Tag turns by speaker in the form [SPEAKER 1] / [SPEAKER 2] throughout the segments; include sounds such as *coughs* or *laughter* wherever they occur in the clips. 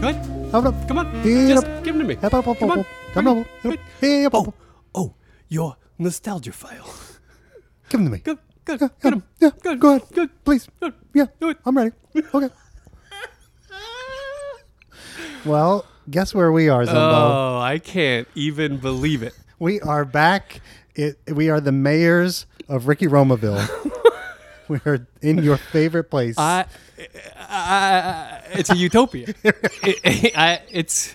[SPEAKER 1] Come on.
[SPEAKER 2] Come on.
[SPEAKER 1] Yeah.
[SPEAKER 2] Just give them to me.
[SPEAKER 1] Come on.
[SPEAKER 2] Come on.
[SPEAKER 1] Come on. Yeah.
[SPEAKER 2] Oh, oh, your nostalgia file.
[SPEAKER 1] Give them to me.
[SPEAKER 2] Good, good,
[SPEAKER 1] Yeah,
[SPEAKER 2] good. Get 'em.
[SPEAKER 1] yeah,
[SPEAKER 2] Good,
[SPEAKER 1] go ahead.
[SPEAKER 2] Good.
[SPEAKER 1] Please.
[SPEAKER 2] Good.
[SPEAKER 1] Yeah.
[SPEAKER 2] Do it.
[SPEAKER 1] I'm ready. Okay. well, guess where we are, Zumbo?
[SPEAKER 2] Oh, I can't even believe it.
[SPEAKER 1] We are back. It, we are the mayors of Ricky
[SPEAKER 2] *laughs*
[SPEAKER 1] Romaville. We're in your favorite place.
[SPEAKER 2] I, I, it's a *laughs* utopia. It- I- it's,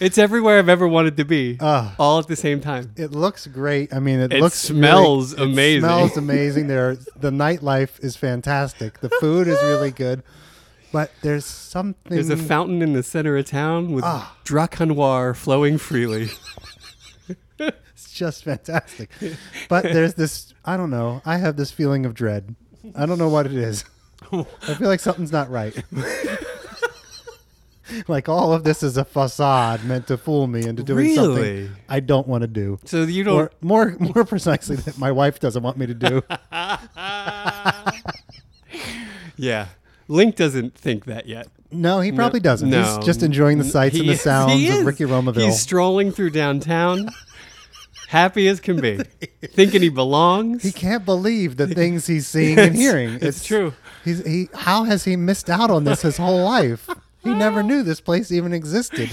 [SPEAKER 2] it's everywhere I've ever wanted to be, all at the same time.
[SPEAKER 1] it looks great. I mean, it,
[SPEAKER 2] It
[SPEAKER 1] looks
[SPEAKER 2] smells
[SPEAKER 1] really- it
[SPEAKER 2] amazing.
[SPEAKER 1] smells amazing. There, the nightlife is fantastic. The food is really good, but there's something.
[SPEAKER 2] There's a fountain in Ah. the center of town with drac noir flowing freely.
[SPEAKER 1] it's just fantastic. But there's this. I don't know. I have this feeling of dread. I don't know what it is. I feel like something's not right. *laughs* like all of this is a facade meant to fool me into doing
[SPEAKER 2] Really?
[SPEAKER 1] something I don't want to do.
[SPEAKER 2] So you don't.
[SPEAKER 1] Or more, more precisely, that my wife doesn't want me to do.
[SPEAKER 2] yeah, Link doesn't think that yet.
[SPEAKER 1] No, he probably doesn't.
[SPEAKER 2] No.
[SPEAKER 1] He's just enjoying the sights
[SPEAKER 2] He
[SPEAKER 1] and the
[SPEAKER 2] is-
[SPEAKER 1] sounds
[SPEAKER 2] he
[SPEAKER 1] of
[SPEAKER 2] is.
[SPEAKER 1] Ricky Romaville.
[SPEAKER 2] He's strolling through downtown, happy as can be, thinking he belongs.
[SPEAKER 1] he can't believe
[SPEAKER 2] *laughs*
[SPEAKER 1] the things he's seeing and
[SPEAKER 2] It's-
[SPEAKER 1] hearing.
[SPEAKER 2] it's true.
[SPEAKER 1] He's, he, how has he missed out on this his whole life? He
[SPEAKER 2] *laughs*
[SPEAKER 1] never knew this place even existed.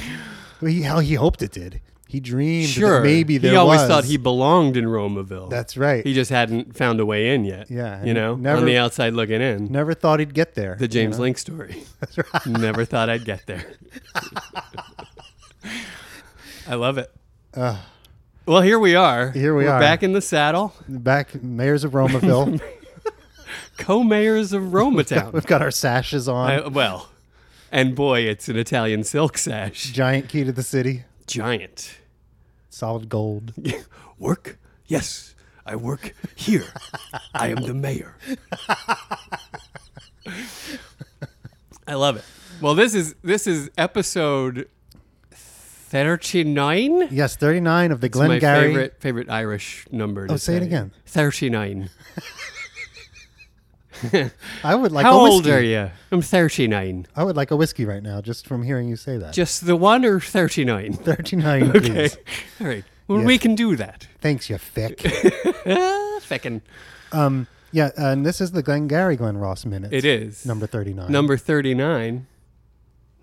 [SPEAKER 1] He, hell, he hoped it did. He dreamed
[SPEAKER 2] sure,
[SPEAKER 1] that maybe there
[SPEAKER 2] he always
[SPEAKER 1] was.
[SPEAKER 2] thought he belonged in Romaville.
[SPEAKER 1] That's right.
[SPEAKER 2] He just hadn't found a way in yet.
[SPEAKER 1] Yeah,
[SPEAKER 2] you know,
[SPEAKER 1] never-
[SPEAKER 2] on the outside looking in.
[SPEAKER 1] never thought he'd get there.
[SPEAKER 2] the James
[SPEAKER 1] *laughs*
[SPEAKER 2] Link story. Never thought I'd get there. I love it. well, here we are.
[SPEAKER 1] Here we
[SPEAKER 2] We're
[SPEAKER 1] are.
[SPEAKER 2] back in the saddle,
[SPEAKER 1] Back mayors of
[SPEAKER 2] *laughs*
[SPEAKER 1] Romaville.
[SPEAKER 2] co-mayors of Romatown.
[SPEAKER 1] We've got our sashes on.
[SPEAKER 2] I, well, and boy, it's an Italian silk sash.
[SPEAKER 1] Giant key to the city.
[SPEAKER 2] Giant.
[SPEAKER 1] Solid gold.
[SPEAKER 2] *laughs* Work? Yes, I work here. I am the mayor. I love it. Well, this is this is episode 39.
[SPEAKER 1] Yes, 39 of the
[SPEAKER 2] my
[SPEAKER 1] Glengarry.
[SPEAKER 2] favorite favorite Irish number.
[SPEAKER 1] Oh, say it again.
[SPEAKER 2] Thirty nine.
[SPEAKER 1] I would like
[SPEAKER 2] How
[SPEAKER 1] a whiskey.
[SPEAKER 2] old are you? I'm thirty nine.
[SPEAKER 1] I would like a whiskey right now, just from hearing you say that.
[SPEAKER 2] Just the one or thirty nine?
[SPEAKER 1] 39,
[SPEAKER 2] Okay.
[SPEAKER 1] please.
[SPEAKER 2] *laughs* All right. Well, we can do that.
[SPEAKER 1] Thanks, you fick.
[SPEAKER 2] *laughs* Ah, feckin'.
[SPEAKER 1] yeah, uh, and this is the Glengarry Glen Ross minute.
[SPEAKER 2] It is
[SPEAKER 1] Number 39.
[SPEAKER 2] number thirty nine.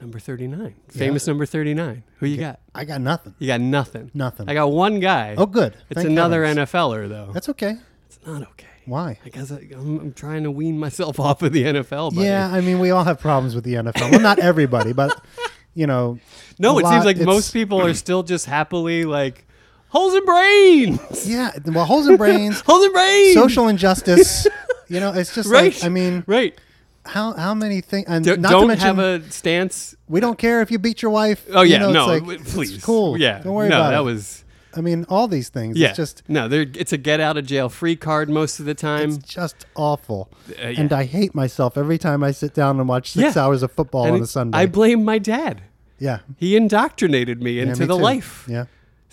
[SPEAKER 2] Number thirty nine. Famous number thirty nine. Who you got?
[SPEAKER 1] I got nothing.
[SPEAKER 2] You got nothing.
[SPEAKER 1] Nothing.
[SPEAKER 2] I got one guy.
[SPEAKER 1] Oh, good.
[SPEAKER 2] It's
[SPEAKER 1] Thank
[SPEAKER 2] another
[SPEAKER 1] heavens.
[SPEAKER 2] NFLer er, though.
[SPEAKER 1] That's okay.
[SPEAKER 2] It's not okay.
[SPEAKER 1] Why?
[SPEAKER 2] I guess I, I'm, I'm trying to wean myself *laughs* off of the NFL. Buddy.
[SPEAKER 1] Yeah, I mean, we all have problems with the NFL. Well, not everybody, but, *laughs* you know.
[SPEAKER 2] No,
[SPEAKER 1] a
[SPEAKER 2] it seems
[SPEAKER 1] lot-
[SPEAKER 2] like
[SPEAKER 1] it's-
[SPEAKER 2] most people are still just happily like holes and brains, *laughs*
[SPEAKER 1] Yeah, well, holes and brains,
[SPEAKER 2] holes and brains.
[SPEAKER 1] social injustice. You know, it's just
[SPEAKER 2] *laughs* right?
[SPEAKER 1] like, I mean,
[SPEAKER 2] right?
[SPEAKER 1] how how many things? And
[SPEAKER 2] D-
[SPEAKER 1] not
[SPEAKER 2] don't
[SPEAKER 1] to mention,
[SPEAKER 2] have a stance.
[SPEAKER 1] we don't care if you beat your wife.
[SPEAKER 2] Oh
[SPEAKER 1] you
[SPEAKER 2] yeah,
[SPEAKER 1] know, it's
[SPEAKER 2] no,
[SPEAKER 1] like,
[SPEAKER 2] w-
[SPEAKER 1] it's
[SPEAKER 2] please,
[SPEAKER 1] cool.
[SPEAKER 2] Yeah,
[SPEAKER 1] don't worry
[SPEAKER 2] no,
[SPEAKER 1] about
[SPEAKER 2] that
[SPEAKER 1] it.
[SPEAKER 2] was
[SPEAKER 1] I mean, all these things.
[SPEAKER 2] yeah.
[SPEAKER 1] It's just
[SPEAKER 2] no, there. It's a get out of jail free card most of the time.
[SPEAKER 1] It's just awful.
[SPEAKER 2] Uh, yeah.
[SPEAKER 1] And I hate myself every time I sit down and watch six
[SPEAKER 2] Yeah.
[SPEAKER 1] hours of football
[SPEAKER 2] And
[SPEAKER 1] on
[SPEAKER 2] it-
[SPEAKER 1] a Sunday.
[SPEAKER 2] I blame my dad.
[SPEAKER 1] yeah.
[SPEAKER 2] He indoctrinated me
[SPEAKER 1] Yeah,
[SPEAKER 2] into
[SPEAKER 1] me
[SPEAKER 2] the
[SPEAKER 1] too.
[SPEAKER 2] life.
[SPEAKER 1] Yeah.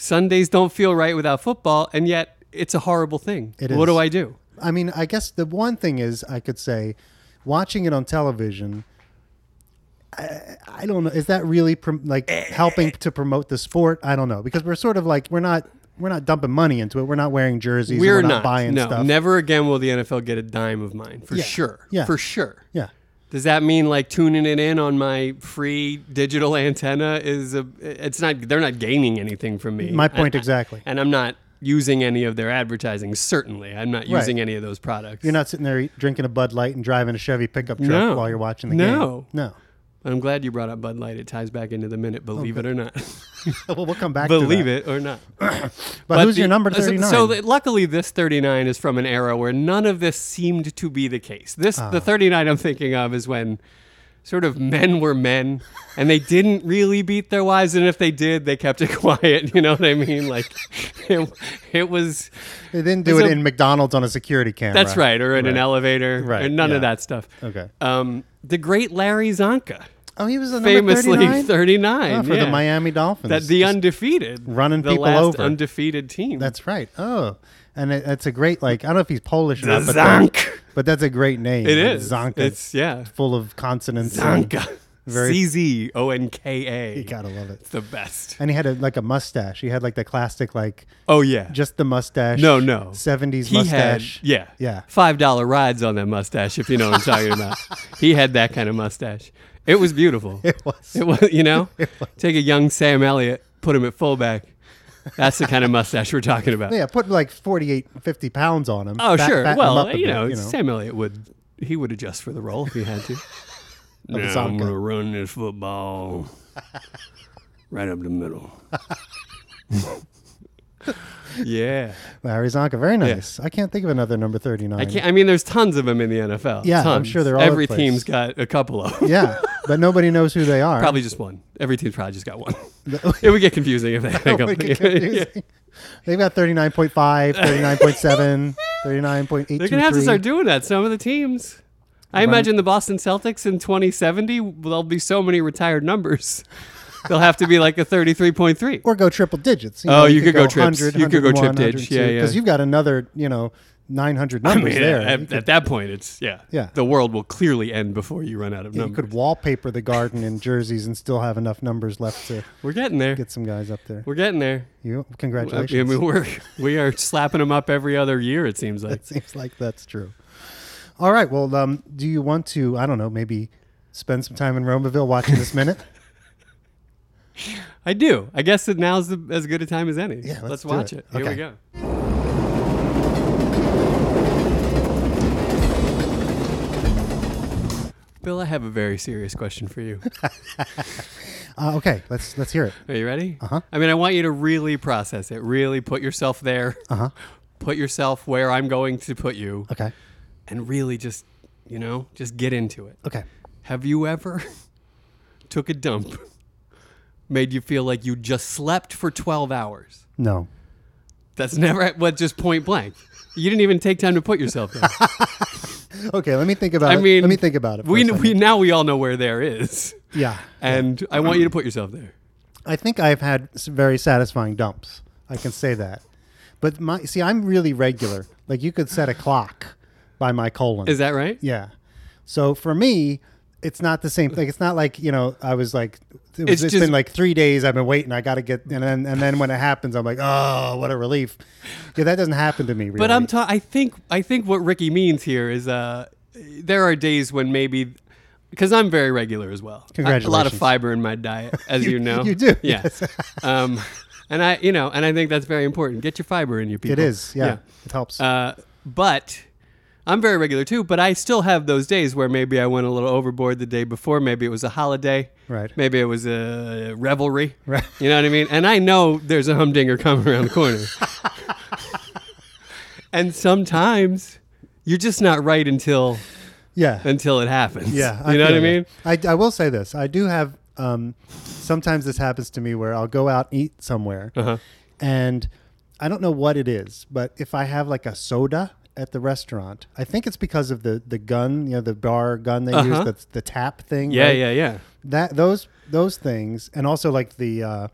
[SPEAKER 2] Sundays don't feel right without football, and yet it's a horrible thing.
[SPEAKER 1] It
[SPEAKER 2] What
[SPEAKER 1] is.
[SPEAKER 2] do I do?
[SPEAKER 1] I mean, I guess the one thing is I could say watching it on television. I, I don't know. Is that really prom- like
[SPEAKER 2] Eh.
[SPEAKER 1] helping to promote the sport? I don't know because we're sort of like we're not we're not dumping money into it. We're not wearing jerseys. and
[SPEAKER 2] We're
[SPEAKER 1] we're not,
[SPEAKER 2] not.
[SPEAKER 1] buying
[SPEAKER 2] no,
[SPEAKER 1] stuff.
[SPEAKER 2] never again will the NFL get a dime of mine for sure.
[SPEAKER 1] Yeah.
[SPEAKER 2] for sure.
[SPEAKER 1] yeah.
[SPEAKER 2] Does that mean like tuning it in on my free digital antenna is a? It's not. They're not gaining anything from me.
[SPEAKER 1] My point
[SPEAKER 2] And-
[SPEAKER 1] exactly.
[SPEAKER 2] And I'm not using any of their advertising. Certainly, I'm not using any of those products.
[SPEAKER 1] You're not sitting there drinking a Bud Light and driving a Chevy pickup truck
[SPEAKER 2] No.
[SPEAKER 1] while you're watching the
[SPEAKER 2] No.
[SPEAKER 1] game. No.
[SPEAKER 2] But I'm glad you brought up Bud Light. It ties back into the minute. Believe it or not. *laughs*
[SPEAKER 1] *laughs* well, we'll come back.
[SPEAKER 2] Believe
[SPEAKER 1] to that.
[SPEAKER 2] it or not.
[SPEAKER 1] But, who's your
[SPEAKER 2] the-
[SPEAKER 1] number
[SPEAKER 2] so-
[SPEAKER 1] thirty nine?
[SPEAKER 2] So, th- luckily, this 39 is from an era where none of this seemed to be the case. This
[SPEAKER 1] Ah.
[SPEAKER 2] the 39 I'm thinking of is when sort of men were men and they didn't really beat their wives, and if they did, they kept it *laughs* quiet. You know what I mean? Like it, it was.
[SPEAKER 1] They didn't do
[SPEAKER 2] It's
[SPEAKER 1] it
[SPEAKER 2] a-
[SPEAKER 1] in McDonald's on a security camera.
[SPEAKER 2] That's right, or in an
[SPEAKER 1] Right.
[SPEAKER 2] elevator, or
[SPEAKER 1] Right,
[SPEAKER 2] none
[SPEAKER 1] yeah. Uh,
[SPEAKER 2] of that stuff.
[SPEAKER 1] Okay.
[SPEAKER 2] Um, the great Larry Zonka,
[SPEAKER 1] Oh, he was the number
[SPEAKER 2] famously *laughs*
[SPEAKER 1] 39?
[SPEAKER 2] 39
[SPEAKER 1] Oh, for the
[SPEAKER 2] yeah.
[SPEAKER 1] Miami Dolphins.
[SPEAKER 2] that the
[SPEAKER 1] Just-
[SPEAKER 2] undefeated
[SPEAKER 1] running
[SPEAKER 2] the
[SPEAKER 1] people
[SPEAKER 2] last
[SPEAKER 1] over.
[SPEAKER 2] undefeated team.
[SPEAKER 1] that's right. Oh, and it, that's a great like. I don't know if he's Polish or
[SPEAKER 2] the
[SPEAKER 1] not, but, that-
[SPEAKER 2] Zonk.
[SPEAKER 1] but that's a great name.
[SPEAKER 2] It
[SPEAKER 1] like
[SPEAKER 2] is
[SPEAKER 1] Zonka.
[SPEAKER 2] It's yeah. *laughs*
[SPEAKER 1] full of consonants. and-
[SPEAKER 2] Zanka.
[SPEAKER 1] Very-
[SPEAKER 2] C Z O N K A.
[SPEAKER 1] You gotta love it.
[SPEAKER 2] It's the best.
[SPEAKER 1] And he had a, like a mustache. He had like the classic, like
[SPEAKER 2] Oh yeah.
[SPEAKER 1] just the mustache.
[SPEAKER 2] No, no.
[SPEAKER 1] Seventies
[SPEAKER 2] he
[SPEAKER 1] mustache.
[SPEAKER 2] had yeah
[SPEAKER 1] Yeah. *laughs*
[SPEAKER 2] five dollar rides on that mustache if you know what I'm talking about. He had that kind of mustache. It was beautiful.
[SPEAKER 1] It was.
[SPEAKER 2] It was you
[SPEAKER 1] *laughs*
[SPEAKER 2] know take a young Sam Elliott, put him at fullback. That's the kind of mustache we're talking about.
[SPEAKER 1] Yeah, put like 48, 50 pounds on him.
[SPEAKER 2] Oh
[SPEAKER 1] Fat-
[SPEAKER 2] sure.
[SPEAKER 1] fatten him
[SPEAKER 2] Well,
[SPEAKER 1] up a
[SPEAKER 2] you,
[SPEAKER 1] bit,
[SPEAKER 2] know, Sam Elliott would he would adjust for the role if he had
[SPEAKER 1] *laughs*
[SPEAKER 2] to. now I'm
[SPEAKER 1] Zonka.
[SPEAKER 2] gonna run this football right up the middle. *laughs* yeah.
[SPEAKER 1] Larry Zonka, very nice. I can't think of another number thirty-nine.
[SPEAKER 2] I can't. I mean, there's tons of them in the NFL.
[SPEAKER 1] Yeah, I'm
[SPEAKER 2] tons.
[SPEAKER 1] sure they're all over
[SPEAKER 2] Every
[SPEAKER 1] the place.
[SPEAKER 2] team's got a couple of them.
[SPEAKER 1] yeah, but nobody knows who
[SPEAKER 2] *laughs*
[SPEAKER 1] they *laughs* are.
[SPEAKER 2] Probably just one. Every team's probably
[SPEAKER 1] *laughs*
[SPEAKER 2] just got one. *laughs* it would get confusing if they had a
[SPEAKER 1] It
[SPEAKER 2] couple.
[SPEAKER 1] would get
[SPEAKER 2] *laughs*
[SPEAKER 1] confusing. *laughs* They've got 39.5,
[SPEAKER 2] *laughs*
[SPEAKER 1] 39.7, 39.823.
[SPEAKER 2] They're gonna have to start doing that. Some of the teams. I imagine the Boston Celtics in 2070. There'll be so many retired numbers. *laughs* They'll have to be like a 33.3.
[SPEAKER 1] or go triple digits.
[SPEAKER 2] Oh, you could go trips. You could go trip digits. Yeah, yeah.
[SPEAKER 1] Because you've got another, you know, 900
[SPEAKER 2] *laughs* I
[SPEAKER 1] numbers
[SPEAKER 2] mean,
[SPEAKER 1] there.
[SPEAKER 2] at,
[SPEAKER 1] you,
[SPEAKER 2] at that point, it's yeah.
[SPEAKER 1] Yeah.
[SPEAKER 2] The world will clearly end before you run out of
[SPEAKER 1] could, you
[SPEAKER 2] numbers.
[SPEAKER 1] could wallpaper the garden in jerseys and still have enough numbers left to
[SPEAKER 2] We're getting there.
[SPEAKER 1] get some guys up there.
[SPEAKER 2] We're getting there.
[SPEAKER 1] You,
[SPEAKER 2] I
[SPEAKER 1] congratulations.
[SPEAKER 2] mean, we're we are *laughs* slapping them up every other year. It seems like.
[SPEAKER 1] it *laughs* seems like that's true. All right. Well, um, do you want to? I don't know. Maybe spend some time in Romaville watching this minute.
[SPEAKER 2] *laughs* I do. I guess that now's the, as good a time as any.
[SPEAKER 1] Yeah, let's do
[SPEAKER 2] watch
[SPEAKER 1] it.
[SPEAKER 2] it. Here
[SPEAKER 1] Okay.
[SPEAKER 2] we go. Bill, I have a very serious question for
[SPEAKER 1] *laughs*
[SPEAKER 2] you.
[SPEAKER 1] Uh, okay. Let's let's hear it.
[SPEAKER 2] Are you ready? Uh
[SPEAKER 1] Uh-huh.
[SPEAKER 2] huh. I mean, I want you to really process it. Really put yourself there. Uh
[SPEAKER 1] Uh-huh.
[SPEAKER 2] huh. Put yourself where I'm going to put you,
[SPEAKER 1] Okay.
[SPEAKER 2] and really just, you know, just get into it.
[SPEAKER 1] Okay.
[SPEAKER 2] Have you ever *laughs* took a dump, made you feel like you just slept for 12 hours?
[SPEAKER 1] No.
[SPEAKER 2] That's never what just point blank. You didn't even take time to put yourself there.
[SPEAKER 1] Okay. Let me think about
[SPEAKER 2] I
[SPEAKER 1] it.
[SPEAKER 2] mean,
[SPEAKER 1] let me think about it. for a
[SPEAKER 2] We,
[SPEAKER 1] second.
[SPEAKER 2] we now we all know where there is,
[SPEAKER 1] yeah.
[SPEAKER 2] and I want you to put yourself there.
[SPEAKER 1] I think I've had s- very satisfying dumps. I can say that. But my see, I'm really regular. Like you could set a clock by my colon.
[SPEAKER 2] Is that right?
[SPEAKER 1] yeah. So for me, it's not the same thing. It's not like you know I was like it was,
[SPEAKER 2] It's
[SPEAKER 1] it's
[SPEAKER 2] just-
[SPEAKER 1] been like three days. I've been waiting. I got to get and then and then when it happens, I'm like, oh, what a relief. Yeah, that doesn't happen to me. Really.
[SPEAKER 2] But I'm ta- I think I think what Ricky means here is uh, there are days when maybe because I'm very regular as well. I- A lot of
[SPEAKER 1] Congratulations.
[SPEAKER 2] fiber in my diet, as you, know.
[SPEAKER 1] you do,
[SPEAKER 2] Yeah.
[SPEAKER 1] yes. *laughs*
[SPEAKER 2] um, and I you know and I think that's very important. Get your fiber in your people.
[SPEAKER 1] It is. Yeah, it helps.
[SPEAKER 2] Uh, but I'm very regular too. But I still have those days where maybe I went a little overboard the day before. Maybe it was a holiday.
[SPEAKER 1] Right.
[SPEAKER 2] Maybe it was a revelry.
[SPEAKER 1] Right.
[SPEAKER 2] You know what I mean? And I know there's a humdinger coming around the
[SPEAKER 1] *laughs*
[SPEAKER 2] corner. and sometimes you're just not right until
[SPEAKER 1] yeah.
[SPEAKER 2] until it happens.
[SPEAKER 1] Yeah,
[SPEAKER 2] You know what I
[SPEAKER 1] feel
[SPEAKER 2] mean?
[SPEAKER 1] that. I, I will say this: I do have. Um, sometimes this happens to me where I'll go out and eat somewhere,
[SPEAKER 2] Uh-huh.
[SPEAKER 1] and I don't know what it is, but if I have like a soda at the restaurant, I think it's because of the the gun, you know, the bar gun they use,
[SPEAKER 2] Uh-huh.
[SPEAKER 1] that's the tap thing.
[SPEAKER 2] Yeah,
[SPEAKER 1] right?
[SPEAKER 2] yeah, yeah.
[SPEAKER 1] That those those things, and also like the. Uh,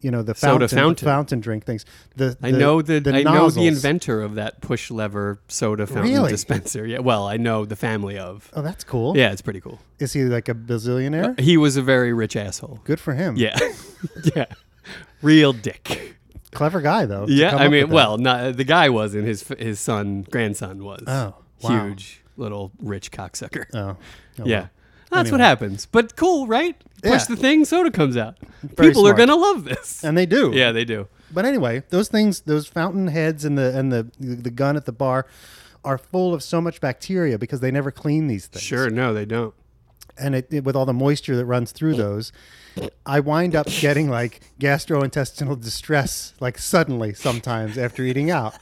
[SPEAKER 1] you know the
[SPEAKER 2] Soda
[SPEAKER 1] fountain,
[SPEAKER 2] fountain.
[SPEAKER 1] drink things. The,
[SPEAKER 2] I know the, I know the
[SPEAKER 1] nozzles.
[SPEAKER 2] inventor of that push lever soda fountain
[SPEAKER 1] Really?
[SPEAKER 2] dispenser. Yeah. Well, I know the family of.
[SPEAKER 1] Oh, that's cool.
[SPEAKER 2] Yeah, it's pretty cool.
[SPEAKER 1] Is he like a bazillionaire?
[SPEAKER 2] He was a very rich asshole.
[SPEAKER 1] Good for him. *laughs*
[SPEAKER 2] *laughs* Yeah. yeah. Real dick.
[SPEAKER 1] Clever guy though. to
[SPEAKER 2] Yeah.
[SPEAKER 1] come
[SPEAKER 2] I
[SPEAKER 1] up
[SPEAKER 2] mean,
[SPEAKER 1] with that.
[SPEAKER 2] well, not, the guy wasn't. His his son, grandson was.
[SPEAKER 1] Oh, wow.
[SPEAKER 2] Huge little rich cocksucker.
[SPEAKER 1] Oh, oh,
[SPEAKER 2] *laughs* yeah.
[SPEAKER 1] well.
[SPEAKER 2] That's what happens. But cool, right?
[SPEAKER 1] Yeah.
[SPEAKER 2] Push the thing, soda comes out.
[SPEAKER 1] Very
[SPEAKER 2] People are
[SPEAKER 1] smart.
[SPEAKER 2] going to love this.
[SPEAKER 1] and they do.
[SPEAKER 2] *laughs* yeah, they do.
[SPEAKER 1] But anyway, those things, those fountain heads and the and the the gun at the bar, are full of so much bacteria because they never clean these things.
[SPEAKER 2] Sure. No, they don't.
[SPEAKER 1] And it, it- with all the moisture that runs through those, I wind up getting like gastrointestinal distress, like suddenly sometimes after eating out.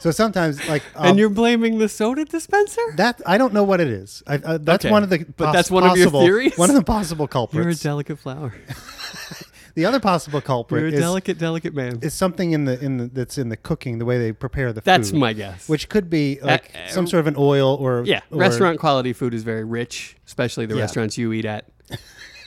[SPEAKER 1] So sometimes like
[SPEAKER 2] *laughs* and
[SPEAKER 1] I'll-
[SPEAKER 2] you're blaming the soda dispenser?
[SPEAKER 1] Uh, that I don't know what it is. I, uh, that's
[SPEAKER 2] Okay.
[SPEAKER 1] one of the
[SPEAKER 2] But that's one of your
[SPEAKER 1] possible-
[SPEAKER 2] theories?
[SPEAKER 1] One of the possible
[SPEAKER 2] You're a
[SPEAKER 1] culprits.
[SPEAKER 2] delicate flower.
[SPEAKER 1] the other possible
[SPEAKER 2] You're a
[SPEAKER 1] culprit is,
[SPEAKER 2] delicate, delicate man.
[SPEAKER 1] is something in the in the that's in the cooking, the way they prepare the
[SPEAKER 2] That's
[SPEAKER 1] food.
[SPEAKER 2] my guess.
[SPEAKER 1] which could be like
[SPEAKER 2] uh,
[SPEAKER 1] some sort of an oil or
[SPEAKER 2] Yeah,
[SPEAKER 1] or-
[SPEAKER 2] *laughs* restaurant quality food is very rich, especially the
[SPEAKER 1] Yeah.
[SPEAKER 2] restaurants you eat at.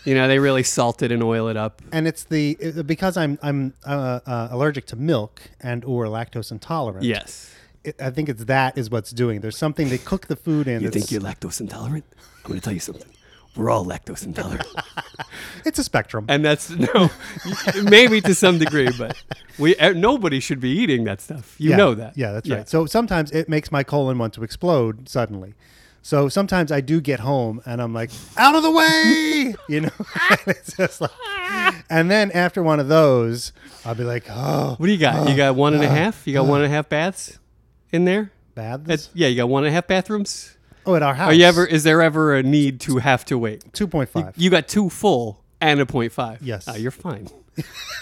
[SPEAKER 2] you know, they really salt it and oil it up.
[SPEAKER 1] and it's the it- because I'm I'm uh, uh, allergic to milk and or lactose intolerant.
[SPEAKER 2] Yes.
[SPEAKER 1] it, I think it's that is what's doing. There's something they cook the food in.
[SPEAKER 2] You
[SPEAKER 1] that's-
[SPEAKER 2] think you're lactose intolerant? I'm going to tell you something. We're all lactose intolerant.
[SPEAKER 1] It's a spectrum.
[SPEAKER 2] and that's *laughs* no, maybe to some degree, but we eh, nobody should be eating that stuff. You
[SPEAKER 1] yeah.
[SPEAKER 2] know that.
[SPEAKER 1] Yeah, that's right. So sometimes it makes my colon want to explode suddenly. So sometimes I do get home and I'm like, out of the
[SPEAKER 2] *laughs*
[SPEAKER 1] way, you know. *laughs* it's just like, and then after one of those, I'll be like, oh,
[SPEAKER 2] What do you got? You got one
[SPEAKER 1] Uh,
[SPEAKER 2] and a half. You got one and a half baths in there.
[SPEAKER 1] baths.
[SPEAKER 2] That's, yeah, you got one and a half bathrooms.
[SPEAKER 1] Oh, at our house.
[SPEAKER 2] Are you ever? Is there ever a need to have to wait?
[SPEAKER 1] two point five?
[SPEAKER 2] You got two full and a point five.
[SPEAKER 1] Yes.
[SPEAKER 2] Ah, you're fine.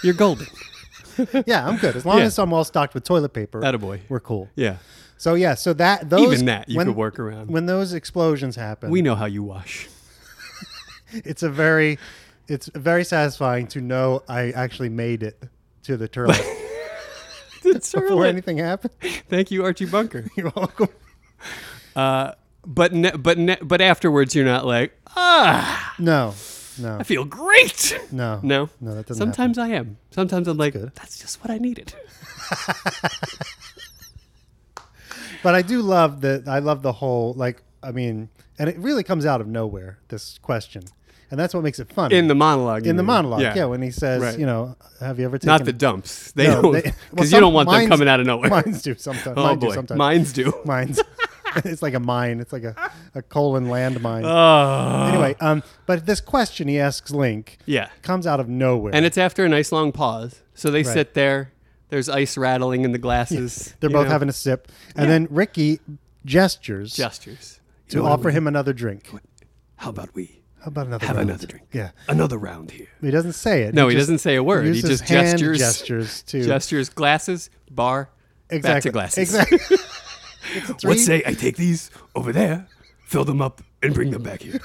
[SPEAKER 2] You're golden. *laughs*
[SPEAKER 1] yeah, I'm good as long
[SPEAKER 2] Yeah.
[SPEAKER 1] as I'm well stocked with toilet paper.
[SPEAKER 2] Attaboy.
[SPEAKER 1] We're cool.
[SPEAKER 2] Yeah.
[SPEAKER 1] So yeah, so that those
[SPEAKER 2] Even that you
[SPEAKER 1] when,
[SPEAKER 2] could work around.
[SPEAKER 1] when those explosions happen.
[SPEAKER 2] we know how
[SPEAKER 1] *laughs*
[SPEAKER 2] you wash.
[SPEAKER 1] it's a very it's very satisfying to know I actually made it to the
[SPEAKER 2] *laughs*
[SPEAKER 1] toilet
[SPEAKER 2] It's
[SPEAKER 1] before
[SPEAKER 2] early.
[SPEAKER 1] anything happened. *laughs*
[SPEAKER 2] Thank you, Archie Bunker.
[SPEAKER 1] You're welcome.
[SPEAKER 2] But ne- but ne- but afterwards, you're not like ah,
[SPEAKER 1] No, no,
[SPEAKER 2] I feel great.
[SPEAKER 1] no,
[SPEAKER 2] *laughs* No,
[SPEAKER 1] no. That doesn't. happen.
[SPEAKER 2] Sometimes I am. Sometimes I'm like,
[SPEAKER 1] good.
[SPEAKER 2] that's just what I needed.
[SPEAKER 1] But I do love the I love the whole like I mean, and it really comes out of nowhere this question, and that's what makes it fun
[SPEAKER 2] In the monologue. you
[SPEAKER 1] in the
[SPEAKER 2] mean.
[SPEAKER 1] monologue. Yeah. when he says,
[SPEAKER 2] Right.
[SPEAKER 1] you know, have you ever taken
[SPEAKER 2] not the dumps. They
[SPEAKER 1] No,
[SPEAKER 2] don't *laughs*
[SPEAKER 1] they-
[SPEAKER 2] because
[SPEAKER 1] well,
[SPEAKER 2] you don't
[SPEAKER 1] some-
[SPEAKER 2] want them
[SPEAKER 1] mine's-
[SPEAKER 2] coming out
[SPEAKER 1] *laughs*
[SPEAKER 2] of nowhere.
[SPEAKER 1] mines do sometimes?
[SPEAKER 2] oh
[SPEAKER 1] mine
[SPEAKER 2] boy,
[SPEAKER 1] do sometimes.
[SPEAKER 2] mines do.
[SPEAKER 1] *laughs*
[SPEAKER 2] *laughs*
[SPEAKER 1] mines. it's like a mine. It's like a a colon landmine.
[SPEAKER 2] Oh.
[SPEAKER 1] anyway, um, but this question he asks Link
[SPEAKER 2] Yeah.
[SPEAKER 1] comes out of nowhere,
[SPEAKER 2] And it's after a nice long pause. So they sit there. There's ice rattling in the glasses.
[SPEAKER 1] they're
[SPEAKER 2] you
[SPEAKER 1] both
[SPEAKER 2] know,
[SPEAKER 1] having a sip, and then Ricky gestures
[SPEAKER 2] gestures.
[SPEAKER 1] to offer him another drink.
[SPEAKER 2] How about we
[SPEAKER 1] How about another?
[SPEAKER 2] have
[SPEAKER 1] round?
[SPEAKER 2] another drink?
[SPEAKER 1] Yeah,
[SPEAKER 2] Another round here.
[SPEAKER 1] he doesn't say it.
[SPEAKER 2] No, he,
[SPEAKER 1] just
[SPEAKER 2] doesn't say a word. He
[SPEAKER 1] uses
[SPEAKER 2] just
[SPEAKER 1] hand
[SPEAKER 2] gestures. *laughs*
[SPEAKER 1] gestures to
[SPEAKER 2] Gestures, glasses, bar, back to
[SPEAKER 1] Exactly.
[SPEAKER 2] glasses. *laughs*
[SPEAKER 1] Exactly. It's a three-
[SPEAKER 2] say I take these over there, fill them up, and bring them back here?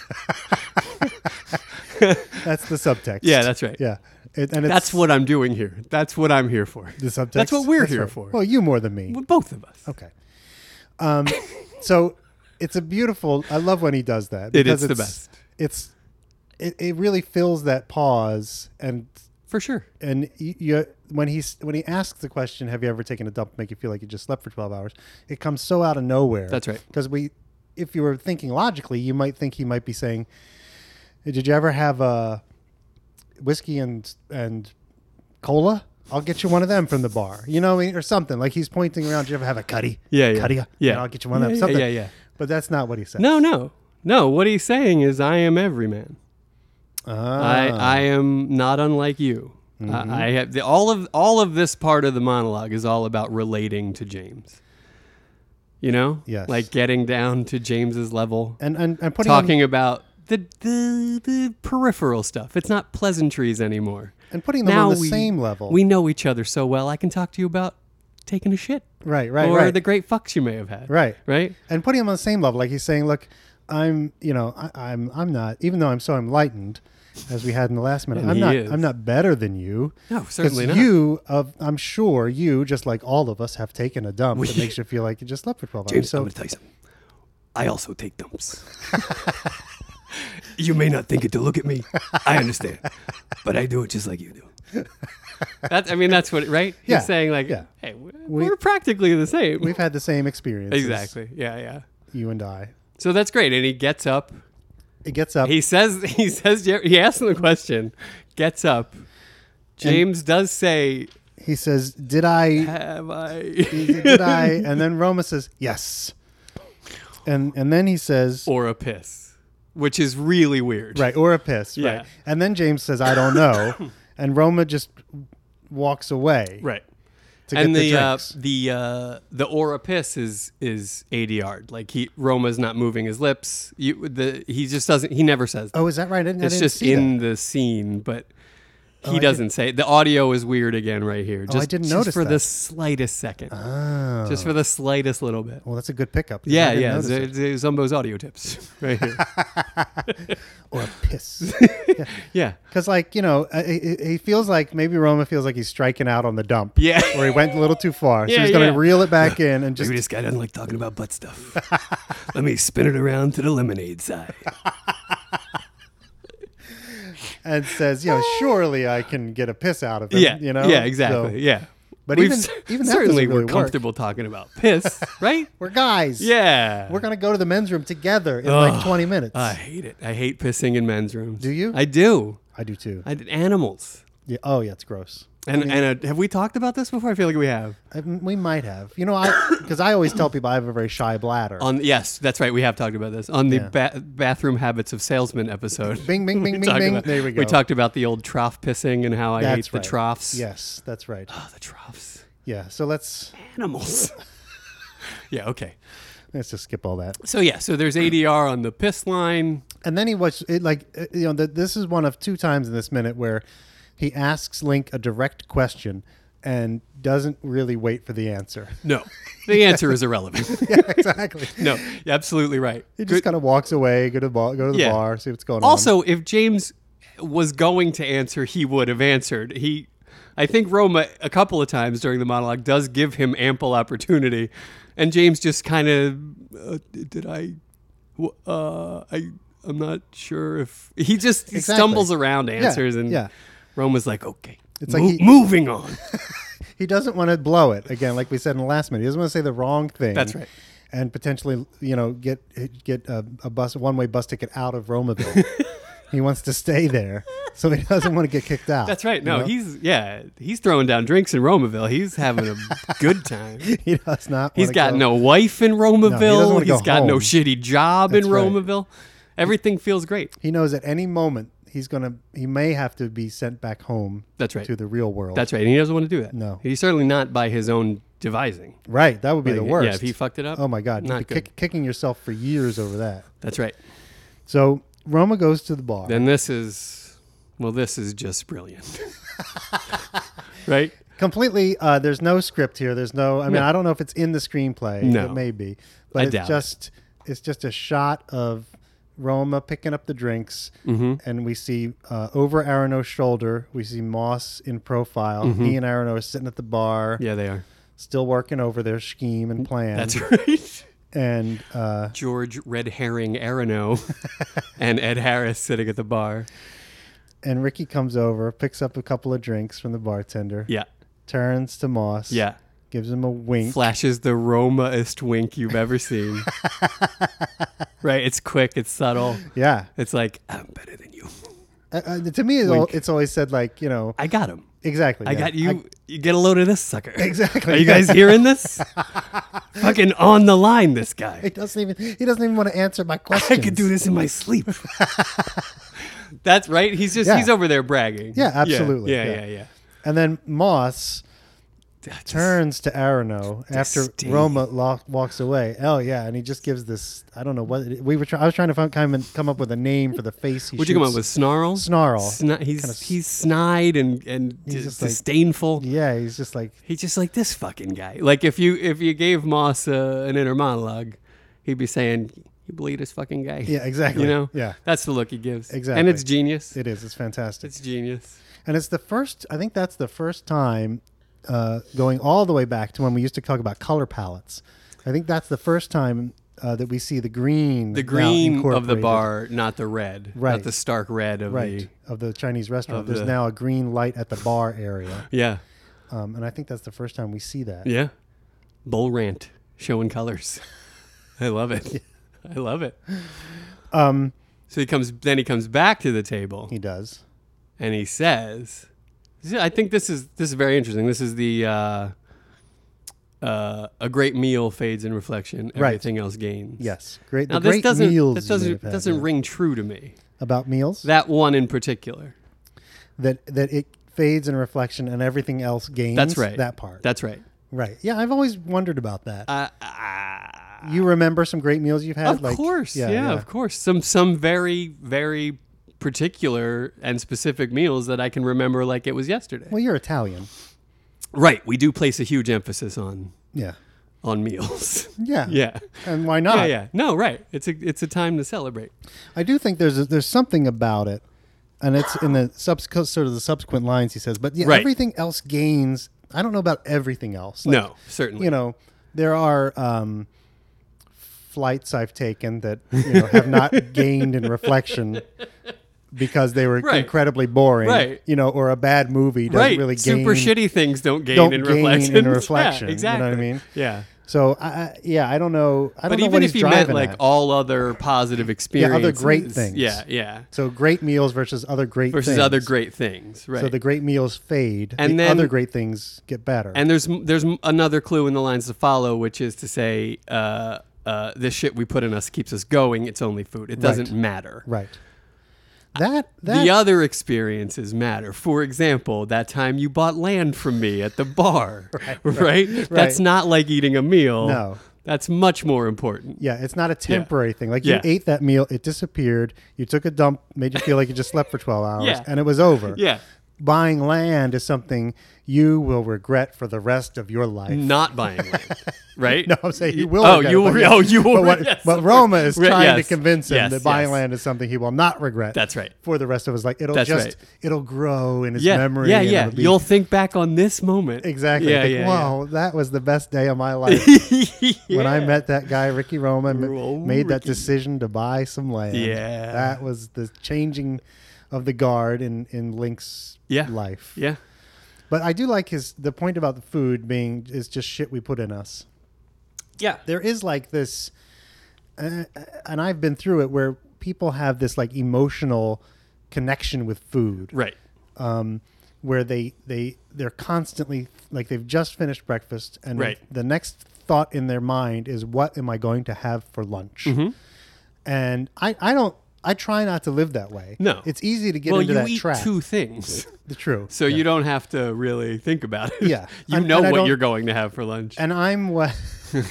[SPEAKER 1] That's the subtext.
[SPEAKER 2] Yeah, that's right.
[SPEAKER 1] Yeah, It- and it's
[SPEAKER 2] That's what I'm doing here. That's what I'm here for.
[SPEAKER 1] the Oh. subtext.
[SPEAKER 2] That's what we're here
[SPEAKER 1] right.
[SPEAKER 2] for.
[SPEAKER 1] Well, you more than me.
[SPEAKER 2] Both of us.
[SPEAKER 1] Okay. Um, so it's a beautiful. I love when he does that.
[SPEAKER 2] It
[SPEAKER 1] because
[SPEAKER 2] is the best.
[SPEAKER 1] It's it, it really fills that pause and
[SPEAKER 2] For sure.
[SPEAKER 1] and you, you when he's when he asks the question, "Have you ever taken a dump?" to Make you feel like you just slept for twelve hours. It comes so out of nowhere.
[SPEAKER 2] That's right.
[SPEAKER 1] Because we, if you were thinking logically, you might think he might be saying, "Did you ever have a whiskey and and cola?" I'll get you one of them from the bar, you know, or something. Like he's pointing around. Did you ever have a cutty?
[SPEAKER 2] Yeah, yeah.
[SPEAKER 1] cutty. You
[SPEAKER 2] Yeah.
[SPEAKER 1] know, I'll get you one of them.
[SPEAKER 2] Yeah, yeah,
[SPEAKER 1] something.
[SPEAKER 2] yeah, yeah.
[SPEAKER 1] But that's not what he said.
[SPEAKER 2] No, no. No, what he's saying is I am every man. I,
[SPEAKER 1] Ah, Mm-hmm.
[SPEAKER 2] I am not unlike you. I, I have the, all of all of this part of the monologue is all about relating to James. You know,
[SPEAKER 1] Yes.
[SPEAKER 2] like getting down to James's level,
[SPEAKER 1] and, and and putting on,
[SPEAKER 2] talking about the, the the peripheral stuff. It's not pleasantries anymore.
[SPEAKER 1] and putting them
[SPEAKER 2] now
[SPEAKER 1] on the
[SPEAKER 2] we,
[SPEAKER 1] same level.
[SPEAKER 2] We know each other so well. I can talk to you about taking a shit
[SPEAKER 1] right, right,
[SPEAKER 2] or
[SPEAKER 1] right,
[SPEAKER 2] the great fucks you may have had.
[SPEAKER 1] right.
[SPEAKER 2] Right.
[SPEAKER 1] and putting him on the same level. Like he's saying, look, I'm, you know, I, I'm, I'm not, even though I'm so enlightened, as we had in the last minute,
[SPEAKER 2] And
[SPEAKER 1] I'm
[SPEAKER 2] he
[SPEAKER 1] not,
[SPEAKER 2] is.
[SPEAKER 1] I'm not better than you.
[SPEAKER 2] No,
[SPEAKER 1] 'Cause
[SPEAKER 2] certainly not.
[SPEAKER 1] You, of, I'm sure you, just like all of us, have taken a dump that makes you feel like you just slept for twelve hours. So
[SPEAKER 2] tell you something. I also take dumps. *laughs* you may not think it to look at me. I understand, but I do it just like you do. That, I mean, that's what right.
[SPEAKER 1] Yeah,
[SPEAKER 2] He's saying like,
[SPEAKER 1] yeah.
[SPEAKER 2] hey, we're, we're practically the same.
[SPEAKER 1] we've had the same experience.
[SPEAKER 2] *laughs* exactly. Yeah, yeah.
[SPEAKER 1] You and I.
[SPEAKER 2] So that's great. And he gets up.
[SPEAKER 1] It gets up.
[SPEAKER 2] He says *laughs* he says he asks him the question. Gets up. James does say,
[SPEAKER 1] He says, "Did I?
[SPEAKER 2] "Have I?"
[SPEAKER 1] Did I?" And then Roma says, "Yes." And and then he says,
[SPEAKER 2] *laughs* or a piss, which is really weird.
[SPEAKER 1] Right, or a piss.
[SPEAKER 2] Yeah.
[SPEAKER 1] Right. And then James says, I don't know.
[SPEAKER 2] *coughs*
[SPEAKER 1] and Roma just walks away
[SPEAKER 2] Right.
[SPEAKER 1] to
[SPEAKER 2] and
[SPEAKER 1] get
[SPEAKER 2] the
[SPEAKER 1] the,
[SPEAKER 2] uh,
[SPEAKER 1] drinks.
[SPEAKER 2] the uh, the aura piss is is eighty yard. Like he Roma's not moving his lips. You the he just doesn't. He never says.
[SPEAKER 1] oh, is that right? I didn't, I
[SPEAKER 2] it's
[SPEAKER 1] didn't
[SPEAKER 2] just
[SPEAKER 1] see
[SPEAKER 2] in the scene, but he
[SPEAKER 1] I
[SPEAKER 2] doesn't say. The audio is weird again right here. Just,
[SPEAKER 1] didn't
[SPEAKER 2] just
[SPEAKER 1] notice
[SPEAKER 2] for the
[SPEAKER 1] that.
[SPEAKER 2] slightest second.
[SPEAKER 1] that. Oh.
[SPEAKER 2] Just for the slightest little bit.
[SPEAKER 1] well, that's a good pickup. 'cause I
[SPEAKER 2] Yeah,
[SPEAKER 1] didn't
[SPEAKER 2] yeah.
[SPEAKER 1] notice
[SPEAKER 2] Z-
[SPEAKER 1] it.
[SPEAKER 2] Z- Zumbo's audio tips right here.
[SPEAKER 1] Or a
[SPEAKER 2] *laughs*
[SPEAKER 1] piss.
[SPEAKER 2] yeah.
[SPEAKER 1] Because, like, you know, uh, he he feels like maybe Roma feels like he's striking out on the dump.
[SPEAKER 2] Yeah.
[SPEAKER 1] Or he went a little too far. so
[SPEAKER 2] Yeah,
[SPEAKER 1] he's going to
[SPEAKER 2] yeah.
[SPEAKER 1] reel it back in
[SPEAKER 2] *laughs*
[SPEAKER 1] and just.
[SPEAKER 3] Maybe this guy doesn't like talking about butt stuff. Let me spin it around to the lemonade side.
[SPEAKER 1] and says, you know, surely I can get a piss out of him.
[SPEAKER 2] yeah.
[SPEAKER 1] You know?
[SPEAKER 2] Yeah,
[SPEAKER 1] So-
[SPEAKER 2] exactly. yeah.
[SPEAKER 1] But
[SPEAKER 2] We've
[SPEAKER 1] even
[SPEAKER 2] cer-
[SPEAKER 1] even that
[SPEAKER 2] certainly
[SPEAKER 1] doesn't really
[SPEAKER 2] we're
[SPEAKER 1] work.
[SPEAKER 2] comfortable talking about piss, *laughs* right?
[SPEAKER 1] We're guys.
[SPEAKER 2] Yeah.
[SPEAKER 1] We're gonna go to the men's room together in like twenty minutes.
[SPEAKER 2] I hate it. I hate pissing in men's rooms.
[SPEAKER 1] Do you?
[SPEAKER 2] I do.
[SPEAKER 1] I do too.
[SPEAKER 2] I did animals.
[SPEAKER 1] yeah. Oh yeah, it's gross.
[SPEAKER 2] And and uh have we talked about this before? I feel like we have.
[SPEAKER 1] I, we might have. You know,
[SPEAKER 2] *coughs*
[SPEAKER 1] I because I always tell people I have a very shy bladder.
[SPEAKER 2] On yes, that's right. We have talked about this on the ba- bathroom habits of salesmen episode.
[SPEAKER 1] Bing, bing,
[SPEAKER 2] *laughs* We
[SPEAKER 1] bing, bing,
[SPEAKER 2] talked
[SPEAKER 1] bing.
[SPEAKER 2] about-
[SPEAKER 1] There we go.
[SPEAKER 2] We talked about the old trough pissing and how I
[SPEAKER 1] That's
[SPEAKER 2] hate the
[SPEAKER 1] right.
[SPEAKER 2] troughs.
[SPEAKER 1] Yes, that's
[SPEAKER 2] *gasps*
[SPEAKER 1] right.
[SPEAKER 2] Oh, the troughs.
[SPEAKER 1] Yeah. So let's *laughs*
[SPEAKER 2] Animals. *laughs* yeah. Okay.
[SPEAKER 1] let's just skip all that.
[SPEAKER 2] So yeah. So there's ADR on the piss line.
[SPEAKER 1] And then he was it like uh, you know the, this is one of two times in this minute where he asks Link a direct question and doesn't really wait for the answer. *laughs*
[SPEAKER 2] No, the answer is irrelevant.
[SPEAKER 1] yeah, exactly.
[SPEAKER 2] *laughs* No, you're absolutely right.
[SPEAKER 1] He just kind of walks away, go to the bar, go to the
[SPEAKER 2] Yeah.
[SPEAKER 1] bar, see what's going on.
[SPEAKER 2] Also, if James was going to answer, he would have answered. He, I think Roma a couple of times during the monologue does give him ample opportunity, and James just kind of, uh, did I, w- uh, I, I'm not sure if he just he
[SPEAKER 1] Exactly.
[SPEAKER 2] stumbles around answers, and
[SPEAKER 1] yeah.
[SPEAKER 2] Roma's like, okay,
[SPEAKER 1] It's
[SPEAKER 2] it's
[SPEAKER 1] like
[SPEAKER 2] like
[SPEAKER 1] he-
[SPEAKER 2] moving
[SPEAKER 1] *laughs*
[SPEAKER 2] on.
[SPEAKER 1] he doesn't want to blow it again, like we said in the last minute. He doesn't want to say the wrong thing.
[SPEAKER 2] That's right.
[SPEAKER 1] And potentially, you know, get get a, a bus, one way bus ticket out of
[SPEAKER 2] *laughs*
[SPEAKER 1] Romaville. he wants to stay there, so he doesn't want to get kicked out.
[SPEAKER 2] That's right. No,
[SPEAKER 1] you know?
[SPEAKER 2] he's yeah, he's throwing down drinks in Romaville. He's having
[SPEAKER 1] *laughs*
[SPEAKER 2] a good time.
[SPEAKER 1] he does not.
[SPEAKER 2] He's
[SPEAKER 1] wanna
[SPEAKER 2] got
[SPEAKER 1] go.
[SPEAKER 2] no wife in Romaville.
[SPEAKER 1] wanna go
[SPEAKER 2] He's got no
[SPEAKER 1] home.
[SPEAKER 2] shitty job
[SPEAKER 1] That's
[SPEAKER 2] in
[SPEAKER 1] right.
[SPEAKER 2] Romaville. Everything feels great.
[SPEAKER 1] He knows at any moment he's gonna. He may have to be sent back home.
[SPEAKER 2] That's right.
[SPEAKER 1] To the real world.
[SPEAKER 2] That's right. And he doesn't want to do that.
[SPEAKER 1] No.
[SPEAKER 2] He's certainly not by his own devising.
[SPEAKER 1] right. That would be the worst.
[SPEAKER 2] Yeah, if he fucked it up.
[SPEAKER 1] Oh my God!
[SPEAKER 2] Not
[SPEAKER 1] You'd be
[SPEAKER 2] good.
[SPEAKER 1] kick, kicking yourself for years over that.
[SPEAKER 2] That's right.
[SPEAKER 1] So Roma goes to the bar.
[SPEAKER 2] Then this is well, this is just
[SPEAKER 1] *laughs*
[SPEAKER 2] brilliant. right?
[SPEAKER 1] completely uh, there's no script here there's no i mean i don't know if it's in the screenplay
[SPEAKER 2] No.
[SPEAKER 1] it may be but
[SPEAKER 2] I doubt
[SPEAKER 1] it's
[SPEAKER 2] it.
[SPEAKER 1] just it's just a shot of roma picking up the drinks
[SPEAKER 2] Mm-hmm.
[SPEAKER 1] and we see uh, over arono's shoulder we see moss in profile he and arono are sitting at the bar
[SPEAKER 2] Mm-hmm. Yeah, they are.
[SPEAKER 1] still working over their scheme and plan
[SPEAKER 2] That's right.
[SPEAKER 1] and uh,
[SPEAKER 2] George Red Herring Arano
[SPEAKER 1] *laughs*
[SPEAKER 2] and Ed Harris sitting at the bar.
[SPEAKER 1] and ricky comes over picks up a couple of drinks from the bartender
[SPEAKER 2] Yeah.
[SPEAKER 1] turns to moss
[SPEAKER 2] Yeah.
[SPEAKER 1] gives him a wink
[SPEAKER 2] flashes the romaest wink you've ever
[SPEAKER 1] *laughs*
[SPEAKER 2] seen. right? It's quick, it's subtle.
[SPEAKER 1] yeah
[SPEAKER 2] It's like, I'm better than you.
[SPEAKER 1] uh, uh, to me it's al- it's always said like you know
[SPEAKER 2] I got him.
[SPEAKER 1] exactly
[SPEAKER 2] I
[SPEAKER 1] yeah.
[SPEAKER 2] got you. you get a load of this sucker.
[SPEAKER 1] Exactly.
[SPEAKER 2] Are you guys hearing this?
[SPEAKER 1] *laughs*
[SPEAKER 2] Fucking on the line, this guy.
[SPEAKER 1] He doesn't even he doesn't even want to answer my
[SPEAKER 2] I
[SPEAKER 1] questions.
[SPEAKER 2] could do this in my
[SPEAKER 1] *laughs*
[SPEAKER 2] sleep. That's right. He's just,
[SPEAKER 1] Yeah.
[SPEAKER 2] he's over there bragging.
[SPEAKER 1] Yeah, absolutely.
[SPEAKER 2] Yeah, yeah,
[SPEAKER 1] Yeah.
[SPEAKER 2] yeah. yeah.
[SPEAKER 1] And then Moss
[SPEAKER 2] That's-
[SPEAKER 1] turns to Arano after
[SPEAKER 2] disdain.
[SPEAKER 1] Roma lo- walks away. Oh yeah, and he just gives this I don't know what it- we were try- I was trying to find, come, and come up with a name for the face he
[SPEAKER 2] What'd you come up
[SPEAKER 1] shoots.
[SPEAKER 2] with? Snarl?
[SPEAKER 1] Snarl.
[SPEAKER 2] Sni- he's,
[SPEAKER 1] Kinda s-
[SPEAKER 2] he's snide and, and
[SPEAKER 1] just like-
[SPEAKER 2] disdainful.
[SPEAKER 1] Yeah, he's just like
[SPEAKER 2] He's just like this fucking guy. Like if you if you gave Moss uh, an inner monologue, he'd be saying, "You believe this fucking guy?"
[SPEAKER 1] Yeah, exactly.
[SPEAKER 2] *laughs* You know?
[SPEAKER 1] Yeah.
[SPEAKER 2] That's the look he gives. And
[SPEAKER 1] Exactly.
[SPEAKER 2] it's genius.
[SPEAKER 1] it is. It's fantastic.
[SPEAKER 2] It's genius.
[SPEAKER 1] and it's the first I think that's the first time uh, going all the way back to when we used to talk about color palettes. I think that's the first time uh, that we see the green
[SPEAKER 2] The
[SPEAKER 1] now
[SPEAKER 2] green of the
[SPEAKER 1] incorporated.
[SPEAKER 2] bar, not the red.
[SPEAKER 1] Right.
[SPEAKER 2] Not the stark red of
[SPEAKER 1] right of the Chinese restaurant.
[SPEAKER 2] of
[SPEAKER 1] There's
[SPEAKER 2] the-
[SPEAKER 1] now a green light at the bar area,
[SPEAKER 2] the. Yeah.
[SPEAKER 1] um, and I think that's the first time we see that.
[SPEAKER 2] Yeah. Bull rant showing colors. *laughs* I love it. I love it.
[SPEAKER 1] Um,
[SPEAKER 2] So he comes then he comes back to the table.
[SPEAKER 1] he does.
[SPEAKER 2] and he says, "See, "I think this is this is very interesting. This is the uh, uh, a great meal fades in reflection.
[SPEAKER 1] Right.
[SPEAKER 2] Everything else gains."
[SPEAKER 1] Yes, great.
[SPEAKER 2] Now
[SPEAKER 1] the
[SPEAKER 2] this
[SPEAKER 1] great
[SPEAKER 2] doesn't
[SPEAKER 1] meals
[SPEAKER 2] this
[SPEAKER 1] you
[SPEAKER 2] doesn't
[SPEAKER 1] may have had,
[SPEAKER 2] doesn't
[SPEAKER 1] yeah.
[SPEAKER 2] ring true to me.
[SPEAKER 1] about meals that,
[SPEAKER 2] That one in particular.
[SPEAKER 1] that it fades in reflection and everything else gains.
[SPEAKER 2] That's right.
[SPEAKER 1] That part.
[SPEAKER 2] That's right.
[SPEAKER 1] right. Yeah, I've always wondered about that.
[SPEAKER 2] Uh, uh,
[SPEAKER 1] you remember some great meals you've had?
[SPEAKER 2] of
[SPEAKER 1] like,
[SPEAKER 2] course, yeah, of course. Some some very very particular and specific meals that I can remember like it was yesterday.
[SPEAKER 1] Well, you're Italian.
[SPEAKER 2] Right. We do place a huge emphasis on
[SPEAKER 1] Yeah.
[SPEAKER 2] on meals. *laughs*
[SPEAKER 1] Yeah.
[SPEAKER 2] yeah.
[SPEAKER 1] And why not?
[SPEAKER 2] Yeah, yeah. No, right. It's a it's a time to celebrate.
[SPEAKER 1] I do think there's a, there's something about it, and it's in the subsequent sort of the subsequent lines he says. But yeah,
[SPEAKER 2] Right.
[SPEAKER 1] everything else gains. I don't know about everything else. Like,
[SPEAKER 2] no, certainly.
[SPEAKER 1] you know there are um,
[SPEAKER 2] *laughs*
[SPEAKER 1] flights I've taken that you know have not gained in reflection because they were
[SPEAKER 2] Right.
[SPEAKER 1] incredibly boring,
[SPEAKER 2] Right.
[SPEAKER 1] You know, or a bad movie doesn't
[SPEAKER 2] right.
[SPEAKER 1] really gain.
[SPEAKER 2] Super shitty things don't gain
[SPEAKER 1] don't
[SPEAKER 2] in
[SPEAKER 1] gain in
[SPEAKER 2] reflection.
[SPEAKER 1] reflection,
[SPEAKER 2] *laughs* Yeah,
[SPEAKER 1] you know what I
[SPEAKER 2] exactly.
[SPEAKER 1] mean?
[SPEAKER 2] Yeah.
[SPEAKER 1] So I, I, yeah, I don't know. I don't
[SPEAKER 2] But
[SPEAKER 1] know
[SPEAKER 2] even
[SPEAKER 1] what
[SPEAKER 2] if
[SPEAKER 1] he's
[SPEAKER 2] you meant
[SPEAKER 1] driving
[SPEAKER 2] like
[SPEAKER 1] at.
[SPEAKER 2] all other positive
[SPEAKER 1] Yeah,
[SPEAKER 2] experiences,
[SPEAKER 1] other great things.
[SPEAKER 2] Yeah, yeah.
[SPEAKER 1] so great meals versus other great
[SPEAKER 2] Versus
[SPEAKER 1] things.
[SPEAKER 2] other great things, right?
[SPEAKER 1] So the great meals fade,
[SPEAKER 2] And
[SPEAKER 1] the
[SPEAKER 2] then-
[SPEAKER 1] other great things get better.
[SPEAKER 2] and there's there's another clue in the lines to follow, which is to say, uh, uh, this shit we put in us keeps us going. It's only food. It doesn't matter.
[SPEAKER 1] right. That that
[SPEAKER 2] The other experiences matter. For example, that time you bought land from me at
[SPEAKER 1] *laughs*
[SPEAKER 2] the bar, *laughs* right? That's not like eating a meal.
[SPEAKER 1] No.
[SPEAKER 2] That's much more important.
[SPEAKER 1] yeah, it's not a temporary thing. Like you
[SPEAKER 2] Yeah.
[SPEAKER 1] ate that meal, it disappeared. You took a dump, made you feel like you just slept for twelve hours,
[SPEAKER 2] *laughs* Yeah.
[SPEAKER 1] and it was over.
[SPEAKER 2] *laughs* Yeah.
[SPEAKER 1] Buying land is something you will regret for the rest of your life.
[SPEAKER 2] Not buying land,
[SPEAKER 1] *laughs*
[SPEAKER 2] right?
[SPEAKER 1] No, I'm
[SPEAKER 2] *laughs*
[SPEAKER 1] saying he will.
[SPEAKER 2] Oh,
[SPEAKER 1] regret
[SPEAKER 2] you
[SPEAKER 1] it,
[SPEAKER 2] will.
[SPEAKER 1] but yes.
[SPEAKER 2] Oh, you will.
[SPEAKER 1] But, what,
[SPEAKER 2] yes.
[SPEAKER 1] but Roma is
[SPEAKER 2] *laughs* Re-
[SPEAKER 1] trying
[SPEAKER 2] yes.
[SPEAKER 1] to convince him
[SPEAKER 2] Yes,
[SPEAKER 1] that buying
[SPEAKER 2] yes.
[SPEAKER 1] land is something he will not regret.
[SPEAKER 2] That's right.
[SPEAKER 1] For the rest of his life, it'll
[SPEAKER 2] That's
[SPEAKER 1] just
[SPEAKER 2] right.
[SPEAKER 1] it'll grow in his
[SPEAKER 2] yeah,
[SPEAKER 1] memory.
[SPEAKER 2] yeah,
[SPEAKER 1] and
[SPEAKER 2] yeah.
[SPEAKER 1] it'll be-
[SPEAKER 2] You'll think back on this moment.
[SPEAKER 1] exactly.
[SPEAKER 2] Yeah,
[SPEAKER 1] think,
[SPEAKER 2] yeah. yeah.
[SPEAKER 1] Wow, that was the best day of
[SPEAKER 2] *laughs*
[SPEAKER 1] my life when I
[SPEAKER 2] Yeah.
[SPEAKER 1] met that guy Ricky Roma and
[SPEAKER 2] Rome,
[SPEAKER 1] made that
[SPEAKER 2] Ricky.
[SPEAKER 1] decision to buy some land.
[SPEAKER 2] Yeah.
[SPEAKER 1] that was the changing of the guard in in Link's
[SPEAKER 2] Yeah.
[SPEAKER 1] life.
[SPEAKER 2] Yeah.
[SPEAKER 1] But I do like his the point about the food being is just shit we put in us.
[SPEAKER 2] Yeah.
[SPEAKER 1] there is like this uh, and i've been through it where people have this like emotional connection with food
[SPEAKER 2] Right.
[SPEAKER 1] um, where they they they're constantly like they've just finished breakfast and
[SPEAKER 2] Right.
[SPEAKER 1] the next thought in their mind is what am i going to have for lunch
[SPEAKER 2] Mm-hmm.
[SPEAKER 1] and i i don't I try not to live that way.
[SPEAKER 2] No.
[SPEAKER 1] it's easy to get
[SPEAKER 2] well,
[SPEAKER 1] into
[SPEAKER 2] you
[SPEAKER 1] that
[SPEAKER 2] eat
[SPEAKER 1] trap.
[SPEAKER 2] two
[SPEAKER 1] *laughs*
[SPEAKER 2] things,
[SPEAKER 1] the true.
[SPEAKER 2] so you don't have to really think about it.
[SPEAKER 1] Yeah.
[SPEAKER 2] *laughs* you
[SPEAKER 1] And-
[SPEAKER 2] know
[SPEAKER 1] and I
[SPEAKER 2] what
[SPEAKER 1] don't-
[SPEAKER 2] you're going to have for lunch.
[SPEAKER 1] and I'm what *laughs*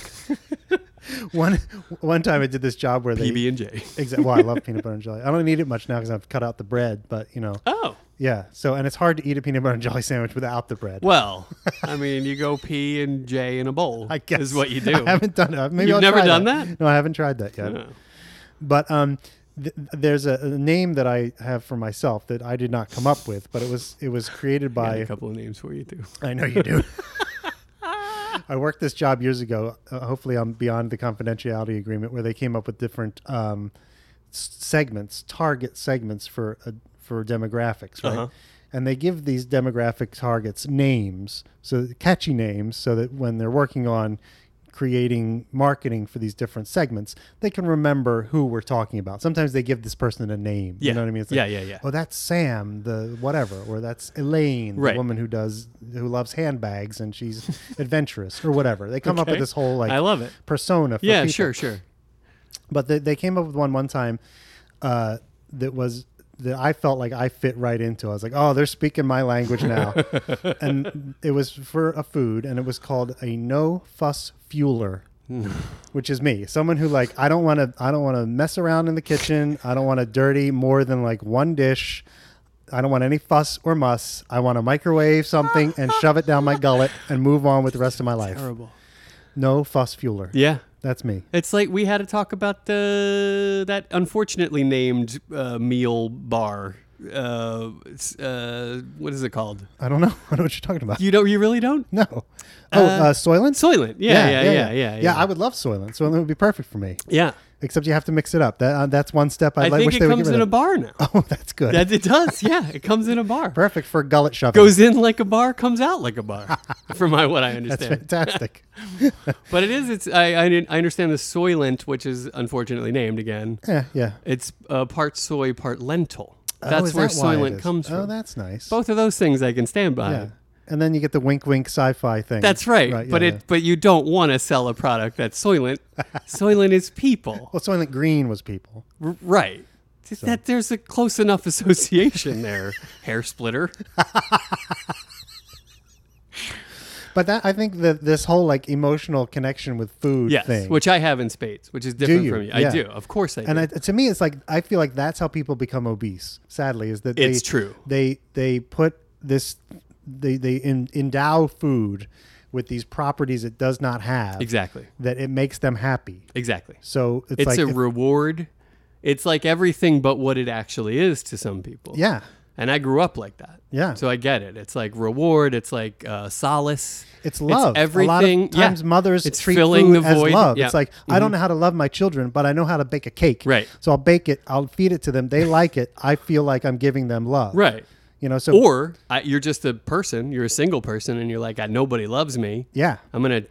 [SPEAKER 1] one one time I did this job where they
[SPEAKER 2] PB and J.
[SPEAKER 1] Exactly. Well, I love peanut butter and jelly. I don't eat it much now because I've cut out the bread, but you know,
[SPEAKER 2] Oh
[SPEAKER 1] yeah. So, and it's hard to eat a peanut butter and jelly sandwich without the bread.
[SPEAKER 2] well, I mean, you go *laughs* P and J in a bowl.
[SPEAKER 1] I guess
[SPEAKER 2] is
[SPEAKER 1] *laughs*
[SPEAKER 2] what you do.
[SPEAKER 1] I haven't done it. Uh, Maybe
[SPEAKER 2] You've
[SPEAKER 1] I'll
[SPEAKER 2] never
[SPEAKER 1] try
[SPEAKER 2] done
[SPEAKER 1] that.
[SPEAKER 2] that?
[SPEAKER 1] No, I haven't tried that yet.
[SPEAKER 2] Oh.
[SPEAKER 1] But um, th- there's a, a name that I have for myself that I did not come up with, but it was it was created
[SPEAKER 2] Got
[SPEAKER 1] by.
[SPEAKER 2] a couple of names for you too.
[SPEAKER 1] I know you
[SPEAKER 2] *laughs*
[SPEAKER 1] do. I worked this job years ago. Uh, hopefully, I'm beyond the confidentiality agreement where they came up with different um, s- segments, target segments for uh, for demographics, right?
[SPEAKER 2] Uh-huh.
[SPEAKER 1] And they give these demographic targets names, so catchy names, so that when they're working on creating marketing for these different segments, they can remember who we're talking about. Sometimes they give this person a name.
[SPEAKER 2] Yeah.
[SPEAKER 1] You know what I mean? It's
[SPEAKER 2] Yeah, yeah, yeah.
[SPEAKER 1] Oh, that's Sam, the whatever, or that's Elaine, the
[SPEAKER 2] Right.
[SPEAKER 1] woman who does who loves handbags and she's *laughs* adventurous or whatever. They come up with
[SPEAKER 2] Okay.
[SPEAKER 1] this whole like
[SPEAKER 2] I love it.
[SPEAKER 1] persona. For
[SPEAKER 2] Yeah,
[SPEAKER 1] people.
[SPEAKER 2] sure, sure.
[SPEAKER 1] But they, they came up with one one time uh, that was that I felt like I fit right into. I was like, oh, they're speaking my language
[SPEAKER 2] *laughs*
[SPEAKER 1] now, and it was for a food, and it was called a no fuss
[SPEAKER 2] *laughs*
[SPEAKER 1] fueler. Which is me, someone who like I don't want to I don't want to mess around in the kitchen. I don't want to dirty more than like one dish. I don't want any fuss or muss. I want to microwave something and shove it down my gullet and move on with the rest of my life.
[SPEAKER 2] Terrible.
[SPEAKER 1] No fuss fueler.
[SPEAKER 2] Yeah.
[SPEAKER 1] That's me.
[SPEAKER 2] It's like we had to talk about the that unfortunately named uh, meal bar. Uh, it's, uh, what is it called?
[SPEAKER 1] I don't know. *laughs* I don't know what you're talking about.
[SPEAKER 2] You don't. You really don't.
[SPEAKER 1] *laughs* No. Oh, uh, Soylent?
[SPEAKER 2] Soylent. Yeah, yeah, yeah, yeah, yeah.
[SPEAKER 1] yeah. I would love Soylent. Soylent would be perfect for me.
[SPEAKER 2] Yeah.
[SPEAKER 1] Except you have to mix it up. That uh, that's one step I'd
[SPEAKER 2] I
[SPEAKER 1] like,
[SPEAKER 2] think
[SPEAKER 1] wish
[SPEAKER 2] it
[SPEAKER 1] they would
[SPEAKER 2] comes
[SPEAKER 1] get rid
[SPEAKER 2] in a
[SPEAKER 1] of.
[SPEAKER 2] bar now.
[SPEAKER 1] *laughs* Oh, that's good.
[SPEAKER 2] That it does. Yeah, it comes in a
[SPEAKER 1] *laughs*
[SPEAKER 2] bar.
[SPEAKER 1] perfect for gullet shoving.
[SPEAKER 2] Goes in like a bar, comes out like a bar. From my, what I
[SPEAKER 1] *laughs* that's
[SPEAKER 2] understand. *laughs*
[SPEAKER 1] fantastic.
[SPEAKER 2] But it is. It's. I. I, didn't- I understand the Soylent, which is unfortunately named again.
[SPEAKER 1] yeah, yeah.
[SPEAKER 2] It's uh, part soy, part lentil.
[SPEAKER 1] oh,
[SPEAKER 2] That's
[SPEAKER 1] is
[SPEAKER 2] where
[SPEAKER 1] that why it
[SPEAKER 2] Soylent
[SPEAKER 1] is?
[SPEAKER 2] comes
[SPEAKER 1] Oh,
[SPEAKER 2] from.
[SPEAKER 1] that's nice.
[SPEAKER 2] Both of those things I can stand by.
[SPEAKER 1] Yeah. And then you get the wink, wink sci-fi thing.
[SPEAKER 2] That's right.
[SPEAKER 1] yeah,
[SPEAKER 2] but it.
[SPEAKER 1] yeah.
[SPEAKER 2] But you don't want to sell a product that's Soylent.
[SPEAKER 1] *laughs*
[SPEAKER 2] Soylent is people.
[SPEAKER 1] well, Soylent Green was people.
[SPEAKER 2] R- right. Just That there's a close enough
[SPEAKER 1] *laughs*
[SPEAKER 2] association there. Hair splitter.
[SPEAKER 1] But that I think that this whole like emotional connection with food
[SPEAKER 2] Yes,
[SPEAKER 1] thing.
[SPEAKER 2] which I have in spades, which is different
[SPEAKER 1] you?
[SPEAKER 2] from you. I
[SPEAKER 1] Yeah.
[SPEAKER 2] do, of course I do.
[SPEAKER 1] and I, to me, it's like I feel like that's how people become obese. Sadly, is that
[SPEAKER 2] It's
[SPEAKER 1] they,
[SPEAKER 2] true.
[SPEAKER 1] They they put this they they en- endow food with these properties it does not have.
[SPEAKER 2] exactly,
[SPEAKER 1] That it makes them happy.
[SPEAKER 2] exactly.
[SPEAKER 1] So it's,
[SPEAKER 2] It's
[SPEAKER 1] like
[SPEAKER 2] a reward. It's like everything but what it actually is to some people.
[SPEAKER 1] yeah.
[SPEAKER 2] And I grew up like that.
[SPEAKER 1] Yeah.
[SPEAKER 2] So I get it. It's like reward. It's like uh, solace.
[SPEAKER 1] It's love.
[SPEAKER 2] everything.
[SPEAKER 1] A lot of
[SPEAKER 2] Yeah.
[SPEAKER 1] times mothers
[SPEAKER 2] It's
[SPEAKER 1] treat
[SPEAKER 2] filling
[SPEAKER 1] food
[SPEAKER 2] the
[SPEAKER 1] as
[SPEAKER 2] void.
[SPEAKER 1] love.
[SPEAKER 2] Yeah. Mm-hmm.
[SPEAKER 1] It's like I don't know how to love my children, but I know how to bake a cake.
[SPEAKER 2] Right.
[SPEAKER 1] So I'll bake it. I'll feed it to them. They like it. I feel like I'm giving them love.
[SPEAKER 2] Right.
[SPEAKER 1] You know. So
[SPEAKER 2] Or I, you're just a person. You're a single person, and you're like, I, nobody loves me.
[SPEAKER 1] yeah,
[SPEAKER 2] I'm gonna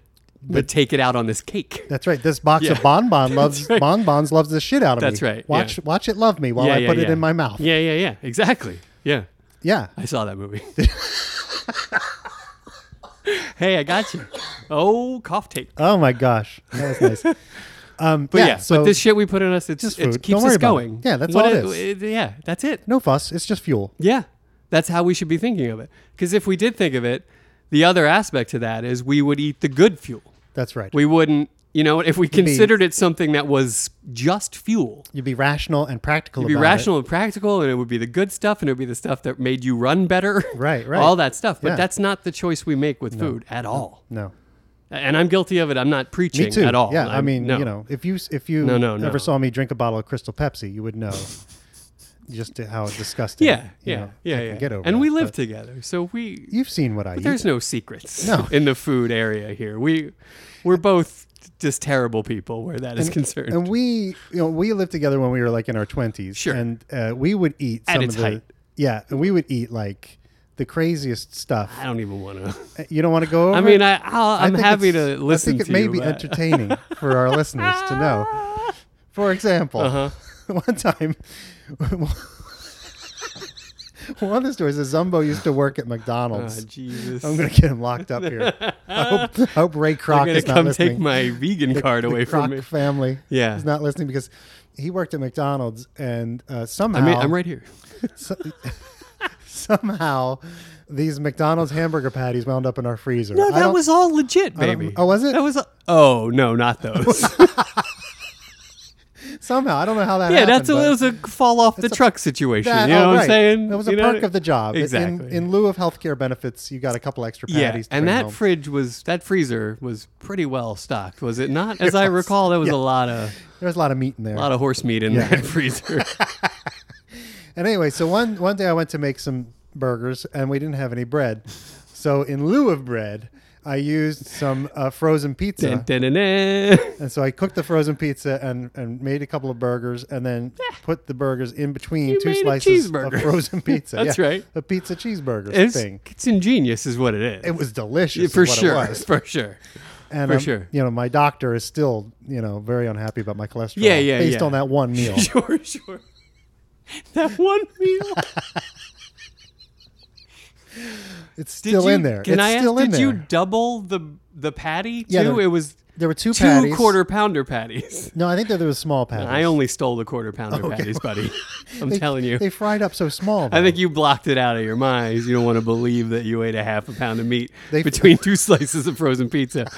[SPEAKER 2] but take it out on this cake.
[SPEAKER 1] that's right. This box
[SPEAKER 2] Yeah.
[SPEAKER 1] of
[SPEAKER 2] *laughs*
[SPEAKER 1] bonbon loves
[SPEAKER 2] right.
[SPEAKER 1] bonbons loves the shit out of
[SPEAKER 2] That's
[SPEAKER 1] me.
[SPEAKER 2] right.
[SPEAKER 1] Watch
[SPEAKER 2] Yeah.
[SPEAKER 1] watch it love me while
[SPEAKER 2] yeah,
[SPEAKER 1] I
[SPEAKER 2] yeah,
[SPEAKER 1] put it
[SPEAKER 2] yeah.
[SPEAKER 1] in my mouth.
[SPEAKER 2] Yeah, yeah, yeah. Exactly. Yeah.
[SPEAKER 1] Yeah.
[SPEAKER 2] I saw
[SPEAKER 1] *laughs*
[SPEAKER 2] that movie. hey, I got you. Oh, cough tape.
[SPEAKER 1] Oh my gosh, that was
[SPEAKER 2] *laughs*
[SPEAKER 1] nice. Um,
[SPEAKER 2] But yeah,
[SPEAKER 1] so
[SPEAKER 2] but this shit we put in us, it's,
[SPEAKER 1] Just
[SPEAKER 2] it
[SPEAKER 1] food.
[SPEAKER 2] keeps
[SPEAKER 1] Don't worry
[SPEAKER 2] us
[SPEAKER 1] about it.
[SPEAKER 2] going.
[SPEAKER 1] Yeah, that's all it is.
[SPEAKER 2] it- yeah, that's it.
[SPEAKER 1] no fuss. It's just fuel.
[SPEAKER 2] Yeah, that's how we should be thinking of it. Because if we did think of it, the other aspect to that is we would eat the good fuel.
[SPEAKER 1] That's right.
[SPEAKER 2] We wouldn't, you know, if we considered it something that was just fuel,
[SPEAKER 1] You'd be rational and practical.
[SPEAKER 2] be
[SPEAKER 1] about
[SPEAKER 2] rational and practical, and it would be the good stuff, and it would be the stuff that made you run better. *laughs*
[SPEAKER 1] Right, right.
[SPEAKER 2] All that stuff. But
[SPEAKER 1] Yeah.
[SPEAKER 2] that's not the choice we make with food at all.
[SPEAKER 1] It. No.
[SPEAKER 2] And I'm guilty of it. I'm not preaching
[SPEAKER 1] Me too.
[SPEAKER 2] at all.
[SPEAKER 1] Yeah,
[SPEAKER 2] I'm-
[SPEAKER 1] i mean,
[SPEAKER 2] no.
[SPEAKER 1] you know, if you if you
[SPEAKER 2] No, no,
[SPEAKER 1] ever
[SPEAKER 2] no.
[SPEAKER 1] saw me drink a bottle of Crystal Pepsi, you would know just how disgusting.
[SPEAKER 2] Yeah,
[SPEAKER 1] you
[SPEAKER 2] yeah,
[SPEAKER 1] know,
[SPEAKER 2] yeah,
[SPEAKER 1] I
[SPEAKER 2] yeah.
[SPEAKER 1] can Get over
[SPEAKER 2] and
[SPEAKER 1] it,
[SPEAKER 2] we live
[SPEAKER 1] but
[SPEAKER 2] together, so we.
[SPEAKER 1] You've seen what I eat.
[SPEAKER 2] There's no secrets
[SPEAKER 1] No.
[SPEAKER 2] *laughs* in the food area here. We we're both just terrible people where that is concerned.
[SPEAKER 1] and we, you know, we lived together when we were like in our twenties.
[SPEAKER 2] Sure.
[SPEAKER 1] And uh, we would eat
[SPEAKER 2] At
[SPEAKER 1] some
[SPEAKER 2] its
[SPEAKER 1] of the
[SPEAKER 2] height.
[SPEAKER 1] yeah, and we would eat like the craziest stuff. Uh,
[SPEAKER 2] I don't
[SPEAKER 1] *laughs*
[SPEAKER 2] even want to.
[SPEAKER 1] You don't want to go over.
[SPEAKER 2] I mean,
[SPEAKER 1] it?
[SPEAKER 2] I I'll, I'm
[SPEAKER 1] think
[SPEAKER 2] happy
[SPEAKER 1] it's-
[SPEAKER 2] to listen
[SPEAKER 1] I think it
[SPEAKER 2] to
[SPEAKER 1] may
[SPEAKER 2] you,
[SPEAKER 1] be
[SPEAKER 2] but- *laughs* Ah,
[SPEAKER 1] entertaining for our listeners to know. *laughs* For example,
[SPEAKER 2] Uh-huh.
[SPEAKER 1] *laughs* one time, one of the stories is Zumbo used to work at
[SPEAKER 2] Ah,
[SPEAKER 1] McDonald's.
[SPEAKER 2] Jesus.
[SPEAKER 1] I'm going to get him locked up here. I hope, I hope Ray Kroc
[SPEAKER 2] I'm Oh, gonna
[SPEAKER 1] is not
[SPEAKER 2] come
[SPEAKER 1] listening.
[SPEAKER 2] take my vegan *laughs* card
[SPEAKER 1] the
[SPEAKER 2] away
[SPEAKER 1] Kroc
[SPEAKER 2] from me.
[SPEAKER 1] family
[SPEAKER 2] Yeah.
[SPEAKER 1] is not listening because he worked at McDonald's and uh, somehow
[SPEAKER 2] I mean, I'm right here.
[SPEAKER 1] so- *laughs* somehow these McDonald's hamburger patties wound up in our freezer.
[SPEAKER 2] No,
[SPEAKER 1] I
[SPEAKER 2] that
[SPEAKER 1] don't-
[SPEAKER 2] was all legit,
[SPEAKER 1] don't-
[SPEAKER 2] baby.
[SPEAKER 1] oh, was it?
[SPEAKER 2] That was. a- oh
[SPEAKER 1] *laughs*
[SPEAKER 2] no, not those.
[SPEAKER 1] somehow I don't know how that
[SPEAKER 2] yeah,
[SPEAKER 1] happened.
[SPEAKER 2] that's a,
[SPEAKER 1] but- *laughs*
[SPEAKER 2] it was a fall off the truck situation.
[SPEAKER 1] That-
[SPEAKER 2] you know
[SPEAKER 1] oh,
[SPEAKER 2] what
[SPEAKER 1] right.
[SPEAKER 2] I'm saying?
[SPEAKER 1] That was
[SPEAKER 2] You
[SPEAKER 1] a
[SPEAKER 2] know
[SPEAKER 1] perk
[SPEAKER 2] what I-
[SPEAKER 1] of the job. In-
[SPEAKER 2] Exactly.
[SPEAKER 1] In, lieu of healthcare benefits, you got a couple extra
[SPEAKER 2] yeah,
[SPEAKER 1] patties. to
[SPEAKER 2] and
[SPEAKER 1] bring
[SPEAKER 2] that
[SPEAKER 1] home.
[SPEAKER 2] fridge was that freezer was pretty well stocked, was it not? As I recall, there was
[SPEAKER 1] Yeah.
[SPEAKER 2] a lot of
[SPEAKER 1] there was a lot of meat in there.
[SPEAKER 2] a lot of horse meat in
[SPEAKER 1] *laughs*
[SPEAKER 2] that *laughs* freezer.
[SPEAKER 1] and anyway, so one one day I went to make some burgers, and we didn't have any bread. So in lieu of bread, I used some uh, frozen pizza,
[SPEAKER 2] Dun, dun, dun, dun.
[SPEAKER 1] and so I cooked the frozen pizza and and made a couple of burgers, and then put the burgers in between
[SPEAKER 2] You
[SPEAKER 1] two
[SPEAKER 2] made a
[SPEAKER 1] slices of *laughs*
[SPEAKER 2] cheeseburger.
[SPEAKER 1] frozen pizza.
[SPEAKER 2] *laughs* That's
[SPEAKER 1] Yeah,
[SPEAKER 2] right.
[SPEAKER 1] a pizza cheeseburger
[SPEAKER 2] It's,
[SPEAKER 1] thing.
[SPEAKER 2] it's ingenious, is what it is.
[SPEAKER 1] It was delicious,
[SPEAKER 2] Yeah,
[SPEAKER 1] is
[SPEAKER 2] for
[SPEAKER 1] what it
[SPEAKER 2] sure,
[SPEAKER 1] was.
[SPEAKER 2] for sure.
[SPEAKER 1] And
[SPEAKER 2] For
[SPEAKER 1] um,
[SPEAKER 2] sure.
[SPEAKER 1] you know, my doctor is still, you know, very unhappy about my cholesterol.
[SPEAKER 2] Yeah, yeah,
[SPEAKER 1] Based
[SPEAKER 2] yeah.
[SPEAKER 1] on that one meal.
[SPEAKER 2] *laughs* Sure, sure. That one meal.
[SPEAKER 1] It's
[SPEAKER 2] Did
[SPEAKER 1] still
[SPEAKER 2] you-
[SPEAKER 1] in there.
[SPEAKER 2] Can
[SPEAKER 1] it's
[SPEAKER 2] I ask?
[SPEAKER 1] still in
[SPEAKER 2] did
[SPEAKER 1] there.
[SPEAKER 2] you double the the patty too?
[SPEAKER 1] Yeah, there-
[SPEAKER 2] it was
[SPEAKER 1] there were two,
[SPEAKER 2] two
[SPEAKER 1] patties.
[SPEAKER 2] quarter pounder patties.
[SPEAKER 1] No, I think that there was small patties.
[SPEAKER 2] I only stole the quarter pounder patties,
[SPEAKER 1] *laughs*
[SPEAKER 2] buddy. I'm
[SPEAKER 1] They-
[SPEAKER 2] telling you.
[SPEAKER 1] They fried up so small.
[SPEAKER 2] I
[SPEAKER 1] though.
[SPEAKER 2] think you blocked it out of your mind. You don't want to believe that you ate a half a pound of meat
[SPEAKER 1] They-
[SPEAKER 2] between two slices of frozen pizza.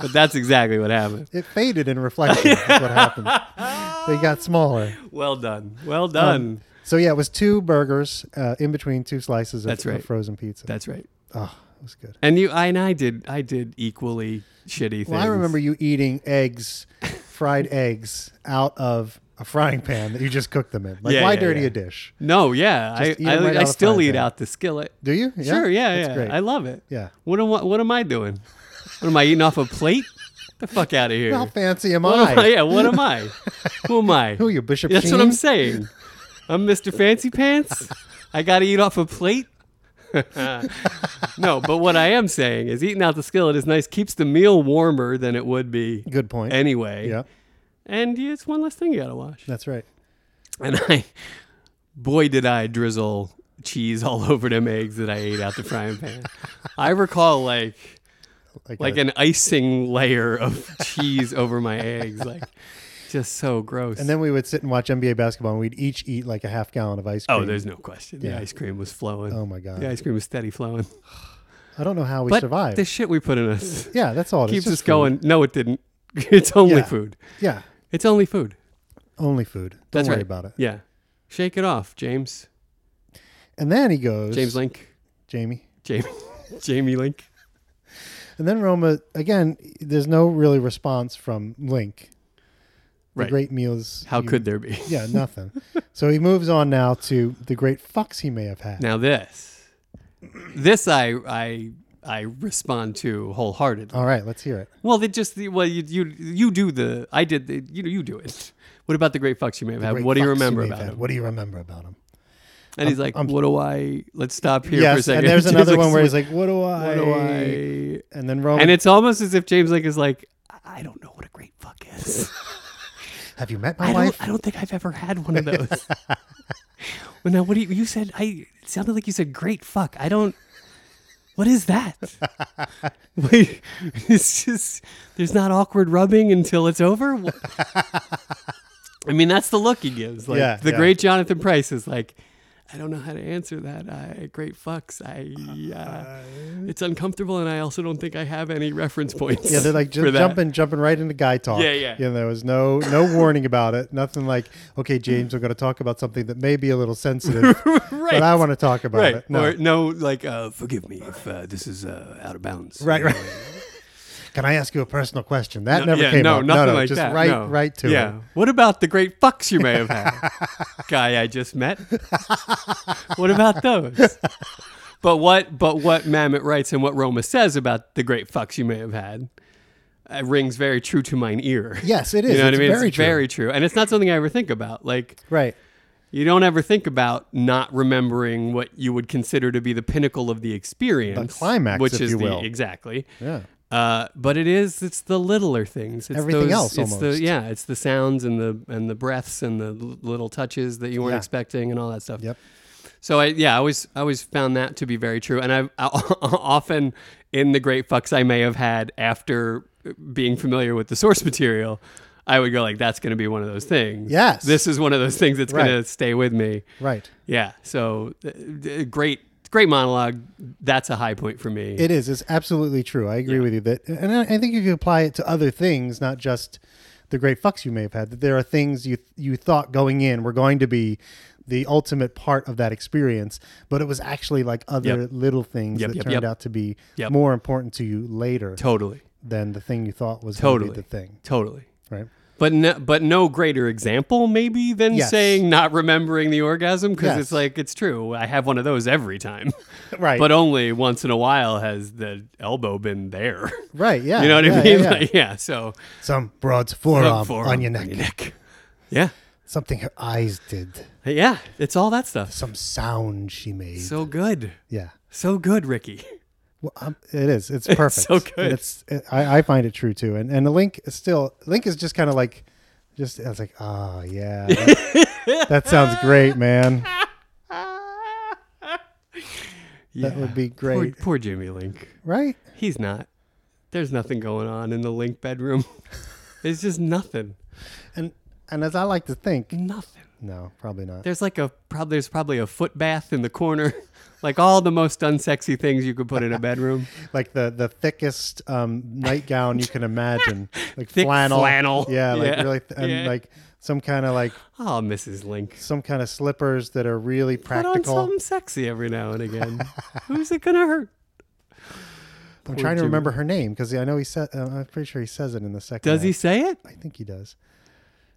[SPEAKER 2] But that's exactly what happened.
[SPEAKER 1] it faded
[SPEAKER 2] *laughs*
[SPEAKER 1] in reflection. is what happened. They got smaller.
[SPEAKER 2] Well done. Well done.
[SPEAKER 1] So yeah, it was two burgers uh, in between two slices of,
[SPEAKER 2] That's right.
[SPEAKER 1] of frozen pizza.
[SPEAKER 2] that's right.
[SPEAKER 1] oh, it was good.
[SPEAKER 2] And you I, and I did I did equally shitty things.
[SPEAKER 1] Well, I remember you eating eggs, fried *laughs* eggs, out of a frying pan that you just cooked them in. Like,
[SPEAKER 2] Yeah,
[SPEAKER 1] why
[SPEAKER 2] yeah,
[SPEAKER 1] dirty
[SPEAKER 2] yeah.
[SPEAKER 1] a dish?
[SPEAKER 2] No, yeah. I,
[SPEAKER 1] Just eat 'em
[SPEAKER 2] I,
[SPEAKER 1] right out
[SPEAKER 2] I
[SPEAKER 1] of the
[SPEAKER 2] still
[SPEAKER 1] frying
[SPEAKER 2] eat
[SPEAKER 1] pan.
[SPEAKER 2] out the skillet.
[SPEAKER 1] Do you? Yeah?
[SPEAKER 2] Sure, yeah,
[SPEAKER 1] That's
[SPEAKER 2] yeah.
[SPEAKER 1] great.
[SPEAKER 2] I love it.
[SPEAKER 1] Yeah.
[SPEAKER 2] What am I- what am I doing? What am I eating off a plate? the fuck out of here.
[SPEAKER 1] How fancy am
[SPEAKER 2] What am I?
[SPEAKER 1] I?
[SPEAKER 2] *laughs* Yeah, what
[SPEAKER 1] *laughs*
[SPEAKER 2] am I? Who am I?
[SPEAKER 1] Who are you, Bishop
[SPEAKER 2] That's what I'm
[SPEAKER 1] Sheen?
[SPEAKER 2] saying. I'm Mr. Fancy Pants. I got to eat off a plate. *laughs* no, but what I am saying is eating out the skillet is nice. Keeps the meal warmer than it would be
[SPEAKER 1] Good point.
[SPEAKER 2] anyway.
[SPEAKER 1] yeah,
[SPEAKER 2] And yeah, it's one less thing you got to wash.
[SPEAKER 1] that's right.
[SPEAKER 2] And I, boy, did I drizzle cheese all *laughs* over them eggs that I ate out the frying pan. I recall like like
[SPEAKER 1] a-
[SPEAKER 2] an icing layer of cheese over my eggs, like just so gross.
[SPEAKER 1] and then we would sit and watch NBA basketball, and we'd each eat like a half gallon of ice cream.
[SPEAKER 2] oh, there's no question. The ice cream was flowing.
[SPEAKER 1] Oh my god!
[SPEAKER 2] The ice cream was steady flowing.
[SPEAKER 1] I don't know how we
[SPEAKER 2] But
[SPEAKER 1] survived.
[SPEAKER 2] the shit we put in us
[SPEAKER 1] yeah, that's all. it is.
[SPEAKER 2] *laughs* keeps
[SPEAKER 1] Just
[SPEAKER 2] us
[SPEAKER 1] food.
[SPEAKER 2] going. No, it didn't. *laughs* It's only
[SPEAKER 1] Yeah.
[SPEAKER 2] food.
[SPEAKER 1] Yeah,
[SPEAKER 2] It's only food.
[SPEAKER 1] only food. Don't
[SPEAKER 2] That's
[SPEAKER 1] worry
[SPEAKER 2] right.
[SPEAKER 1] about it.
[SPEAKER 2] Yeah. Shake it off, James.
[SPEAKER 1] And then he goes,
[SPEAKER 2] James Link.
[SPEAKER 1] Jamie.
[SPEAKER 2] Jamie. *laughs* Jamie Link.
[SPEAKER 1] And then Roma again. There's no really response from Link. The
[SPEAKER 2] Right.
[SPEAKER 1] great meals.
[SPEAKER 2] How
[SPEAKER 1] you-
[SPEAKER 2] could there be?
[SPEAKER 1] *laughs* Yeah, nothing. So he moves on now to the great fucks he may have had.
[SPEAKER 2] Now this, this I I I respond to wholeheartedly.
[SPEAKER 1] All right, let's hear it.
[SPEAKER 2] Well, they just the, well you you you do the I did the, you you do it. *laughs* What about the great fucks you may have had?
[SPEAKER 1] Great
[SPEAKER 2] Uh, What do you
[SPEAKER 1] fucks
[SPEAKER 2] remember
[SPEAKER 1] may have
[SPEAKER 2] about
[SPEAKER 1] had.
[SPEAKER 2] him?
[SPEAKER 1] What do you remember about him?
[SPEAKER 2] And he's like, what do I? Let's stop here for a
[SPEAKER 1] Yes,
[SPEAKER 2] second.
[SPEAKER 1] and there's
[SPEAKER 2] *laughs* He's
[SPEAKER 1] another
[SPEAKER 2] like,
[SPEAKER 1] one where he's like, "What do I?"
[SPEAKER 2] what do I?
[SPEAKER 1] And then Roman,
[SPEAKER 2] And it's almost as if James like is like, I don't know what a great fuck is.
[SPEAKER 1] have you met my
[SPEAKER 2] I
[SPEAKER 1] wife?
[SPEAKER 2] don't, I don't think I've ever had
[SPEAKER 1] *laughs*
[SPEAKER 2] one of those. well, now what do you, you said? I it sounded like you said great fuck. I don't. What is
[SPEAKER 1] *laughs*
[SPEAKER 2] that? Wait, it's just there's not awkward rubbing until it's over. Wha- I mean, that's the look he gives. Like
[SPEAKER 1] Yeah,
[SPEAKER 2] the
[SPEAKER 1] yeah.
[SPEAKER 2] great Jonathan Price is like, I don't know how to answer that. I great fucks.
[SPEAKER 1] *laughs*
[SPEAKER 2] I uh, it's uncomfortable, and I also don't think I have any reference points.
[SPEAKER 1] yeah, they're like
[SPEAKER 2] *laughs* for
[SPEAKER 1] just
[SPEAKER 2] that.
[SPEAKER 1] jumping, jumping right into guy talk.
[SPEAKER 2] Yeah, yeah.
[SPEAKER 1] You know, there was no no warning about it. Nothing like, okay, James, we're going to talk about something that may be a little
[SPEAKER 2] *laughs*
[SPEAKER 1] sensitive,
[SPEAKER 2] Right.
[SPEAKER 1] but I want to talk about
[SPEAKER 2] right.
[SPEAKER 1] it. No,
[SPEAKER 2] Or no, like uh,
[SPEAKER 3] Forgive me if uh, this is uh, out of bounds.
[SPEAKER 1] right, right. *laughs* Can I ask you a personal question? That
[SPEAKER 2] No,
[SPEAKER 1] never
[SPEAKER 2] yeah,
[SPEAKER 1] came
[SPEAKER 2] no,
[SPEAKER 1] up.
[SPEAKER 2] Nothing
[SPEAKER 1] no, no,
[SPEAKER 2] like
[SPEAKER 1] just
[SPEAKER 2] that.
[SPEAKER 1] right,
[SPEAKER 2] no.
[SPEAKER 1] right to
[SPEAKER 2] yeah.
[SPEAKER 1] it.
[SPEAKER 2] What about the great fucks you may
[SPEAKER 1] *laughs*
[SPEAKER 2] have had? Guy I just met. what about those? But what but what Mamet writes and what Roma says about the great fucks you may have had uh, rings very true to mine ear.
[SPEAKER 1] Yes, it is.
[SPEAKER 2] You know what
[SPEAKER 1] It's
[SPEAKER 2] I mean?
[SPEAKER 1] very
[SPEAKER 2] it's
[SPEAKER 1] true.
[SPEAKER 2] very true. And it's not something I ever think about. Like
[SPEAKER 1] Right.
[SPEAKER 2] you don't ever think about not remembering what you would consider to be the pinnacle of the experience,
[SPEAKER 1] climax,
[SPEAKER 2] which
[SPEAKER 1] if
[SPEAKER 2] is
[SPEAKER 1] you
[SPEAKER 2] the
[SPEAKER 1] will.
[SPEAKER 2] exactly.
[SPEAKER 1] Yeah.
[SPEAKER 2] Uh, but it is it's the littler things. It's
[SPEAKER 1] Everything
[SPEAKER 2] those-
[SPEAKER 1] else,
[SPEAKER 2] It's the,
[SPEAKER 1] almost.
[SPEAKER 2] yeah, it's the sounds and the and the breaths and the l- little touches that you weren't
[SPEAKER 1] Yeah.
[SPEAKER 2] expecting and all that stuff.
[SPEAKER 1] Yep.
[SPEAKER 2] So I yeah, I always I always found that to be very true, and I've *laughs* I, often in the great fucks I may have had after being familiar with the source material, I would go like, that's going to be one of those things.
[SPEAKER 1] Yes.
[SPEAKER 2] this is one of those things that's going
[SPEAKER 1] Right.
[SPEAKER 2] to stay with me.
[SPEAKER 1] Right.
[SPEAKER 2] Yeah. So uh, d- great great monologue. That's a high point for me.
[SPEAKER 1] It is. It's absolutely true. I agree with you that, and I, I think you can apply it to other things, not just the great fucks you may have had. That there are things you you thought going in were going to be the ultimate part of that experience, but it was actually like other
[SPEAKER 2] Yep.
[SPEAKER 1] little things
[SPEAKER 2] Yep,
[SPEAKER 1] that
[SPEAKER 2] yep,
[SPEAKER 1] turned
[SPEAKER 2] yep.
[SPEAKER 1] out to be
[SPEAKER 2] Yep.
[SPEAKER 1] more important to you later
[SPEAKER 2] totally.
[SPEAKER 1] than the thing you thought was
[SPEAKER 2] Totally.
[SPEAKER 1] going to be the thing.
[SPEAKER 2] Totally.
[SPEAKER 1] Right.
[SPEAKER 2] But no, but no greater example maybe than
[SPEAKER 1] Yes.
[SPEAKER 2] saying not remembering the orgasm because
[SPEAKER 1] Yes.
[SPEAKER 2] it's like it's true. I have one of those every time,
[SPEAKER 1] *laughs* Right.
[SPEAKER 2] but only once in a while has the elbow been there.
[SPEAKER 1] right. Yeah.
[SPEAKER 2] you know what
[SPEAKER 1] yeah,
[SPEAKER 2] I mean?
[SPEAKER 1] yeah, yeah.
[SPEAKER 2] Like, yeah, So um,
[SPEAKER 1] Some broad's forearm,
[SPEAKER 2] forearm
[SPEAKER 1] on your neck.
[SPEAKER 2] yeah,
[SPEAKER 1] Something her eyes did.
[SPEAKER 2] yeah. It's all that stuff.
[SPEAKER 1] Some sound she made.
[SPEAKER 2] So good,
[SPEAKER 1] yeah.
[SPEAKER 2] so good, Ricky.
[SPEAKER 1] Well, um, it is. It's perfect.
[SPEAKER 2] so good.
[SPEAKER 1] And It's. It, I, I find it true too. And and the link is still link is just kind of like, just I was like, ah, yeah, that,
[SPEAKER 2] *laughs*
[SPEAKER 1] that sounds great, man.
[SPEAKER 2] Yeah.
[SPEAKER 1] That would be
[SPEAKER 2] Poor,
[SPEAKER 1] great,
[SPEAKER 2] poor Jimmy Link.
[SPEAKER 1] right?
[SPEAKER 2] He's not. There's nothing going on in the Link bedroom. *laughs* There's just nothing.
[SPEAKER 1] And and as I like to think,
[SPEAKER 2] Nothing.
[SPEAKER 1] no, probably not.
[SPEAKER 2] There's like a probably there's probably a foot bath in the corner, *laughs* like all the most unsexy things you could put in
[SPEAKER 1] *laughs*
[SPEAKER 2] a bedroom.
[SPEAKER 1] Like the the thickest um, nightgown you can
[SPEAKER 2] *laughs*
[SPEAKER 1] imagine, like
[SPEAKER 2] Thick
[SPEAKER 1] flannel,
[SPEAKER 2] flannel.
[SPEAKER 1] yeah, like
[SPEAKER 2] Yeah.
[SPEAKER 1] really, th- and
[SPEAKER 2] Yeah.
[SPEAKER 1] like some kind of like
[SPEAKER 2] Oh, Mrs. Link,
[SPEAKER 1] some kind of slippers that are really
[SPEAKER 2] put on
[SPEAKER 1] practical.
[SPEAKER 2] something sexy every now
[SPEAKER 1] *laughs*
[SPEAKER 2] and again. Who's it gonna hurt?
[SPEAKER 1] I'm trying to
[SPEAKER 2] Jimmy.
[SPEAKER 1] remember her name because I know he said. Uh, I'm pretty sure he says it in the second.
[SPEAKER 2] Does
[SPEAKER 1] act.
[SPEAKER 2] he say it?
[SPEAKER 1] I think he does.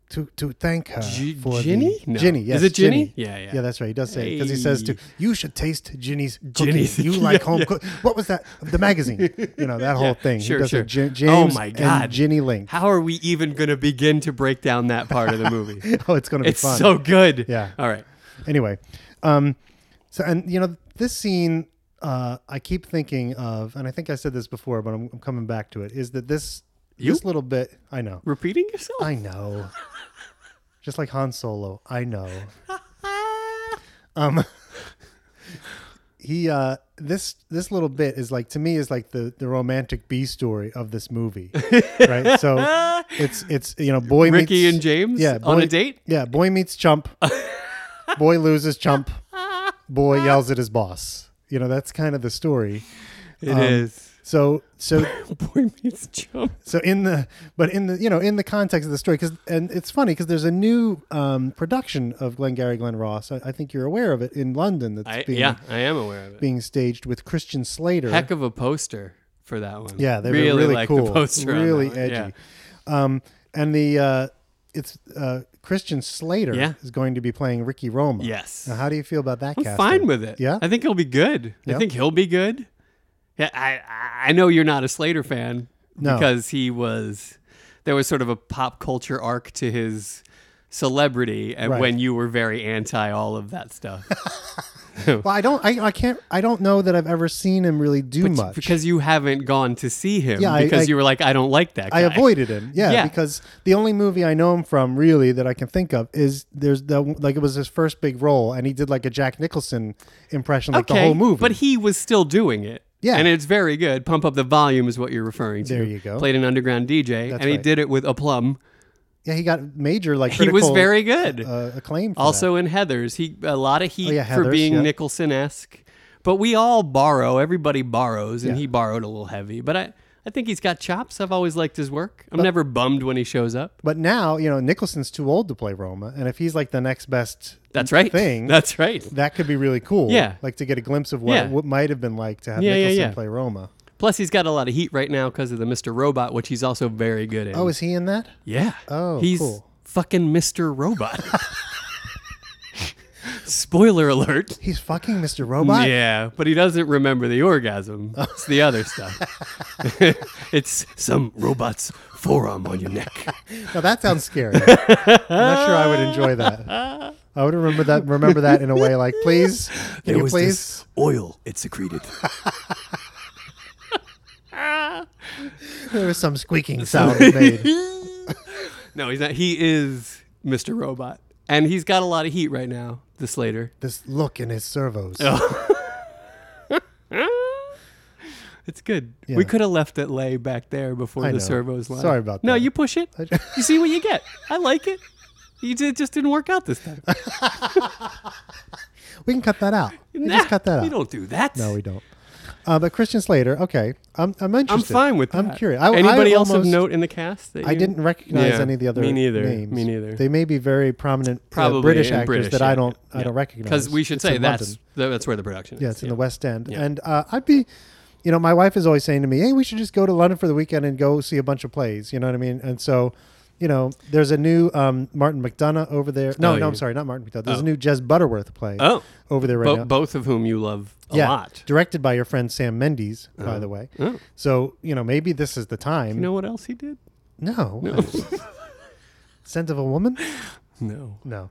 [SPEAKER 1] To to thank her
[SPEAKER 2] Gi-
[SPEAKER 1] for the-
[SPEAKER 2] Ginny? No.
[SPEAKER 1] Ginny,
[SPEAKER 2] Is
[SPEAKER 1] yes,
[SPEAKER 2] it Ginny? Yeah, yeah.
[SPEAKER 1] Yeah, that's right. He does say because he says to
[SPEAKER 2] Hey.
[SPEAKER 1] you should taste Ginny's cooking.
[SPEAKER 2] Ginny's- *laughs*
[SPEAKER 1] You like home cook. What was that? The magazine. You know that whole thing.
[SPEAKER 2] sure,
[SPEAKER 1] he does a
[SPEAKER 2] sure.
[SPEAKER 1] J-
[SPEAKER 2] Oh
[SPEAKER 1] James
[SPEAKER 2] my
[SPEAKER 1] and
[SPEAKER 2] God.
[SPEAKER 1] Ginny Link. *laughs*
[SPEAKER 2] How are we even gonna begin to break down that part of the movie?
[SPEAKER 1] Oh, it's gonna be
[SPEAKER 2] it's
[SPEAKER 1] fun.
[SPEAKER 2] so good.
[SPEAKER 1] Yeah.
[SPEAKER 2] All right.
[SPEAKER 1] anyway, um, so and you know this scene, uh, I keep thinking of, and I think I said this before, but I'm, I'm coming back to it. Is that this
[SPEAKER 2] You?
[SPEAKER 1] this little bit? I know.
[SPEAKER 2] Repeating yourself.
[SPEAKER 1] I know. Just like Han Solo, I know. um *laughs* he uh this this little bit is like to me is like the the romantic B story of this movie. right? So
[SPEAKER 2] *laughs*
[SPEAKER 1] it's it's you know boy
[SPEAKER 2] Ricky
[SPEAKER 1] meets
[SPEAKER 2] and James
[SPEAKER 1] yeah,
[SPEAKER 2] on
[SPEAKER 1] boy-
[SPEAKER 2] a date.
[SPEAKER 1] Yeah, boy meets chump. boy loses chump. Boy yells at his boss. You know, that's kind of the story.
[SPEAKER 2] It
[SPEAKER 1] um, *laughs*
[SPEAKER 2] is.
[SPEAKER 1] So so
[SPEAKER 2] Boy meets chump.
[SPEAKER 1] so in the but in the you know in the context of the story because and it's funny because there's a new um, production of Glengarry Glen Ross. I, I think you're aware of it in London that's
[SPEAKER 2] I,
[SPEAKER 1] being
[SPEAKER 2] yeah, I am aware of it.
[SPEAKER 1] being staged with Christian Slater.
[SPEAKER 2] Heck of a poster for that one.
[SPEAKER 1] yeah, they
[SPEAKER 2] really
[SPEAKER 1] were really Um,
[SPEAKER 2] like
[SPEAKER 1] cool,
[SPEAKER 2] the poster. on
[SPEAKER 1] really
[SPEAKER 2] that one.
[SPEAKER 1] edgy.
[SPEAKER 2] Yeah.
[SPEAKER 1] Um, and the uh, it's uh, Christian Slater
[SPEAKER 2] Yeah.
[SPEAKER 1] is going to be playing Ricky Roma.
[SPEAKER 2] Yes.
[SPEAKER 1] Now, how do you feel about that
[SPEAKER 2] I'm
[SPEAKER 1] casting?
[SPEAKER 2] fine with it.
[SPEAKER 1] Yeah?
[SPEAKER 2] I think he'll be good.
[SPEAKER 1] Yeah.
[SPEAKER 2] I think he'll be good. Yeah, I I- I know you're not a Slater fan
[SPEAKER 1] No.
[SPEAKER 2] because he was there was sort of a pop culture arc to his celebrity, and
[SPEAKER 1] Right.
[SPEAKER 2] when you were very anti all of that
[SPEAKER 1] *laughs*
[SPEAKER 2] stuff
[SPEAKER 1] Well, I don't. I, I can't. I don't know that I've ever seen him really do
[SPEAKER 2] It's
[SPEAKER 1] much.
[SPEAKER 2] because you haven't gone to see him
[SPEAKER 1] Yeah, I-
[SPEAKER 2] because
[SPEAKER 1] I-
[SPEAKER 2] you were like I don't like that. Guy.
[SPEAKER 1] I avoided him. Yeah,
[SPEAKER 2] Yeah.
[SPEAKER 1] because the only movie I know him from really that I can think of is there's the like it was his first big role and he did like a Jack Nicholson impression like the whole movie.
[SPEAKER 2] But he was still doing it.
[SPEAKER 1] Yeah.
[SPEAKER 2] And it's very good. Pump Up the Volume is what you're referring to.
[SPEAKER 1] There you go.
[SPEAKER 2] Played an underground DJ, and he
[SPEAKER 1] right.
[SPEAKER 2] did it with aplomb.
[SPEAKER 1] yeah, he got major like
[SPEAKER 2] *laughs* He was
[SPEAKER 1] critical,
[SPEAKER 2] very good.
[SPEAKER 1] uh, acclaim. For
[SPEAKER 2] also in Heather's, he a lot of heat
[SPEAKER 1] Oh, yeah,
[SPEAKER 2] for
[SPEAKER 1] Heathers,
[SPEAKER 2] being
[SPEAKER 1] yeah.
[SPEAKER 2] Nicholson-esque. But we all borrow. Everybody borrows, and
[SPEAKER 1] Yeah.
[SPEAKER 2] he borrowed a little heavy. But I, I think he's got chops. I've always liked his work. I'm never bummed when he shows up.
[SPEAKER 1] that. but now you know Nicholson's too old to play Roma, and if he's like the next best,
[SPEAKER 2] That's right.
[SPEAKER 1] Thing.
[SPEAKER 2] *laughs* That's right.
[SPEAKER 1] that could be really cool.
[SPEAKER 2] Yeah.
[SPEAKER 1] like to get a glimpse of what
[SPEAKER 2] Yeah.
[SPEAKER 1] what might have been like to have
[SPEAKER 2] Yeah, yeah,
[SPEAKER 1] Nicholson
[SPEAKER 2] yeah.
[SPEAKER 1] play Roma.
[SPEAKER 2] Plus, he's got a lot of heat right now because of the Mr. Robot, which he's also very good in.
[SPEAKER 1] Oh, is he in that?
[SPEAKER 2] Yeah.
[SPEAKER 1] Oh,
[SPEAKER 2] he's
[SPEAKER 1] cool.
[SPEAKER 2] fucking Mr. Robot. *laughs* Spoiler alert.
[SPEAKER 1] He's fucking Mr. Robot.
[SPEAKER 2] Yeah, but he doesn't remember the orgasm.
[SPEAKER 1] Oh.
[SPEAKER 2] It's the
[SPEAKER 1] *laughs*
[SPEAKER 2] other stuff. it's some robot's forearm on your neck.
[SPEAKER 1] Now that sounds scary. I'm not sure I would enjoy that. I would remember that remember that in a way like, please, can
[SPEAKER 3] There
[SPEAKER 1] you
[SPEAKER 3] was
[SPEAKER 1] please?
[SPEAKER 3] this oil it secreted.
[SPEAKER 1] There was some
[SPEAKER 2] *laughs*
[SPEAKER 1] squeaking sound it made.
[SPEAKER 2] No, he's not. He is Mr. Robot. And he's got a lot of heat right now, the Slater.
[SPEAKER 1] This look in his servos.
[SPEAKER 2] Oh. It's good.
[SPEAKER 1] Yeah.
[SPEAKER 2] We could have left it lay back there before
[SPEAKER 1] I
[SPEAKER 2] the
[SPEAKER 1] know.
[SPEAKER 2] servos line.
[SPEAKER 1] Sorry about
[SPEAKER 2] No,
[SPEAKER 1] that.
[SPEAKER 2] you push it. *laughs* you see what you get. I like it. You did, just didn't work out
[SPEAKER 1] *laughs*
[SPEAKER 2] this time.
[SPEAKER 1] We can cut that out. We just cut that out.
[SPEAKER 2] We don't do that.
[SPEAKER 1] No, we don't. Uh, but Christian Slater, okay, I'm I'm
[SPEAKER 2] I'm
[SPEAKER 1] interested.
[SPEAKER 2] fine with that.
[SPEAKER 1] I'm curious.
[SPEAKER 2] Anybody else
[SPEAKER 1] almost-
[SPEAKER 2] of note in the cast? That
[SPEAKER 1] I
[SPEAKER 2] you-
[SPEAKER 1] didn't recognize
[SPEAKER 2] Yeah,
[SPEAKER 1] any of the other
[SPEAKER 2] Me neither.
[SPEAKER 1] names.
[SPEAKER 2] Me neither.
[SPEAKER 1] They may be very prominent uh,
[SPEAKER 2] Probably
[SPEAKER 1] British
[SPEAKER 2] in
[SPEAKER 1] actors
[SPEAKER 2] British,
[SPEAKER 1] that
[SPEAKER 2] yeah.
[SPEAKER 1] I don't I
[SPEAKER 2] Yeah.
[SPEAKER 1] don't recognize.
[SPEAKER 2] Because we should
[SPEAKER 1] It's
[SPEAKER 2] say
[SPEAKER 1] in
[SPEAKER 2] that's
[SPEAKER 1] London.
[SPEAKER 2] tha- that's where the production is.
[SPEAKER 1] Yeah, it's in
[SPEAKER 2] yeah.
[SPEAKER 1] the West End.
[SPEAKER 2] Yeah.
[SPEAKER 1] And uh, I'd be, you know, my wife is always saying to me, hey, we should just go to London for the weekend and go see a bunch of plays. You know what I mean? And so, you know, there's a new um, Martin McDonough over there. Uh, No,
[SPEAKER 2] Oh,
[SPEAKER 1] no, I'm
[SPEAKER 2] you-
[SPEAKER 1] sorry, not Martin McDonough. There's a new Jez Butterworth play
[SPEAKER 2] Oh,
[SPEAKER 1] over there right
[SPEAKER 2] bo-
[SPEAKER 1] now.
[SPEAKER 2] both of whom you love a lot.
[SPEAKER 1] *laughs*
[SPEAKER 2] Uh-huh. Oh.
[SPEAKER 1] Directed by your friend Sam Mendes, by the way. So, you know, maybe this is the time.
[SPEAKER 2] You know what else he did?
[SPEAKER 1] *laughs* no. Scent of a Woman?
[SPEAKER 2] No.
[SPEAKER 1] No.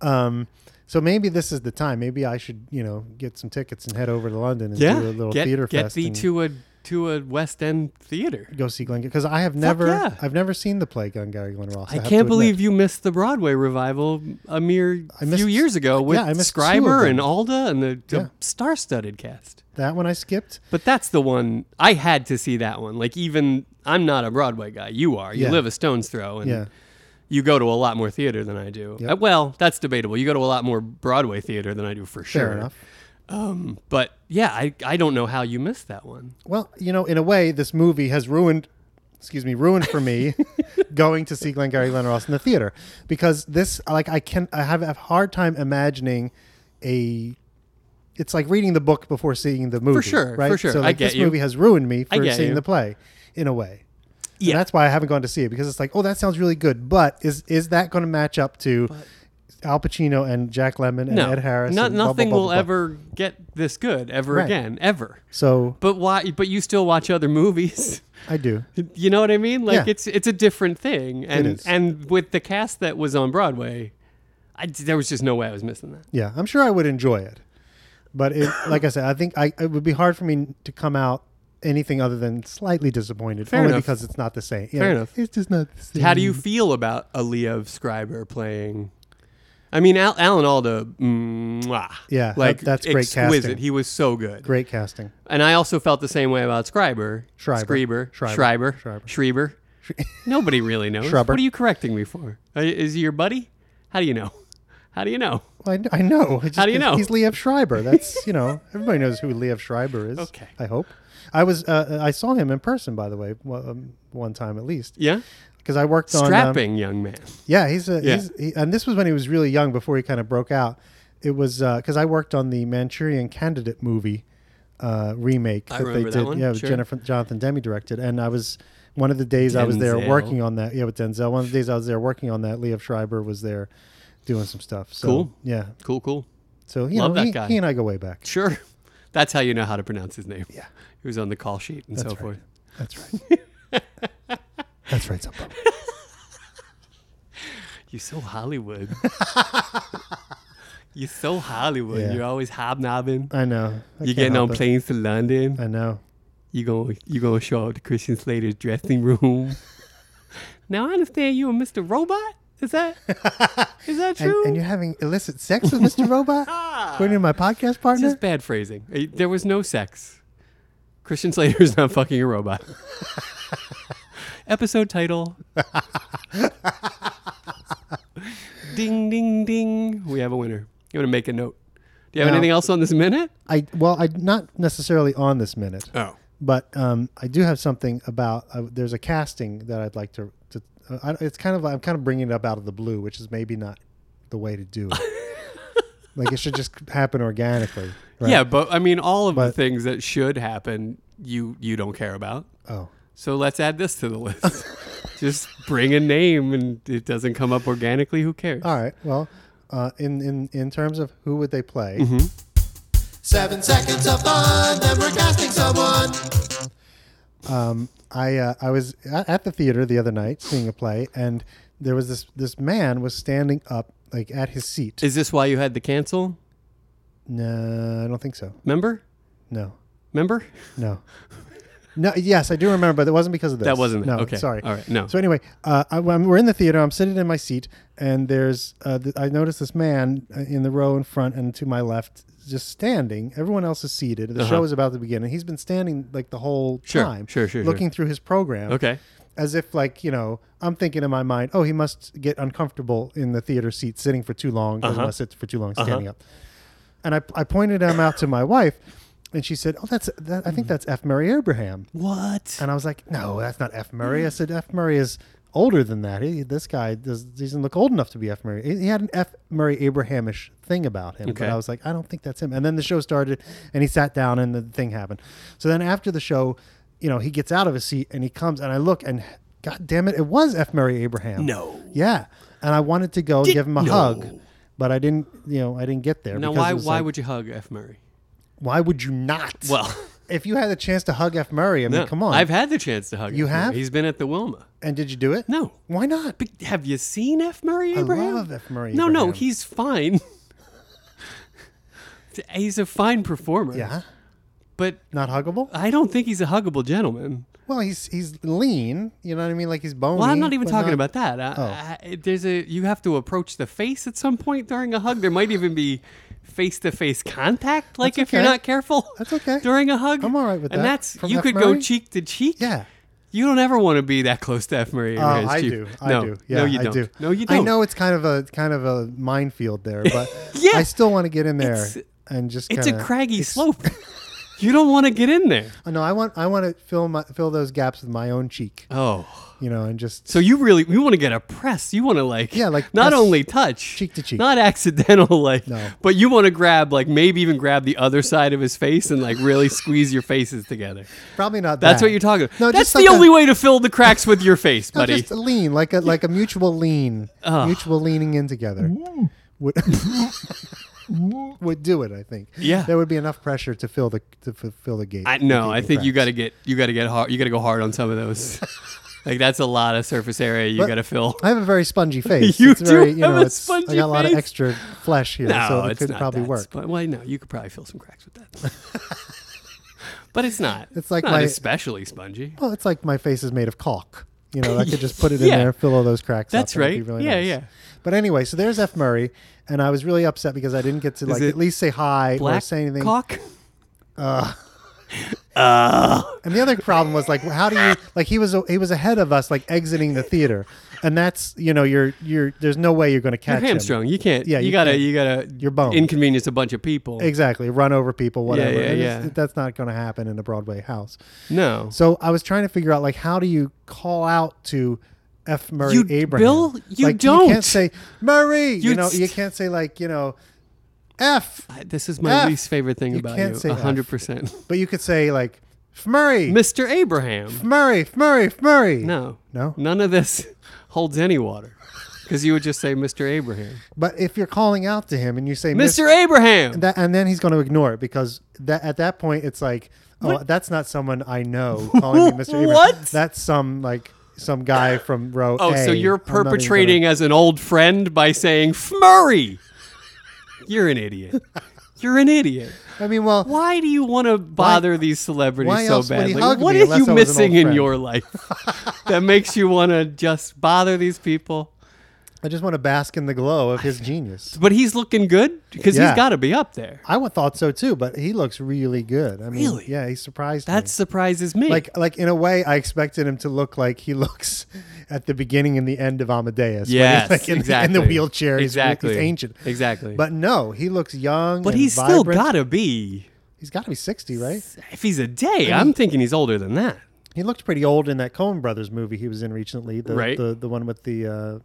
[SPEAKER 1] Um, so maybe this is the time. Maybe I should, you know, get some tickets and head over to London and
[SPEAKER 2] Yeah.
[SPEAKER 1] do a little
[SPEAKER 2] get
[SPEAKER 1] theater
[SPEAKER 2] get
[SPEAKER 1] fest.
[SPEAKER 2] thee
[SPEAKER 1] and-
[SPEAKER 2] to a to a West End theater.
[SPEAKER 1] go see Glenn because I have never
[SPEAKER 2] yeah.
[SPEAKER 1] I've never seen the play Glengarry Glen Ross.
[SPEAKER 2] I can't believe you missed the Broadway revival a mere
[SPEAKER 1] I missed-
[SPEAKER 2] few years ago with
[SPEAKER 1] yeah, I missed two of
[SPEAKER 2] Scriber
[SPEAKER 1] them.
[SPEAKER 2] and Alda and the, the
[SPEAKER 1] Yeah.
[SPEAKER 2] star-studded cast.
[SPEAKER 1] that one I skipped.
[SPEAKER 2] But that's the one I had to see that one. Like even I'm not a Broadway guy. You are. You
[SPEAKER 1] Yeah.
[SPEAKER 2] live a stone's throw, and
[SPEAKER 1] Yeah,
[SPEAKER 2] you go to a lot more theater than I do.
[SPEAKER 1] Yep.
[SPEAKER 2] Uh, well, that's debatable. You go to a lot more Broadway theater than I do for sure.
[SPEAKER 1] fair enough.
[SPEAKER 2] Um, but yeah, I I don't know how you missed that one.
[SPEAKER 1] Well, you know, in a way, this movie has ruined. Excuse me, ruined for
[SPEAKER 2] *laughs*
[SPEAKER 1] me going to see Glengarry Glen Ross in the theater because this like I can I have a hard time imagining a. It's like reading the book before seeing the movie.
[SPEAKER 2] sure, for
[SPEAKER 1] right?
[SPEAKER 2] sure.
[SPEAKER 1] So
[SPEAKER 2] I
[SPEAKER 1] like,
[SPEAKER 2] get
[SPEAKER 1] this
[SPEAKER 2] you.
[SPEAKER 1] movie has ruined me for
[SPEAKER 2] get
[SPEAKER 1] seeing
[SPEAKER 2] you.
[SPEAKER 1] the play, in a way.
[SPEAKER 2] Yeah.
[SPEAKER 1] And that's why I haven't gone to see it because it's like, oh, that sounds really good, but is is that going to match up to Al Pacino and Jack Lemmon and
[SPEAKER 2] No,
[SPEAKER 1] Ed Harris?
[SPEAKER 2] not
[SPEAKER 1] and blah, blah,
[SPEAKER 2] nothing
[SPEAKER 1] blah,
[SPEAKER 2] will
[SPEAKER 1] blah, blah.
[SPEAKER 2] ever get this good ever
[SPEAKER 1] Right.
[SPEAKER 2] again ever.
[SPEAKER 1] So
[SPEAKER 2] But why? But you still watch other movies. *laughs*
[SPEAKER 1] I do.
[SPEAKER 2] You know what I mean? Like
[SPEAKER 1] Yeah.
[SPEAKER 2] it's it's a different thing, and
[SPEAKER 1] is.
[SPEAKER 2] and with the cast that was on Broadway, I, there was just no way I was missing that.
[SPEAKER 1] Yeah, I'm sure I would enjoy it, but
[SPEAKER 2] *coughs*
[SPEAKER 1] it, like I said, I think I it would be hard for me to come out anything other than slightly disappointed,
[SPEAKER 2] Fair
[SPEAKER 1] only
[SPEAKER 2] enough.
[SPEAKER 1] because it's not the same. Yeah,
[SPEAKER 2] Fair enough.
[SPEAKER 1] It's just not the same.
[SPEAKER 2] How do you feel about Aliyah Scriber playing? I mean, Al- Alan Alda, mwah,
[SPEAKER 1] Yeah, that-
[SPEAKER 2] like
[SPEAKER 1] that's great
[SPEAKER 2] exquisite.
[SPEAKER 1] casting.
[SPEAKER 2] He was so good,
[SPEAKER 1] Great casting.
[SPEAKER 2] and I also felt the same way about Scriber,
[SPEAKER 1] Schreiber.
[SPEAKER 2] Scriber,
[SPEAKER 1] Schreiber.
[SPEAKER 2] Schreiber,
[SPEAKER 1] Schreiber.
[SPEAKER 2] Schreiber.
[SPEAKER 1] *laughs*
[SPEAKER 2] Nobody really knows.
[SPEAKER 1] Shrubber.
[SPEAKER 2] What are you correcting me for? Uh, Is he your buddy? How do you know? *laughs* How do you know?
[SPEAKER 1] Well, I, kn- I know. It's
[SPEAKER 2] How do you
[SPEAKER 1] just 'cause
[SPEAKER 2] know?
[SPEAKER 1] He's Liev Schreiber. That's you know everybody knows who Liev Schreiber is.
[SPEAKER 2] Okay.
[SPEAKER 1] I hope. I was uh, I saw him in person by the way one- um, one time at least
[SPEAKER 2] Yeah,
[SPEAKER 1] because I worked on um,
[SPEAKER 2] strapping young man.
[SPEAKER 1] yeah, he's a
[SPEAKER 2] Yeah.
[SPEAKER 1] he's he, and this was when he was really young before he kind of broke out. It was because I worked on the Manchurian Candidate movie uh, remake
[SPEAKER 2] I
[SPEAKER 1] that they
[SPEAKER 2] remember that
[SPEAKER 1] did.
[SPEAKER 2] one,
[SPEAKER 1] Yeah, it was
[SPEAKER 2] sure.
[SPEAKER 1] Jennifer Jonathan Demi directed, and I was One of the days I was there
[SPEAKER 2] Denzel.
[SPEAKER 1] working on that, yeah, with Denzel. One of the days I was there working on that, Leo Schreiber was there doing some stuff. So,
[SPEAKER 2] Cool.
[SPEAKER 1] Yeah.
[SPEAKER 2] Cool, cool.
[SPEAKER 1] So you
[SPEAKER 2] Love
[SPEAKER 1] know,
[SPEAKER 2] that
[SPEAKER 1] he,
[SPEAKER 2] guy.
[SPEAKER 1] he and I go way back. *laughs*
[SPEAKER 2] Sure. That's how you know how to pronounce his name.
[SPEAKER 1] Yeah.
[SPEAKER 2] He was on the call sheet and so
[SPEAKER 1] That's right.
[SPEAKER 2] forth.
[SPEAKER 1] That's right.
[SPEAKER 2] *laughs*
[SPEAKER 1] That's right, Zumbo.
[SPEAKER 2] You're so Hollywood.
[SPEAKER 1] *laughs*
[SPEAKER 2] You're so Hollywood.
[SPEAKER 1] Yeah.
[SPEAKER 2] You're always hobnobbing.
[SPEAKER 1] I know. I
[SPEAKER 2] You're
[SPEAKER 1] can't
[SPEAKER 2] getting on
[SPEAKER 1] help it.
[SPEAKER 2] planes to London.
[SPEAKER 1] I know.
[SPEAKER 2] you going you gonna show up to Christian Slater's dressing
[SPEAKER 1] *laughs*
[SPEAKER 2] room. now I understand you and Mr. Robot. Is that is that
[SPEAKER 1] And,
[SPEAKER 2] true?
[SPEAKER 1] and you're having illicit sex with Mr.
[SPEAKER 2] *laughs*
[SPEAKER 1] Robot, according to my podcast
[SPEAKER 2] It's
[SPEAKER 1] partner.
[SPEAKER 2] just bad phrasing. Eh, There was no sex. Christian Slater is not fucking a robot. *laughs* Episode title. ding ding ding. We have a winner. You want to make a note? Do you have
[SPEAKER 1] No.
[SPEAKER 2] anything else on this minute?
[SPEAKER 1] I well, I not necessarily on this minute,
[SPEAKER 2] Oh.
[SPEAKER 1] but um, I do have something about. Uh, there's a casting that I'd like to. to uh, I, it's kind of I'm kind of bringing it up out of the blue, which is maybe not the way to do it. like it should just happen organically. Right?
[SPEAKER 2] Yeah, but I mean, all of the
[SPEAKER 1] But-
[SPEAKER 2] things that should happen, you you don't care about.
[SPEAKER 1] Oh.
[SPEAKER 2] So let's add this to
[SPEAKER 1] *laughs*
[SPEAKER 2] the list. Just bring a name, and it doesn't come up organically. Who cares?
[SPEAKER 1] All right. Well, uh, in in in terms of who would they play?
[SPEAKER 4] Seven seconds of fun, then we're casting someone.
[SPEAKER 1] I uh, I was a- at the theater the other night seeing a play, and there was this this man was standing up like at his seat.
[SPEAKER 2] Is this why you had the cancel?
[SPEAKER 1] no, I don't think so.
[SPEAKER 2] Member,
[SPEAKER 1] No,
[SPEAKER 2] member?
[SPEAKER 1] no, no. Yes, I do remember, but it wasn't because of this.
[SPEAKER 2] That wasn't it.
[SPEAKER 1] No,
[SPEAKER 2] Okay.
[SPEAKER 1] sorry.
[SPEAKER 2] All right. No.
[SPEAKER 1] So anyway, uh, I, when we're in the theater. I'm sitting in my seat, and there's uh, th- I noticed this man uh, in the row in front and to my left, just standing. Everyone else is seated. The show is about to begin, and he's been standing like the whole
[SPEAKER 2] Uh-huh. Sure,
[SPEAKER 1] time,
[SPEAKER 2] sure, sure, sure.
[SPEAKER 1] looking through his program.
[SPEAKER 2] Okay.
[SPEAKER 1] as if like you know i'm thinking in my mind oh he must get uncomfortable in the theater seat sitting for too long doesn't want to sit for too long standing up and I, I pointed him out to my wife and she said oh that's that, i think that's f murray abraham
[SPEAKER 2] What?
[SPEAKER 1] and i was like no that's not f murray i said f murray is older than that he, this guy does, doesn't look old enough to be f murray he, he had an f murray abrahamish thing about him
[SPEAKER 2] Okay.
[SPEAKER 1] but i was like i don't think that's him and then the show started and he sat down and the thing happened so then after the show you know he gets out of his seat and he comes and i look and god damn it it was f murray abraham
[SPEAKER 2] No.
[SPEAKER 1] yeah and i wanted to go and give him a
[SPEAKER 2] no.
[SPEAKER 1] hug but i didn't you know i didn't get there
[SPEAKER 2] Now,
[SPEAKER 1] because
[SPEAKER 2] why
[SPEAKER 1] it was
[SPEAKER 2] why
[SPEAKER 1] like,
[SPEAKER 2] would you hug F. Murray?
[SPEAKER 1] why would you not
[SPEAKER 2] Well,
[SPEAKER 1] if you had the chance to hug f murray i mean
[SPEAKER 2] no.
[SPEAKER 1] come on
[SPEAKER 2] I've had the chance to hug.
[SPEAKER 1] You
[SPEAKER 2] F. Murray.
[SPEAKER 1] have?
[SPEAKER 2] He's been at the Wilma.
[SPEAKER 1] and did you do it
[SPEAKER 2] No.
[SPEAKER 1] why not
[SPEAKER 2] But have you seen F. Murray Abraham?
[SPEAKER 1] love F. Murray
[SPEAKER 2] No, no,
[SPEAKER 1] Abraham.
[SPEAKER 2] he's fine. *laughs* he's a fine performer.
[SPEAKER 1] yeah
[SPEAKER 2] But
[SPEAKER 1] Not huggable?
[SPEAKER 2] I don't think he's a huggable gentleman.
[SPEAKER 1] Uh, Well, he's he's lean. You know what I mean? Like he's bony.
[SPEAKER 2] Well, I'm not even
[SPEAKER 1] but
[SPEAKER 2] talking
[SPEAKER 1] not- Oh.
[SPEAKER 2] about that. I, I, there's a you have to approach the face at some point during a hug. There might even be face to face contact. Like
[SPEAKER 1] That's
[SPEAKER 2] if you're
[SPEAKER 1] okay.
[SPEAKER 2] not careful,
[SPEAKER 1] That's okay.
[SPEAKER 2] *laughs* During a hug,
[SPEAKER 1] I'm all right with
[SPEAKER 2] and
[SPEAKER 1] that.
[SPEAKER 2] that's
[SPEAKER 1] From
[SPEAKER 2] you
[SPEAKER 1] F.
[SPEAKER 2] could go
[SPEAKER 1] Murray?
[SPEAKER 2] cheek to cheek.
[SPEAKER 1] Yeah.
[SPEAKER 2] You don't ever want to be that close to F. Murray.
[SPEAKER 1] Oh,
[SPEAKER 2] Abraham's
[SPEAKER 1] I
[SPEAKER 2] cheek.
[SPEAKER 1] do. I
[SPEAKER 2] no,
[SPEAKER 1] do. Yeah,
[SPEAKER 2] no, you
[SPEAKER 1] I
[SPEAKER 2] don't.
[SPEAKER 1] do.
[SPEAKER 2] No, you don't.
[SPEAKER 1] I know it's kind of a kind of a minefield
[SPEAKER 2] *laughs*
[SPEAKER 1] there, but
[SPEAKER 2] Yeah.
[SPEAKER 1] I still want to get in there
[SPEAKER 2] It's-
[SPEAKER 1] and just.
[SPEAKER 2] It's
[SPEAKER 1] kinda-
[SPEAKER 2] a
[SPEAKER 1] *laughs*
[SPEAKER 2] craggy slope. you don't want to get in there.
[SPEAKER 1] Oh, No, I want I want to fill my, fill those gaps with my own cheek.
[SPEAKER 2] Oh,
[SPEAKER 1] You know, and just
[SPEAKER 2] so you really you want to get a press? You want to like
[SPEAKER 1] Yeah, like
[SPEAKER 2] not
[SPEAKER 1] press
[SPEAKER 2] only touch
[SPEAKER 1] cheek to cheek.
[SPEAKER 2] not accidental *laughs* like,
[SPEAKER 1] No.
[SPEAKER 2] but you want to grab like maybe even grab the other side of his face and like really squeeze your faces together.
[SPEAKER 1] probably not.
[SPEAKER 2] That's
[SPEAKER 1] that.
[SPEAKER 2] what you're talking. about.
[SPEAKER 1] No, just
[SPEAKER 2] that's the
[SPEAKER 1] like a-
[SPEAKER 2] only way to fill the cracks with your
[SPEAKER 1] *laughs*
[SPEAKER 2] face,
[SPEAKER 1] no,
[SPEAKER 2] buddy.
[SPEAKER 1] Just lean like a like a mutual lean, mutual leaning in together. Would, *laughs* would do it, I think.
[SPEAKER 2] Yeah.
[SPEAKER 1] there would be enough pressure to fill the to f- fill the gate.
[SPEAKER 2] I no,
[SPEAKER 1] the
[SPEAKER 2] I
[SPEAKER 1] gaping
[SPEAKER 2] think you
[SPEAKER 1] cracks.
[SPEAKER 2] got to get you got to get hard. You got to go hard on some
[SPEAKER 1] *laughs*
[SPEAKER 2] of those. like that's a lot of surface area you
[SPEAKER 1] But-
[SPEAKER 2] got to fill.
[SPEAKER 1] I have a very
[SPEAKER 2] *laughs*
[SPEAKER 1] spongy face.
[SPEAKER 2] You
[SPEAKER 1] it's very,
[SPEAKER 2] do
[SPEAKER 1] you know,
[SPEAKER 2] have a
[SPEAKER 1] it's, I
[SPEAKER 2] spongy
[SPEAKER 1] got a lot of
[SPEAKER 2] face.
[SPEAKER 1] extra flesh here,
[SPEAKER 2] No,
[SPEAKER 1] so it
[SPEAKER 2] it's
[SPEAKER 1] could
[SPEAKER 2] not
[SPEAKER 1] probably
[SPEAKER 2] that
[SPEAKER 1] work.
[SPEAKER 2] sp- well, no, you could probably fill some cracks
[SPEAKER 1] *laughs*
[SPEAKER 2] with that. but it's not.
[SPEAKER 1] It's like
[SPEAKER 2] not
[SPEAKER 1] my-
[SPEAKER 2] especially spongy.
[SPEAKER 1] well, it's like my face is made of caulk. You know, I could just put it in
[SPEAKER 2] Yeah.
[SPEAKER 1] there, fill all those cracks.
[SPEAKER 2] That's
[SPEAKER 1] up, and it'd
[SPEAKER 2] right.
[SPEAKER 1] be really
[SPEAKER 2] Yeah,
[SPEAKER 1] nice.
[SPEAKER 2] yeah.
[SPEAKER 1] But anyway, so there's F. Murray, and I was really upset because I didn't get to like
[SPEAKER 2] it
[SPEAKER 1] at least say hi or
[SPEAKER 2] Black
[SPEAKER 1] say anything.
[SPEAKER 2] cock.
[SPEAKER 1] And the other problem was like, how do
[SPEAKER 2] *laughs*
[SPEAKER 1] you like? He was he was ahead of us, like exiting the theater, and that's you know, you're you're there's no way you're going to catch
[SPEAKER 2] *laughs* You're
[SPEAKER 1] him.
[SPEAKER 2] hamstrung. You can't.
[SPEAKER 1] Yeah,
[SPEAKER 2] you,
[SPEAKER 1] you
[SPEAKER 2] gotta.
[SPEAKER 1] can't.
[SPEAKER 2] You gotta.
[SPEAKER 1] You're boned.
[SPEAKER 2] Inconvenience a bunch of people.
[SPEAKER 1] Exactly, run over people, whatever.
[SPEAKER 2] yeah,
[SPEAKER 1] And
[SPEAKER 2] yeah.
[SPEAKER 1] it's- That's not going to happen in a Broadway house.
[SPEAKER 2] no.
[SPEAKER 1] So I was trying to figure out like how do you call out to F. Murray
[SPEAKER 2] You-
[SPEAKER 1] Abraham?
[SPEAKER 2] Bill, you
[SPEAKER 1] like, You
[SPEAKER 2] don't.
[SPEAKER 1] can't say Murray. You,
[SPEAKER 2] You
[SPEAKER 1] know,
[SPEAKER 2] st-
[SPEAKER 1] you can't say like you know F.
[SPEAKER 2] I- This is my
[SPEAKER 1] F.
[SPEAKER 2] least favorite thing
[SPEAKER 1] ah, You
[SPEAKER 2] about
[SPEAKER 1] can't
[SPEAKER 2] you.
[SPEAKER 1] say F.
[SPEAKER 2] hundred percent. *laughs*
[SPEAKER 1] But you could say like Murray.
[SPEAKER 2] Mr. Abraham.
[SPEAKER 1] Murray. Murray. Murray.
[SPEAKER 2] No.
[SPEAKER 1] No?
[SPEAKER 2] None of this *laughs* holds any water. Because you would just say Mr.
[SPEAKER 1] *laughs*
[SPEAKER 2] Abraham.
[SPEAKER 1] But if you're calling out to him and you say
[SPEAKER 2] Mr. Abraham!
[SPEAKER 1] that, and then he's going to ignore it because that at that point it's like, oh, that's not someone I
[SPEAKER 2] *laughs*
[SPEAKER 1] know calling me Mr. Abraham.
[SPEAKER 2] What?
[SPEAKER 1] That's some like some guy from row.
[SPEAKER 2] Oh,
[SPEAKER 1] A.
[SPEAKER 2] so you're
[SPEAKER 1] I'm not even gonna-
[SPEAKER 2] perpetrating as an old friend by saying Flurry. You're
[SPEAKER 1] *laughs*
[SPEAKER 2] an idiot. You're an idiot.
[SPEAKER 1] I mean, well,
[SPEAKER 2] Why do you want to bother these celebrities
[SPEAKER 1] why
[SPEAKER 2] so
[SPEAKER 1] else would he
[SPEAKER 2] badly?
[SPEAKER 1] hug
[SPEAKER 2] What
[SPEAKER 1] me
[SPEAKER 2] are
[SPEAKER 1] unless
[SPEAKER 2] you
[SPEAKER 1] I was an old
[SPEAKER 2] missing in
[SPEAKER 1] friend?
[SPEAKER 2] your life *laughs* that makes you want to just bother these people?
[SPEAKER 1] I just want to bask in the glow of his genius.
[SPEAKER 2] But he's looking good because
[SPEAKER 1] Yeah.
[SPEAKER 2] he's got to be up there.
[SPEAKER 1] I would thought so too, but he looks really good. I mean,
[SPEAKER 2] Really?
[SPEAKER 1] yeah, he surprised me.
[SPEAKER 2] That surprises me.
[SPEAKER 1] like like in a way I expected him to look like he *laughs* looks at the beginning and the end of Amadeus. when
[SPEAKER 2] Yes,
[SPEAKER 1] he's like in,
[SPEAKER 2] exactly.
[SPEAKER 1] in the wheelchair. He's-
[SPEAKER 2] Exactly.
[SPEAKER 1] He's, ancient.
[SPEAKER 2] Exactly.
[SPEAKER 1] But no, he looks young.
[SPEAKER 2] but
[SPEAKER 1] and
[SPEAKER 2] he's still
[SPEAKER 1] vibrant.
[SPEAKER 2] got to be.
[SPEAKER 1] He's got to be sixty, right?
[SPEAKER 2] If he's a day, I'm thinking he's older than that.
[SPEAKER 1] He looked pretty old in that Coen Brothers movie he was in recently. The,
[SPEAKER 2] Right.
[SPEAKER 1] The the one with the uh,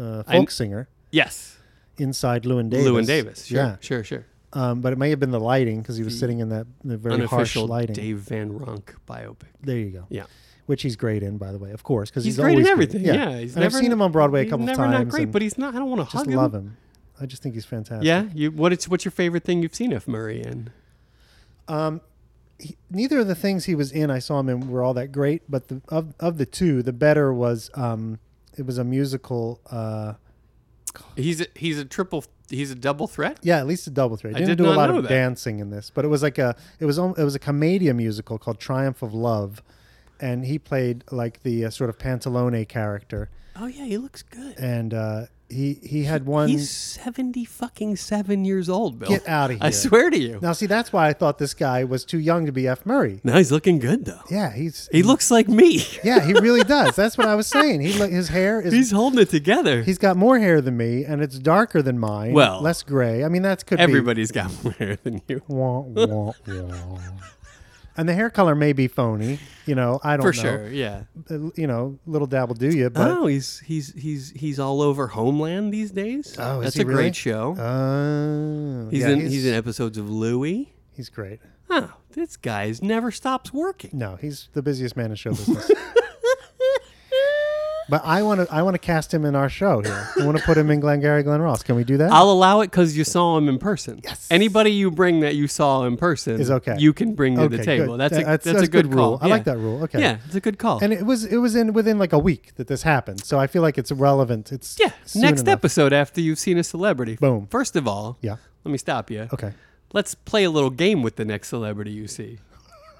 [SPEAKER 1] uh, folk
[SPEAKER 2] I-
[SPEAKER 1] singer
[SPEAKER 2] Yes.
[SPEAKER 1] inside Lewin Davis.
[SPEAKER 2] Lewin Davis. Sure,
[SPEAKER 1] Yeah.
[SPEAKER 2] sure, sure.
[SPEAKER 1] Um, but it may have been the lighting because he was sitting in that the very harsh
[SPEAKER 2] Unofficial
[SPEAKER 1] lighting.
[SPEAKER 2] Dave Van Ronk biopic.
[SPEAKER 1] There you go.
[SPEAKER 2] Yeah.
[SPEAKER 1] Which he's great in, by the way, of course, because
[SPEAKER 2] He's,
[SPEAKER 1] he's,
[SPEAKER 2] great
[SPEAKER 1] always
[SPEAKER 2] in everything. Yeah. he's
[SPEAKER 1] and I've seen him on Broadway a
[SPEAKER 2] he's
[SPEAKER 1] couple
[SPEAKER 2] never
[SPEAKER 1] times.
[SPEAKER 2] not great,
[SPEAKER 1] and
[SPEAKER 2] but he's not. I don't want to
[SPEAKER 1] just
[SPEAKER 2] hug him.
[SPEAKER 1] love him. I just think he's fantastic.
[SPEAKER 2] Yeah. You, what it's, what's your favorite thing you've seen F. Murray in?
[SPEAKER 1] Neither of the things he was in, I saw him in, were all that great. But the, of of the two, the better was um, it was a musical. Uh,
[SPEAKER 2] He's a, he's a triple. He's a double threat.
[SPEAKER 1] yeah, at least a double threat.
[SPEAKER 2] I
[SPEAKER 1] Didn't do
[SPEAKER 2] did
[SPEAKER 1] a
[SPEAKER 2] not
[SPEAKER 1] lot
[SPEAKER 2] know
[SPEAKER 1] of
[SPEAKER 2] that.
[SPEAKER 1] dancing in this, but it was like a it was al- it was a commedia musical called Triumph of Love, and he played like the uh, sort of Pantalone character,
[SPEAKER 2] Oh yeah, he looks good.
[SPEAKER 1] and uh, he he had one.
[SPEAKER 2] He's seventy fucking seven years old, Bill.
[SPEAKER 1] Get outta
[SPEAKER 2] I
[SPEAKER 1] here.
[SPEAKER 2] swear to you.
[SPEAKER 1] Now, see, that's why I thought this guy was too young to be F. Murray.
[SPEAKER 2] Now he's looking good though.
[SPEAKER 1] Yeah, he's
[SPEAKER 2] He looks like me. *laughs*
[SPEAKER 1] yeah, he really does. That's what I was saying. He li- his hair is he's,
[SPEAKER 2] he's holding it together.
[SPEAKER 1] got more hair than me, and it's darker than mine.
[SPEAKER 2] Well,
[SPEAKER 1] less gray. I mean, that's could
[SPEAKER 2] *laughs* Everybody's got *laughs* more hair than you.
[SPEAKER 1] Be, wah, wah,
[SPEAKER 2] *laughs*
[SPEAKER 1] wah. And the hair color may be phony. You know, I don't
[SPEAKER 2] For
[SPEAKER 1] know.
[SPEAKER 2] sure. Yeah.
[SPEAKER 1] Uh, You know, little dabble do you? But
[SPEAKER 2] oh, he's he's he's he's all over Homeland these days.
[SPEAKER 1] Oh, is
[SPEAKER 2] that's
[SPEAKER 1] he
[SPEAKER 2] a
[SPEAKER 1] really?
[SPEAKER 2] great show.
[SPEAKER 1] Oh,
[SPEAKER 2] he's
[SPEAKER 1] yeah,
[SPEAKER 2] in Uh, he's, in episodes of Louie.
[SPEAKER 1] he's great.
[SPEAKER 2] Oh, this guy never stops working.
[SPEAKER 1] No, he's the busiest man in show
[SPEAKER 2] *laughs*
[SPEAKER 1] business. But I want to I want to cast him in our show here. I want to put him in Glengarry Glen Ross. Can we do that?
[SPEAKER 2] I'll allow it because you saw him in person. Yes. Anybody you bring that you saw in person
[SPEAKER 1] Is okay.
[SPEAKER 2] You can bring to the
[SPEAKER 1] Okay,
[SPEAKER 2] table.
[SPEAKER 1] good.
[SPEAKER 2] That's a
[SPEAKER 1] Th- that's-
[SPEAKER 2] that's,
[SPEAKER 1] that's
[SPEAKER 2] a good,
[SPEAKER 1] good rule.
[SPEAKER 2] call.
[SPEAKER 1] I like
[SPEAKER 2] Yeah.
[SPEAKER 1] that rule. Okay.
[SPEAKER 2] Yeah, it's a good call.
[SPEAKER 1] and it was it was in within like a week that this happened. So I feel like it's relevant. It's
[SPEAKER 2] yeah,
[SPEAKER 1] soon
[SPEAKER 2] next
[SPEAKER 1] enough.
[SPEAKER 2] episode after you've seen a celebrity.
[SPEAKER 1] Boom.
[SPEAKER 2] First of all,
[SPEAKER 1] Yeah.
[SPEAKER 2] Let me stop you.
[SPEAKER 1] Okay.
[SPEAKER 2] Let's play a little game with the next celebrity you see.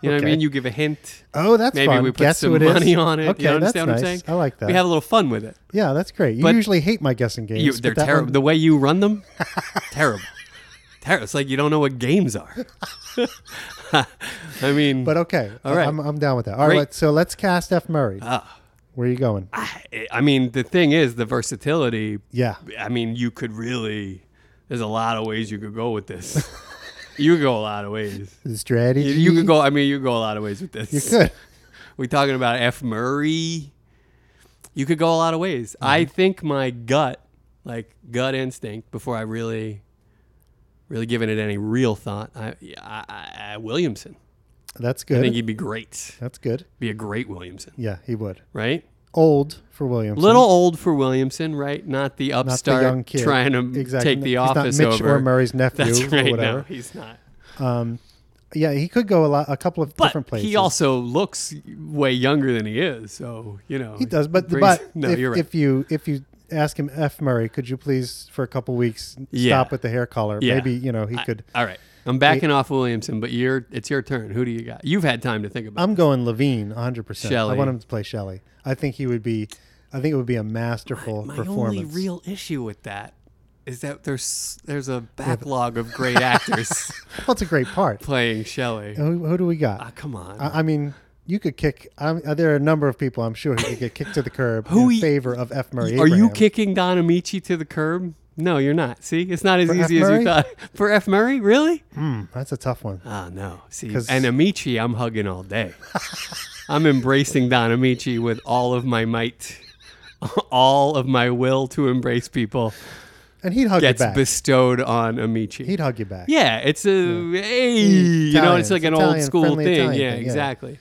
[SPEAKER 2] You know what
[SPEAKER 1] Okay.
[SPEAKER 2] I mean? You give a hint.
[SPEAKER 1] Oh, that's
[SPEAKER 2] Maybe
[SPEAKER 1] fun.
[SPEAKER 2] we put
[SPEAKER 1] Guess
[SPEAKER 2] some
[SPEAKER 1] who it is.
[SPEAKER 2] money on it.
[SPEAKER 1] Okay,
[SPEAKER 2] you
[SPEAKER 1] that's
[SPEAKER 2] understand what
[SPEAKER 1] nice.
[SPEAKER 2] I'm saying?
[SPEAKER 1] I like that.
[SPEAKER 2] We have a little fun with it.
[SPEAKER 1] yeah, that's great. You
[SPEAKER 2] But-
[SPEAKER 1] usually hate my guessing games.
[SPEAKER 2] You,
[SPEAKER 1] but
[SPEAKER 2] they're
[SPEAKER 1] that
[SPEAKER 2] terrible.
[SPEAKER 1] one-
[SPEAKER 2] The way you run them, *laughs* terrible. Terrible. It's like you don't know what games are. *laughs* I mean,
[SPEAKER 1] But okay,
[SPEAKER 2] All right.
[SPEAKER 1] I'm, I'm down with that. All right,
[SPEAKER 2] Great. Ah.
[SPEAKER 1] let's- so let's cast F. Murray. Where are you going?
[SPEAKER 2] I- I mean, the thing is, the versatility.
[SPEAKER 1] yeah,
[SPEAKER 2] I mean, you could really. There's a lot of ways you could go with this. *laughs* you could go a lot of ways.
[SPEAKER 1] the strategy.
[SPEAKER 2] You, you
[SPEAKER 1] *laughs*
[SPEAKER 2] could go. I mean, you could go a lot of ways with this.
[SPEAKER 1] You could.
[SPEAKER 2] We talking about F. Murray. You could go a lot of ways. I
[SPEAKER 1] Mm-hmm.
[SPEAKER 2] think my gut, like gut instinct, before I really, really giving it any real thought, I, I, I, I Williamson.
[SPEAKER 1] That's
[SPEAKER 2] I think
[SPEAKER 1] good.
[SPEAKER 2] he'd be great.
[SPEAKER 1] That's good.
[SPEAKER 2] Be a great Williamson,
[SPEAKER 1] Yeah, he would.
[SPEAKER 2] right?
[SPEAKER 1] Old for Williams.
[SPEAKER 2] Little old for Williamson, right? Not the
[SPEAKER 1] not
[SPEAKER 2] upstart
[SPEAKER 1] the young kid
[SPEAKER 2] trying to
[SPEAKER 1] exactly.
[SPEAKER 2] take the
[SPEAKER 1] He's
[SPEAKER 2] office
[SPEAKER 1] not Mitch
[SPEAKER 2] over.
[SPEAKER 1] or Murray's nephew
[SPEAKER 2] *laughs* That's right.
[SPEAKER 1] or whatever.
[SPEAKER 2] No, he's not.
[SPEAKER 1] Yeah, he could go a lot, a couple of
[SPEAKER 2] But
[SPEAKER 1] different places.
[SPEAKER 2] he also looks way younger than he is. So you know
[SPEAKER 1] He does, but
[SPEAKER 2] brings-
[SPEAKER 1] but
[SPEAKER 2] *laughs* no,
[SPEAKER 1] if,
[SPEAKER 2] you're right.
[SPEAKER 1] if you if you ask him F Murray, could you please for a couple weeks
[SPEAKER 2] Yeah.
[SPEAKER 1] stop with the hair color?
[SPEAKER 2] Yeah.
[SPEAKER 1] Maybe you know he
[SPEAKER 2] I-
[SPEAKER 1] could.
[SPEAKER 2] all right, I'm backing off Williamson, but you're it's your turn. Who do you got? You've had time to think about.
[SPEAKER 1] I'm going Levine 100. percent I
[SPEAKER 2] Shelley.
[SPEAKER 1] want him to play Shelley. I think he would be. I think it would be a masterful
[SPEAKER 2] My
[SPEAKER 1] Um, performance.
[SPEAKER 2] only real issue with that is that there's there's a backlog
[SPEAKER 1] *laughs*
[SPEAKER 2] of great actors
[SPEAKER 1] well, it's a great part.
[SPEAKER 2] playing Shelley.
[SPEAKER 1] Who, who do we got?
[SPEAKER 2] Ah, come on.
[SPEAKER 1] I, I mean, you could kick. I'm, uh, there are a number of people I'm sure who could get kicked to the curb
[SPEAKER 2] Who
[SPEAKER 1] in
[SPEAKER 2] he-
[SPEAKER 1] favor of F Murray.
[SPEAKER 2] Are you
[SPEAKER 1] Abraham.
[SPEAKER 2] kicking Don Amici to the curb? No, you're not. See, it's not as
[SPEAKER 1] For F.
[SPEAKER 2] easy as
[SPEAKER 1] Murray? Hmm.
[SPEAKER 2] you thought. For F. Murray, really?
[SPEAKER 1] That's a tough one.
[SPEAKER 2] Oh no. See,
[SPEAKER 1] 'Cause-
[SPEAKER 2] and Amici, I'm hugging
[SPEAKER 1] *laughs*
[SPEAKER 2] all day. I'm embracing Don Amici *laughs* with all of my might, all of my will to embrace people.
[SPEAKER 1] and he'd hug
[SPEAKER 2] gets
[SPEAKER 1] you back.
[SPEAKER 2] bestowed on Amici.
[SPEAKER 1] he'd hug you back.
[SPEAKER 2] Yeah, it's a hey, you know,
[SPEAKER 1] Italians,
[SPEAKER 2] it's like an
[SPEAKER 1] Italian,
[SPEAKER 2] old school
[SPEAKER 1] friendly
[SPEAKER 2] thing.
[SPEAKER 1] Italian
[SPEAKER 2] yeah,
[SPEAKER 1] thing, yeah.
[SPEAKER 2] exactly.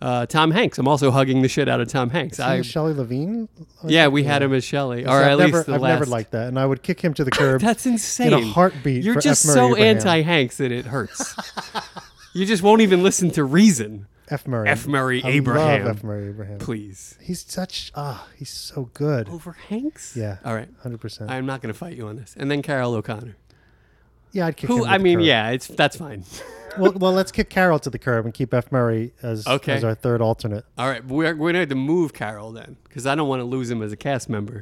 [SPEAKER 2] Uh, Tom Hanks. I'm also hugging the shit out of Tom Hanks. I,
[SPEAKER 1] Isn't Shelley Levine.
[SPEAKER 2] yeah, we had him as Shelley, or
[SPEAKER 1] I've
[SPEAKER 2] at
[SPEAKER 1] never,
[SPEAKER 2] least the
[SPEAKER 1] I've
[SPEAKER 2] last.
[SPEAKER 1] never liked that, and I would kick him
[SPEAKER 2] *laughs*
[SPEAKER 1] to the curb.
[SPEAKER 2] That's insane.
[SPEAKER 1] heartbeat
[SPEAKER 2] You're
[SPEAKER 1] for F.
[SPEAKER 2] just
[SPEAKER 1] Murray
[SPEAKER 2] so
[SPEAKER 1] Abraham.
[SPEAKER 2] anti Hanks that it hurts. you just won't even listen to reason.
[SPEAKER 1] F. Murray.
[SPEAKER 2] F. Murray
[SPEAKER 1] I
[SPEAKER 2] Abraham.
[SPEAKER 1] Love F. Murray Abraham.
[SPEAKER 2] Please.
[SPEAKER 1] He's such ah, he's so good.
[SPEAKER 2] Over Hanks?
[SPEAKER 1] Yeah.
[SPEAKER 2] All right.
[SPEAKER 1] Hundred percent.
[SPEAKER 2] I'm not going to fight you on this. And then Carol O'Connor.
[SPEAKER 1] Yeah, I'd kick him.
[SPEAKER 2] Who,
[SPEAKER 1] to
[SPEAKER 2] I
[SPEAKER 1] the
[SPEAKER 2] mean,
[SPEAKER 1] curb.
[SPEAKER 2] yeah, it's that's fine.
[SPEAKER 1] Well, well, let's kick Carol to the curb and keep F. Murray as
[SPEAKER 2] Okay.
[SPEAKER 1] as our third alternate.
[SPEAKER 2] All right, we're, we're gonna have to move Carol then, because I don't want to lose him as a
[SPEAKER 1] *laughs*
[SPEAKER 2] cast member.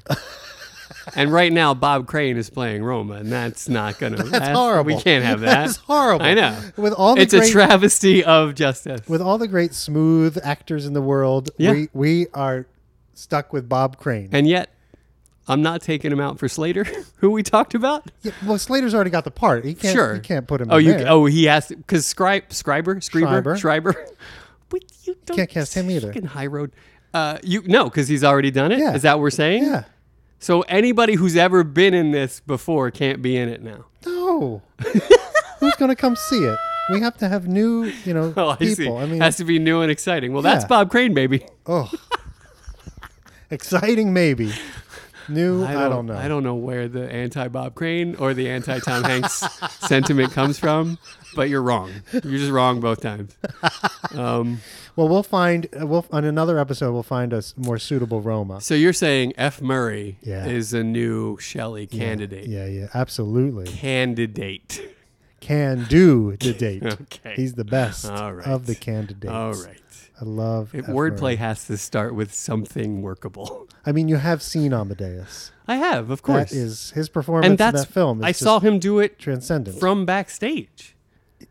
[SPEAKER 2] and right now, Bob Crane is playing Roma, and that's not gonna. that's,
[SPEAKER 1] horrible.
[SPEAKER 2] We
[SPEAKER 1] *laughs*
[SPEAKER 2] can't have that.
[SPEAKER 1] That's horrible.
[SPEAKER 2] I know.
[SPEAKER 1] With all the
[SPEAKER 2] it's
[SPEAKER 1] great-
[SPEAKER 2] a travesty of justice.
[SPEAKER 1] With all the great smooth actors in the world,
[SPEAKER 2] Yeah.
[SPEAKER 1] we we are stuck with Bob Crane.
[SPEAKER 2] and yet, I'm not taking him out for Slater, *laughs* who we talked about.
[SPEAKER 1] Yeah, well, Slater's already got the part. He can't.
[SPEAKER 2] sure,
[SPEAKER 1] You can't put him.
[SPEAKER 2] Oh,
[SPEAKER 1] in
[SPEAKER 2] you.
[SPEAKER 1] There.
[SPEAKER 2] Oh, he has because Scribe, Scriber,
[SPEAKER 1] Schreiber.
[SPEAKER 2] Scriber, Schreiber. But you don't
[SPEAKER 1] can't cast him either.
[SPEAKER 2] fucking High road. Uh, you no, because he's already done it. Is
[SPEAKER 1] Yeah.
[SPEAKER 2] that what we're saying?
[SPEAKER 1] yeah.
[SPEAKER 2] So anybody who's ever been in this before can't be in it now. *laughs*
[SPEAKER 1] No. Who's going to come see it? We have to have new, you know,
[SPEAKER 2] *laughs* Oh, I
[SPEAKER 1] people.
[SPEAKER 2] see.
[SPEAKER 1] I mean,
[SPEAKER 2] has to be new and exciting. Well, that's
[SPEAKER 1] Yeah.
[SPEAKER 2] Bob Crane, baby.
[SPEAKER 1] oh, exciting maybe. New, Oh, I don't, know.
[SPEAKER 2] I don't know where the anti Bob Crane or the anti Tom Hanks *laughs* sentiment comes from, but you're wrong. You're just wrong both times. Um,
[SPEAKER 1] Well, we'll find. uh, We'll on another episode. We'll find a s- more suitable Roma.
[SPEAKER 2] so you're saying F. Murray
[SPEAKER 1] Yeah.
[SPEAKER 2] is a new Shelley candidate.
[SPEAKER 1] Yeah, yeah, absolutely.
[SPEAKER 2] Candidate.
[SPEAKER 1] Can do
[SPEAKER 2] *laughs*
[SPEAKER 1] the date.
[SPEAKER 2] Okay.
[SPEAKER 1] He's the best
[SPEAKER 2] All right.
[SPEAKER 1] of the candidates.
[SPEAKER 2] All right.
[SPEAKER 1] I love
[SPEAKER 2] It,
[SPEAKER 1] F.
[SPEAKER 2] wordplay
[SPEAKER 1] Murray.
[SPEAKER 2] has to start with something workable.
[SPEAKER 1] I mean, you have seen Amadeus.
[SPEAKER 2] I have, of course.
[SPEAKER 1] That is his performance
[SPEAKER 2] and
[SPEAKER 1] in
[SPEAKER 2] that's
[SPEAKER 1] that film.
[SPEAKER 2] I
[SPEAKER 1] is just
[SPEAKER 2] saw him do it
[SPEAKER 1] transcendent
[SPEAKER 2] from backstage.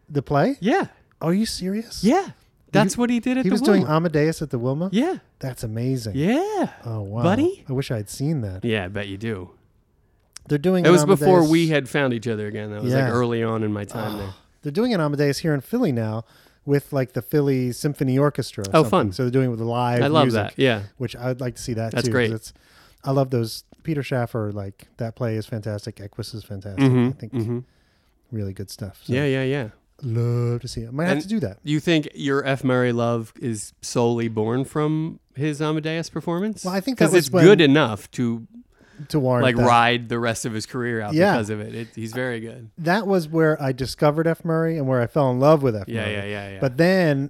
[SPEAKER 1] the play.
[SPEAKER 2] Yeah,
[SPEAKER 1] Are you serious?
[SPEAKER 2] yeah. That's what he did at
[SPEAKER 1] He
[SPEAKER 2] the
[SPEAKER 1] was doing
[SPEAKER 2] Wilma.
[SPEAKER 1] Amadeus at the Wilma.
[SPEAKER 2] yeah,
[SPEAKER 1] That's amazing.
[SPEAKER 2] yeah.
[SPEAKER 1] Oh wow,
[SPEAKER 2] buddy.
[SPEAKER 1] I wish I had seen that.
[SPEAKER 2] Yeah, I bet you do.
[SPEAKER 1] They're doing.
[SPEAKER 2] It
[SPEAKER 1] an
[SPEAKER 2] was before
[SPEAKER 1] Amadeus-
[SPEAKER 2] we had found each other again. That was
[SPEAKER 1] Yeah.
[SPEAKER 2] like early on in my time there.
[SPEAKER 1] They're doing an Amadeus here in Philly now with like the Philly Symphony Orchestra. or
[SPEAKER 2] Oh,
[SPEAKER 1] something.
[SPEAKER 2] fun.
[SPEAKER 1] So they're doing it with *sighs* live.
[SPEAKER 2] I love
[SPEAKER 1] music,
[SPEAKER 2] that. Yeah.
[SPEAKER 1] which I'd like to see that.
[SPEAKER 2] That's
[SPEAKER 1] too, 'cause
[SPEAKER 2] great.
[SPEAKER 1] It's, I love those. Peter Schaffer, like that play is fantastic. Equus is fantastic. I think really good stuff. So
[SPEAKER 2] Mm-hmm. Yeah, yeah, yeah.
[SPEAKER 1] love to see it. Might have
[SPEAKER 2] And-
[SPEAKER 1] to do that.
[SPEAKER 2] You think your F. Murray love is solely born from his Amadeus performance?
[SPEAKER 1] Well, I think that was
[SPEAKER 2] it's
[SPEAKER 1] when-
[SPEAKER 2] good enough to
[SPEAKER 1] To warrant
[SPEAKER 2] like
[SPEAKER 1] that.
[SPEAKER 2] ride the rest of his career out
[SPEAKER 1] Yeah.
[SPEAKER 2] because of it. it. He's very good.
[SPEAKER 1] That was where I discovered F. Murray and where I fell in love with F.
[SPEAKER 2] Yeah,
[SPEAKER 1] Murray.
[SPEAKER 2] yeah, yeah, yeah.
[SPEAKER 1] But then,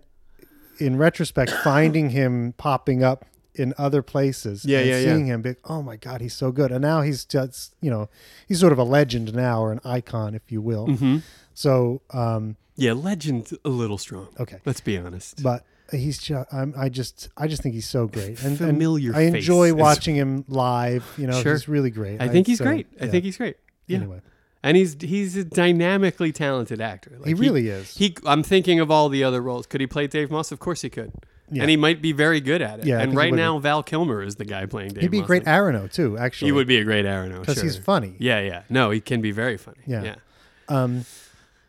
[SPEAKER 1] in retrospect, *coughs* finding him popping up in other places,
[SPEAKER 2] Yeah,
[SPEAKER 1] and
[SPEAKER 2] yeah, yeah.
[SPEAKER 1] seeing him, be, oh my god, he's so good, and now he's just you know he's sort of a legend now or an icon, if you will.
[SPEAKER 2] Mm-hmm.
[SPEAKER 1] So, um,
[SPEAKER 2] yeah, legend's a little strong.
[SPEAKER 1] Okay.
[SPEAKER 2] let's be honest.
[SPEAKER 1] but he's just I'm, I just I just think he's so great. And, and
[SPEAKER 2] Familiar
[SPEAKER 1] I
[SPEAKER 2] face
[SPEAKER 1] enjoy
[SPEAKER 2] is-
[SPEAKER 1] watching him live. You know,
[SPEAKER 2] Sure.
[SPEAKER 1] he's really great.
[SPEAKER 2] I think he's
[SPEAKER 1] so,
[SPEAKER 2] great. I
[SPEAKER 1] yeah.
[SPEAKER 2] think he's great. Yeah.
[SPEAKER 1] Anyway.
[SPEAKER 2] And he's he's a dynamically talented actor. Like,
[SPEAKER 1] He really is.
[SPEAKER 2] He I'm thinking of all the other roles. Could he play Dave Moss? Of course he could. And he might be very good at it.
[SPEAKER 1] Yeah, I think
[SPEAKER 2] and
[SPEAKER 1] he
[SPEAKER 2] right
[SPEAKER 1] would be.
[SPEAKER 2] now Val Kilmer is the guy playing Dave
[SPEAKER 1] He'd be a
[SPEAKER 2] Moss.
[SPEAKER 1] great Arano too, actually.
[SPEAKER 2] He would be a great Arano. Because
[SPEAKER 1] because he's funny.
[SPEAKER 2] Yeah, yeah. No, he can be very funny.
[SPEAKER 1] Yeah.
[SPEAKER 2] Yeah. Yeah.
[SPEAKER 1] Um,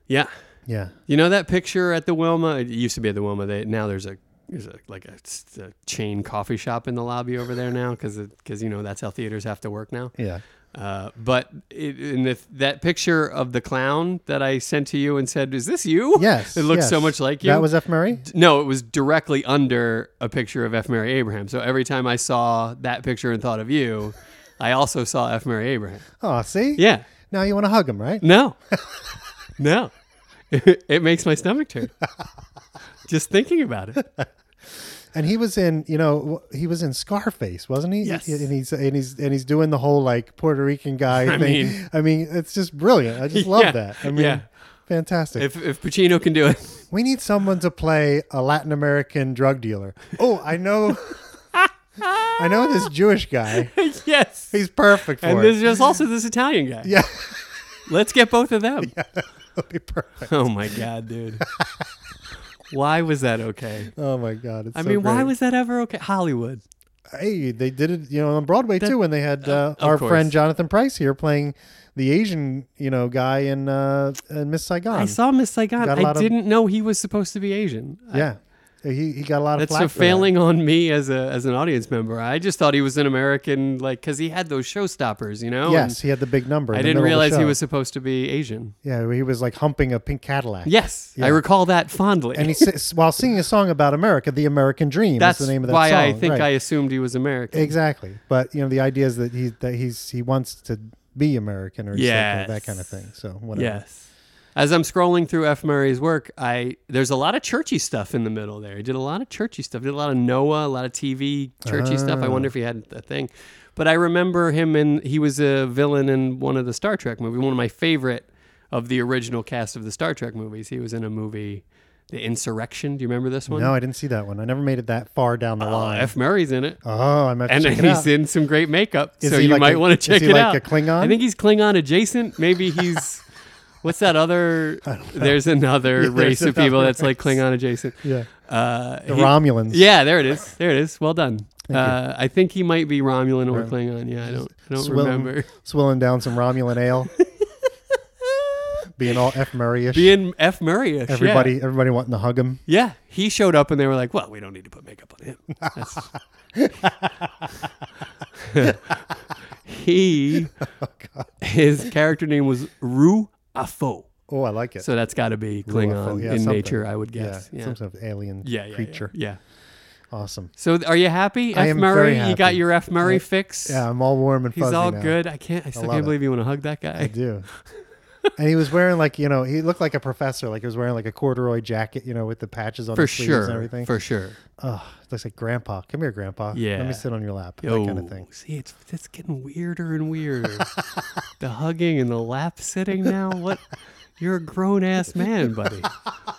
[SPEAKER 2] yeah.
[SPEAKER 1] yeah.
[SPEAKER 2] You know that picture at the Wilma? It used to be at the Wilma. They, now there's a there's a, like a, s- a chain coffee shop in the lobby over there now because because you know that's how theaters have to work now.
[SPEAKER 1] Yeah.
[SPEAKER 2] Uh, but it, in the, that picture of the clown that I sent to you and said, "Is this you?"
[SPEAKER 1] Yes.
[SPEAKER 2] *laughs* it looks
[SPEAKER 1] yes.
[SPEAKER 2] so much like you.
[SPEAKER 1] That was F. Murray?
[SPEAKER 2] no, it was directly under a picture of F. Mary Abraham. So every time I saw that picture and thought of you, I also saw F. Mary Abraham.
[SPEAKER 1] Oh, see?
[SPEAKER 2] Yeah,
[SPEAKER 1] Now you want to hug him, right?
[SPEAKER 2] no, *laughs* no, *laughs* it, makes my stomach turn just thinking
[SPEAKER 1] *laughs*
[SPEAKER 2] about it.
[SPEAKER 1] And he was in, you know, w- he was in Scarface, wasn't he?
[SPEAKER 2] Yes.
[SPEAKER 1] And he's and he's and he's doing the whole like Puerto Rican guy
[SPEAKER 2] *laughs* I
[SPEAKER 1] thing.
[SPEAKER 2] mean-
[SPEAKER 1] I mean, it's just brilliant. I just love
[SPEAKER 2] *laughs* Yeah,
[SPEAKER 1] that. I mean,
[SPEAKER 2] yeah.
[SPEAKER 1] fantastic.
[SPEAKER 2] If if Pacino can do it, *laughs*
[SPEAKER 1] we need someone to play a Latin American drug dealer. Oh, I know. I know this Jewish guy.
[SPEAKER 2] yes.
[SPEAKER 1] He's perfect for
[SPEAKER 2] And
[SPEAKER 1] it. *laughs*
[SPEAKER 2] there's just also this Italian guy.
[SPEAKER 1] yeah,
[SPEAKER 2] Let's get both of them.
[SPEAKER 1] it'll be perfect.
[SPEAKER 2] Oh my
[SPEAKER 1] *laughs*
[SPEAKER 2] god, dude. why was that okay?
[SPEAKER 1] Oh my god! It's
[SPEAKER 2] I
[SPEAKER 1] so
[SPEAKER 2] mean, why
[SPEAKER 1] great.
[SPEAKER 2] was that ever okay? Hollywood.
[SPEAKER 1] hey, they did it, you know, on Broadway too when they had uh,
[SPEAKER 2] of
[SPEAKER 1] our
[SPEAKER 2] course.
[SPEAKER 1] friend Jonathan Price here playing the Asian, you know, guy in, uh, in Miss Saigon.
[SPEAKER 2] I saw Miss Saigon.
[SPEAKER 1] Got a
[SPEAKER 2] I
[SPEAKER 1] lot of-
[SPEAKER 2] didn't know he was supposed to be Asian.
[SPEAKER 1] yeah, He, he got a lot of
[SPEAKER 2] That's
[SPEAKER 1] flack
[SPEAKER 2] so
[SPEAKER 1] for that.
[SPEAKER 2] failing on me as a as an audience member. I just thought he was an American, like because he had those showstoppers, you know.
[SPEAKER 1] Yes,
[SPEAKER 2] And
[SPEAKER 1] he had the big number. in
[SPEAKER 2] I
[SPEAKER 1] the
[SPEAKER 2] didn't
[SPEAKER 1] middle of
[SPEAKER 2] realize
[SPEAKER 1] the
[SPEAKER 2] he
[SPEAKER 1] show.
[SPEAKER 2] was supposed to be Asian.
[SPEAKER 1] Yeah, he was like humping a pink Cadillac.
[SPEAKER 2] Yes, I
[SPEAKER 1] Yeah.
[SPEAKER 2] recall that fondly.
[SPEAKER 1] and he s- while singing a song about America, the American Dream.
[SPEAKER 2] That's
[SPEAKER 1] is the name of that
[SPEAKER 2] why
[SPEAKER 1] song.
[SPEAKER 2] I think
[SPEAKER 1] right.
[SPEAKER 2] I assumed he was American.
[SPEAKER 1] exactly. But you know, the idea is that he that he's he wants to be American or he's like, that
[SPEAKER 2] Yes.
[SPEAKER 1] kind of thing. So whatever.
[SPEAKER 2] Yes. As I'm scrolling through F. Murray's work, I there's a lot of churchy stuff in the middle there. He did a lot of churchy stuff. Did a lot of Noah, a lot of TV churchy stuff. I wonder if he had a thing. But I remember him in he was a villain in one of the Star Trek movie, one of my favorite of the original cast of the Star Trek movies. He was in a movie, The Insurrection. Do you remember this one?
[SPEAKER 1] No, I didn't see that one. I never made it that far down the
[SPEAKER 2] Uh,
[SPEAKER 1] line.
[SPEAKER 2] F. Murray's in it.
[SPEAKER 1] oh, I'm
[SPEAKER 2] and
[SPEAKER 1] check
[SPEAKER 2] he's
[SPEAKER 1] it out.
[SPEAKER 2] in some great makeup.
[SPEAKER 1] Is
[SPEAKER 2] so
[SPEAKER 1] he
[SPEAKER 2] you
[SPEAKER 1] like
[SPEAKER 2] might
[SPEAKER 1] a-
[SPEAKER 2] want to
[SPEAKER 1] is
[SPEAKER 2] check
[SPEAKER 1] he
[SPEAKER 2] it
[SPEAKER 1] like
[SPEAKER 2] out.
[SPEAKER 1] a Klingon?
[SPEAKER 2] I think he's Klingon adjacent. Maybe he's *laughs* what's that
[SPEAKER 1] *laughs*
[SPEAKER 2] other? There's another
[SPEAKER 1] Yeah, there's
[SPEAKER 2] race of people
[SPEAKER 1] another
[SPEAKER 2] that's like
[SPEAKER 1] race.
[SPEAKER 2] Klingon adjacent.
[SPEAKER 1] yeah,
[SPEAKER 2] Uh,
[SPEAKER 1] the
[SPEAKER 2] he-
[SPEAKER 1] Romulans.
[SPEAKER 2] Yeah, there it is. There it is. Well done.
[SPEAKER 1] you.
[SPEAKER 2] Uh, I think he might be Romulan or
[SPEAKER 1] Right.
[SPEAKER 2] Klingon. Yeah, I don't. I don't
[SPEAKER 1] Swilling-
[SPEAKER 2] remember.
[SPEAKER 1] swilling down some Romulan
[SPEAKER 2] *laughs*
[SPEAKER 1] ale, being all F Murray-ish.
[SPEAKER 2] Being F. Murray.
[SPEAKER 1] everybody, everybody wanting to hug him.
[SPEAKER 2] Yeah, he showed up and they were like, "Well, we don't need to put makeup on him."
[SPEAKER 1] *laughs*
[SPEAKER 2] That's- he,
[SPEAKER 1] Oh,
[SPEAKER 2] his character name was Ru Afo,
[SPEAKER 1] Oh, I like it.
[SPEAKER 2] so that's got to be Klingon
[SPEAKER 1] yeah,
[SPEAKER 2] in
[SPEAKER 1] something.
[SPEAKER 2] nature, I would guess.
[SPEAKER 1] yeah,
[SPEAKER 2] Yeah, yeah,
[SPEAKER 1] some sort of alien
[SPEAKER 2] yeah, yeah,
[SPEAKER 1] creature.
[SPEAKER 2] Yeah.
[SPEAKER 1] Awesome.
[SPEAKER 2] So, th- are you happy, F.
[SPEAKER 1] I am
[SPEAKER 2] Murray?
[SPEAKER 1] very
[SPEAKER 2] You got
[SPEAKER 1] happy.
[SPEAKER 2] your F. Murray
[SPEAKER 1] I-
[SPEAKER 2] fix.
[SPEAKER 1] Yeah, I'm all warm and
[SPEAKER 2] he's
[SPEAKER 1] fuzzy
[SPEAKER 2] all
[SPEAKER 1] now.
[SPEAKER 2] good. I can't. I still
[SPEAKER 1] love
[SPEAKER 2] can't
[SPEAKER 1] it.
[SPEAKER 2] believe you want to hug that guy.
[SPEAKER 1] I do. and he was wearing like you know he looked like a professor. Like he was wearing like a corduroy jacket, you know, with the patches on
[SPEAKER 2] For
[SPEAKER 1] his sleeves and
[SPEAKER 2] sure.
[SPEAKER 1] everything.
[SPEAKER 2] For sure.
[SPEAKER 1] oh, looks like grandpa. Come here, grandpa. Let
[SPEAKER 2] Yeah.
[SPEAKER 1] me sit on your lap.
[SPEAKER 2] Yo,
[SPEAKER 1] That kind of thing.
[SPEAKER 2] See, it's it's getting weirder and weirder. *laughs* the hugging and the lap sitting now. What? You're a grown ass man, buddy.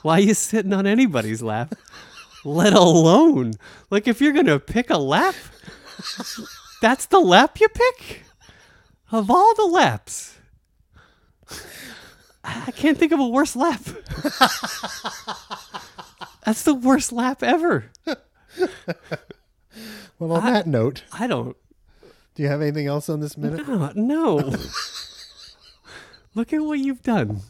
[SPEAKER 2] Why are you sitting on anybody's lap? Let alone like if you're gonna pick a lap, that's the lap you pick. Of all the laps, I I can't think of a worse lap. *laughs* that's the worst lap ever.
[SPEAKER 1] Well, on that note,
[SPEAKER 2] I don't.
[SPEAKER 1] do you have anything else on this minute?
[SPEAKER 2] Oh, no. Look at what you've done.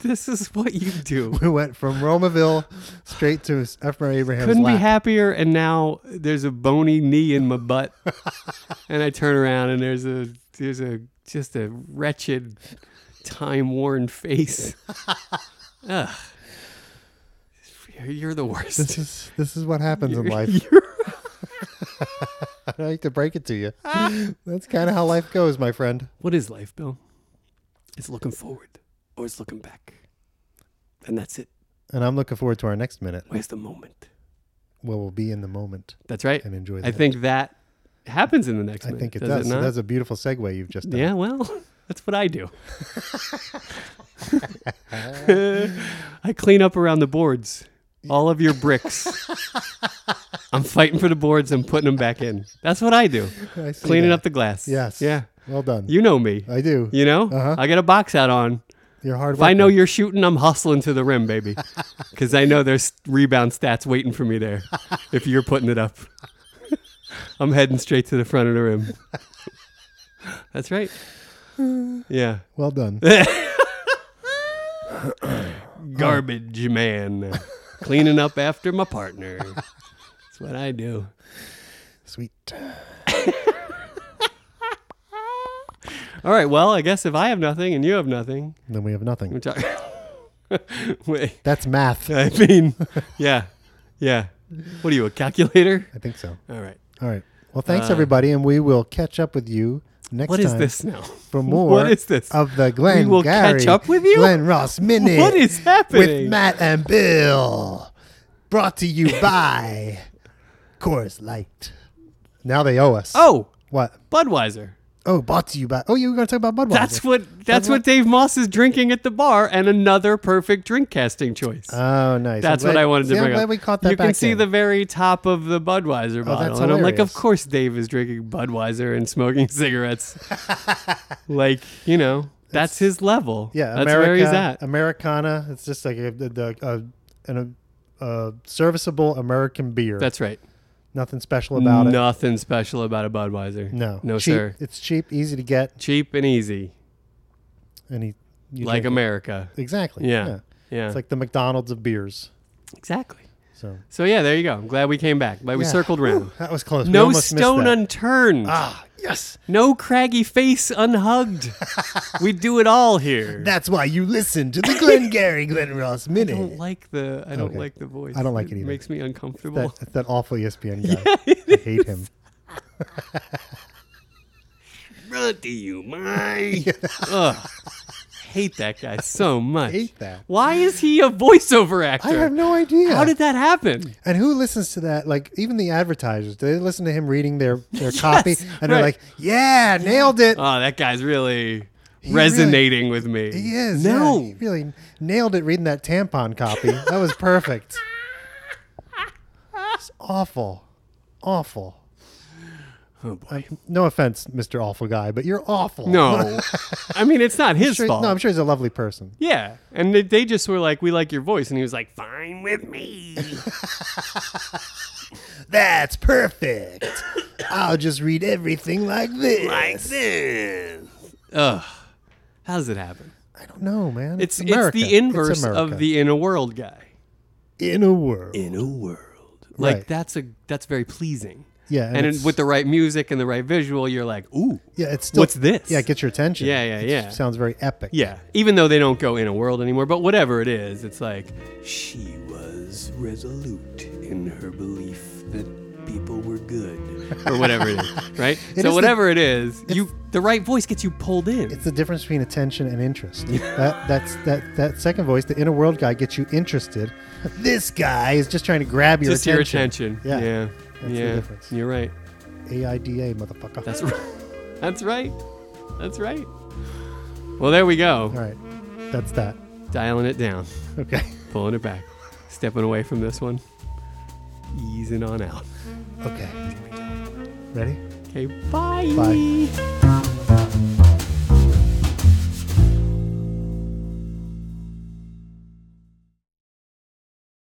[SPEAKER 2] This is what you do.
[SPEAKER 1] We went from Romaville straight to F. Murray Abraham's
[SPEAKER 2] Couldn't be
[SPEAKER 1] lap.
[SPEAKER 2] happier. And now there's a bony knee in my butt. and I turn around and there's a there's a just a wretched, time worn face. Ugh. You're- You're the
[SPEAKER 1] this
[SPEAKER 2] worst.
[SPEAKER 1] is this is what happens in life.
[SPEAKER 2] *laughs* You're-
[SPEAKER 1] *laughs* I hate to break it to you. That's kind of how life goes, my friend.
[SPEAKER 2] what is life, Bill? It's looking forward or it's looking back. And that's it.
[SPEAKER 1] And I'm looking forward to our next minute,
[SPEAKER 2] Where's the moment?
[SPEAKER 1] where we'll be in the moment
[SPEAKER 2] That's right.
[SPEAKER 1] and enjoy.
[SPEAKER 2] I
[SPEAKER 1] that.
[SPEAKER 2] think that happens in the next.
[SPEAKER 1] I
[SPEAKER 2] minute,
[SPEAKER 1] think it
[SPEAKER 2] does,
[SPEAKER 1] does.
[SPEAKER 2] It
[SPEAKER 1] So
[SPEAKER 2] not?
[SPEAKER 1] that's a beautiful segue you've just done.
[SPEAKER 2] *laughs* yeah. Well, *laughs* that's what I do. I clean up around the boards. All of
[SPEAKER 1] *laughs*
[SPEAKER 2] your bricks. I'm fighting for the boards and putting them back in. That's what I do.
[SPEAKER 1] I see
[SPEAKER 2] Cleaning
[SPEAKER 1] that.
[SPEAKER 2] up the glass.
[SPEAKER 1] Yes.
[SPEAKER 2] Yeah.
[SPEAKER 1] Well done.
[SPEAKER 2] You know me.
[SPEAKER 1] I do.
[SPEAKER 2] You know.
[SPEAKER 1] Uh-huh.
[SPEAKER 2] I got a box out on.
[SPEAKER 1] You're hard.
[SPEAKER 2] If I know you're shooting, I'm hustling to the rim, baby, because I know there's rebound stats waiting for me there. If you're putting it up, *laughs* I'm heading straight to the front of the rim. That's right. Yeah,
[SPEAKER 1] Well
[SPEAKER 2] *laughs*
[SPEAKER 1] done.
[SPEAKER 2] garbage man, cleaning up after my partner. That's what I do.
[SPEAKER 1] Sweet.
[SPEAKER 2] All right. Well, I guess if I have nothing and you have nothing,
[SPEAKER 1] Then we have
[SPEAKER 2] we
[SPEAKER 1] nothing.
[SPEAKER 2] talk. *laughs* Wait.
[SPEAKER 1] That's math.
[SPEAKER 2] I mean, yeah, yeah. What are you, a calculator?
[SPEAKER 1] I think so.
[SPEAKER 2] All right.
[SPEAKER 1] All right. Well, thanks everybody, and we will catch up with you next
[SPEAKER 2] Uh, What is
[SPEAKER 1] time
[SPEAKER 2] this now? *laughs*
[SPEAKER 1] for more.
[SPEAKER 2] What is this?
[SPEAKER 1] of the Glenn?
[SPEAKER 2] will catch
[SPEAKER 1] Gary,
[SPEAKER 2] up with you?
[SPEAKER 1] Glenn Ross minute.
[SPEAKER 2] What is
[SPEAKER 1] with
[SPEAKER 2] happening?
[SPEAKER 1] Matt and Bill? Brought to
[SPEAKER 2] *laughs*
[SPEAKER 1] you by Chorus Light. Now they owe us.
[SPEAKER 2] oh,
[SPEAKER 1] what?
[SPEAKER 2] Budweiser.
[SPEAKER 1] Oh, brought to you by. Oh, you were going to talk about Budweiser.
[SPEAKER 2] That's what that's what Dave Moss is drinking at the bar, and another perfect drink casting choice.
[SPEAKER 1] Oh, nice.
[SPEAKER 2] that's
[SPEAKER 1] I'm
[SPEAKER 2] what
[SPEAKER 1] glad-
[SPEAKER 2] I wanted to
[SPEAKER 1] see,
[SPEAKER 2] bring
[SPEAKER 1] I'm glad
[SPEAKER 2] up.
[SPEAKER 1] we caught that
[SPEAKER 2] you can
[SPEAKER 1] back
[SPEAKER 2] see
[SPEAKER 1] in. Oh,
[SPEAKER 2] the very top of the Budweiser bottle,
[SPEAKER 1] that's
[SPEAKER 2] and I'm like, of
[SPEAKER 1] hilarious.
[SPEAKER 2] course Dave is drinking Budweiser and smoking *laughs*
[SPEAKER 1] *laughs*
[SPEAKER 2] cigarettes. like you know, that's his level.
[SPEAKER 1] Yeah,
[SPEAKER 2] that's
[SPEAKER 1] America,
[SPEAKER 2] where he's at.
[SPEAKER 1] Americana. It's just like a, the the- a, an, a, a serviceable American beer.
[SPEAKER 2] That's right.
[SPEAKER 1] nothing special about it.
[SPEAKER 2] Nothing special about a Budweiser.
[SPEAKER 1] No,
[SPEAKER 2] no,
[SPEAKER 1] cheap.
[SPEAKER 2] sir.
[SPEAKER 1] It's cheap, easy to get,
[SPEAKER 2] Cheap and easy,
[SPEAKER 1] and he you
[SPEAKER 2] like
[SPEAKER 1] drink
[SPEAKER 2] America.
[SPEAKER 1] it. exactly.
[SPEAKER 2] Yeah, yeah.
[SPEAKER 1] it's like the McDonald's of beers.
[SPEAKER 2] exactly.
[SPEAKER 1] So
[SPEAKER 2] So yeah, there you go. I'm glad we came back. Glad we
[SPEAKER 1] Yeah.
[SPEAKER 2] circled round.
[SPEAKER 1] Whew, that was close. We
[SPEAKER 2] No
[SPEAKER 1] almost missed
[SPEAKER 2] stone
[SPEAKER 1] that.
[SPEAKER 2] unturned.
[SPEAKER 1] ah yes.
[SPEAKER 2] No craggy face
[SPEAKER 1] *laughs*
[SPEAKER 2] unhugged. we do it all here.
[SPEAKER 1] That's why you listen to the Glenn Gary Glenn Ross
[SPEAKER 2] *laughs* I don't
[SPEAKER 1] minute.
[SPEAKER 2] like the I don't
[SPEAKER 1] Okay.
[SPEAKER 2] like the voice.
[SPEAKER 1] I don't like it either.
[SPEAKER 2] Makes me uncomfortable.
[SPEAKER 1] That, that awful E
[SPEAKER 2] *laughs*
[SPEAKER 1] ESPN guy. I hate him.
[SPEAKER 2] Run to you,
[SPEAKER 3] *laughs*
[SPEAKER 2] my. Ugh. Hate that
[SPEAKER 1] *laughs*
[SPEAKER 2] guy so much.
[SPEAKER 1] hate that.
[SPEAKER 2] Why is he a voiceover actor?
[SPEAKER 1] I have no idea.
[SPEAKER 2] How did that happen?
[SPEAKER 1] And who listens to that? Like even the advertisers, do they listen to him reading their
[SPEAKER 2] *laughs*
[SPEAKER 1] their copy? And they're
[SPEAKER 2] right.
[SPEAKER 1] like, "Yeah, nailed it."
[SPEAKER 2] Oh, that guy's really resonating with me.
[SPEAKER 1] he is. yeah,
[SPEAKER 2] No.
[SPEAKER 1] he really nailed it reading that tampon copy. that was perfect. It's awful, awful.
[SPEAKER 2] Oh, boy.
[SPEAKER 1] No offense, Mister Awful Guy, but you're awful. *laughs*
[SPEAKER 2] *laughs* No. I mean, it's not his
[SPEAKER 1] Sure-
[SPEAKER 2] fault.
[SPEAKER 1] no, I'm sure he's a lovely person.
[SPEAKER 2] Yeah. And they, they just were like, we like your voice. And he was like, fine with me.
[SPEAKER 1] That's perfect. I'll just read everything like this.
[SPEAKER 2] like this. Ugh. How does it happen?
[SPEAKER 1] I don't know, man.
[SPEAKER 2] It's, it's
[SPEAKER 1] America.
[SPEAKER 2] the inverse
[SPEAKER 1] America.
[SPEAKER 2] of the in a world guy.
[SPEAKER 1] in a world.
[SPEAKER 3] In a world.
[SPEAKER 2] Like
[SPEAKER 1] Right.
[SPEAKER 2] that's a that's very pleasing.
[SPEAKER 1] Yeah, and
[SPEAKER 2] And,
[SPEAKER 1] it's-
[SPEAKER 2] it, with the right music and the right visual, you're like, ooh.
[SPEAKER 1] Yeah, it's still,
[SPEAKER 2] What's this?
[SPEAKER 1] Yeah, it gets your attention.
[SPEAKER 2] Yeah, yeah,
[SPEAKER 1] It
[SPEAKER 2] yeah.
[SPEAKER 1] Sounds very epic.
[SPEAKER 2] Yeah. Even though they don't go in a world anymore, but whatever it is, it's like
[SPEAKER 3] She was resolute in her belief that people were good.
[SPEAKER 2] or whatever it is,
[SPEAKER 1] *laughs*
[SPEAKER 2] right?
[SPEAKER 1] is
[SPEAKER 2] so
[SPEAKER 1] the-
[SPEAKER 2] whatever it is, you the right voice gets you pulled in.
[SPEAKER 1] It's the difference between attention and interest. that that's that that second voice, the inner world guy, gets you interested. This guy is just trying to grab your
[SPEAKER 2] just your
[SPEAKER 1] attention.
[SPEAKER 2] attention. Yeah. Yeah.
[SPEAKER 1] That's the difference.
[SPEAKER 2] You're right.
[SPEAKER 1] Yeah, AIDA motherfucker.
[SPEAKER 2] That's *laughs* right. That's right. That's right. Well, there we go.
[SPEAKER 1] all right. That's that.
[SPEAKER 2] Dialing it down,
[SPEAKER 1] Okay. *laughs*
[SPEAKER 2] pulling it back, stepping away from this one, easing on out.
[SPEAKER 1] Okay. Ready?
[SPEAKER 2] Okay,
[SPEAKER 1] Bye.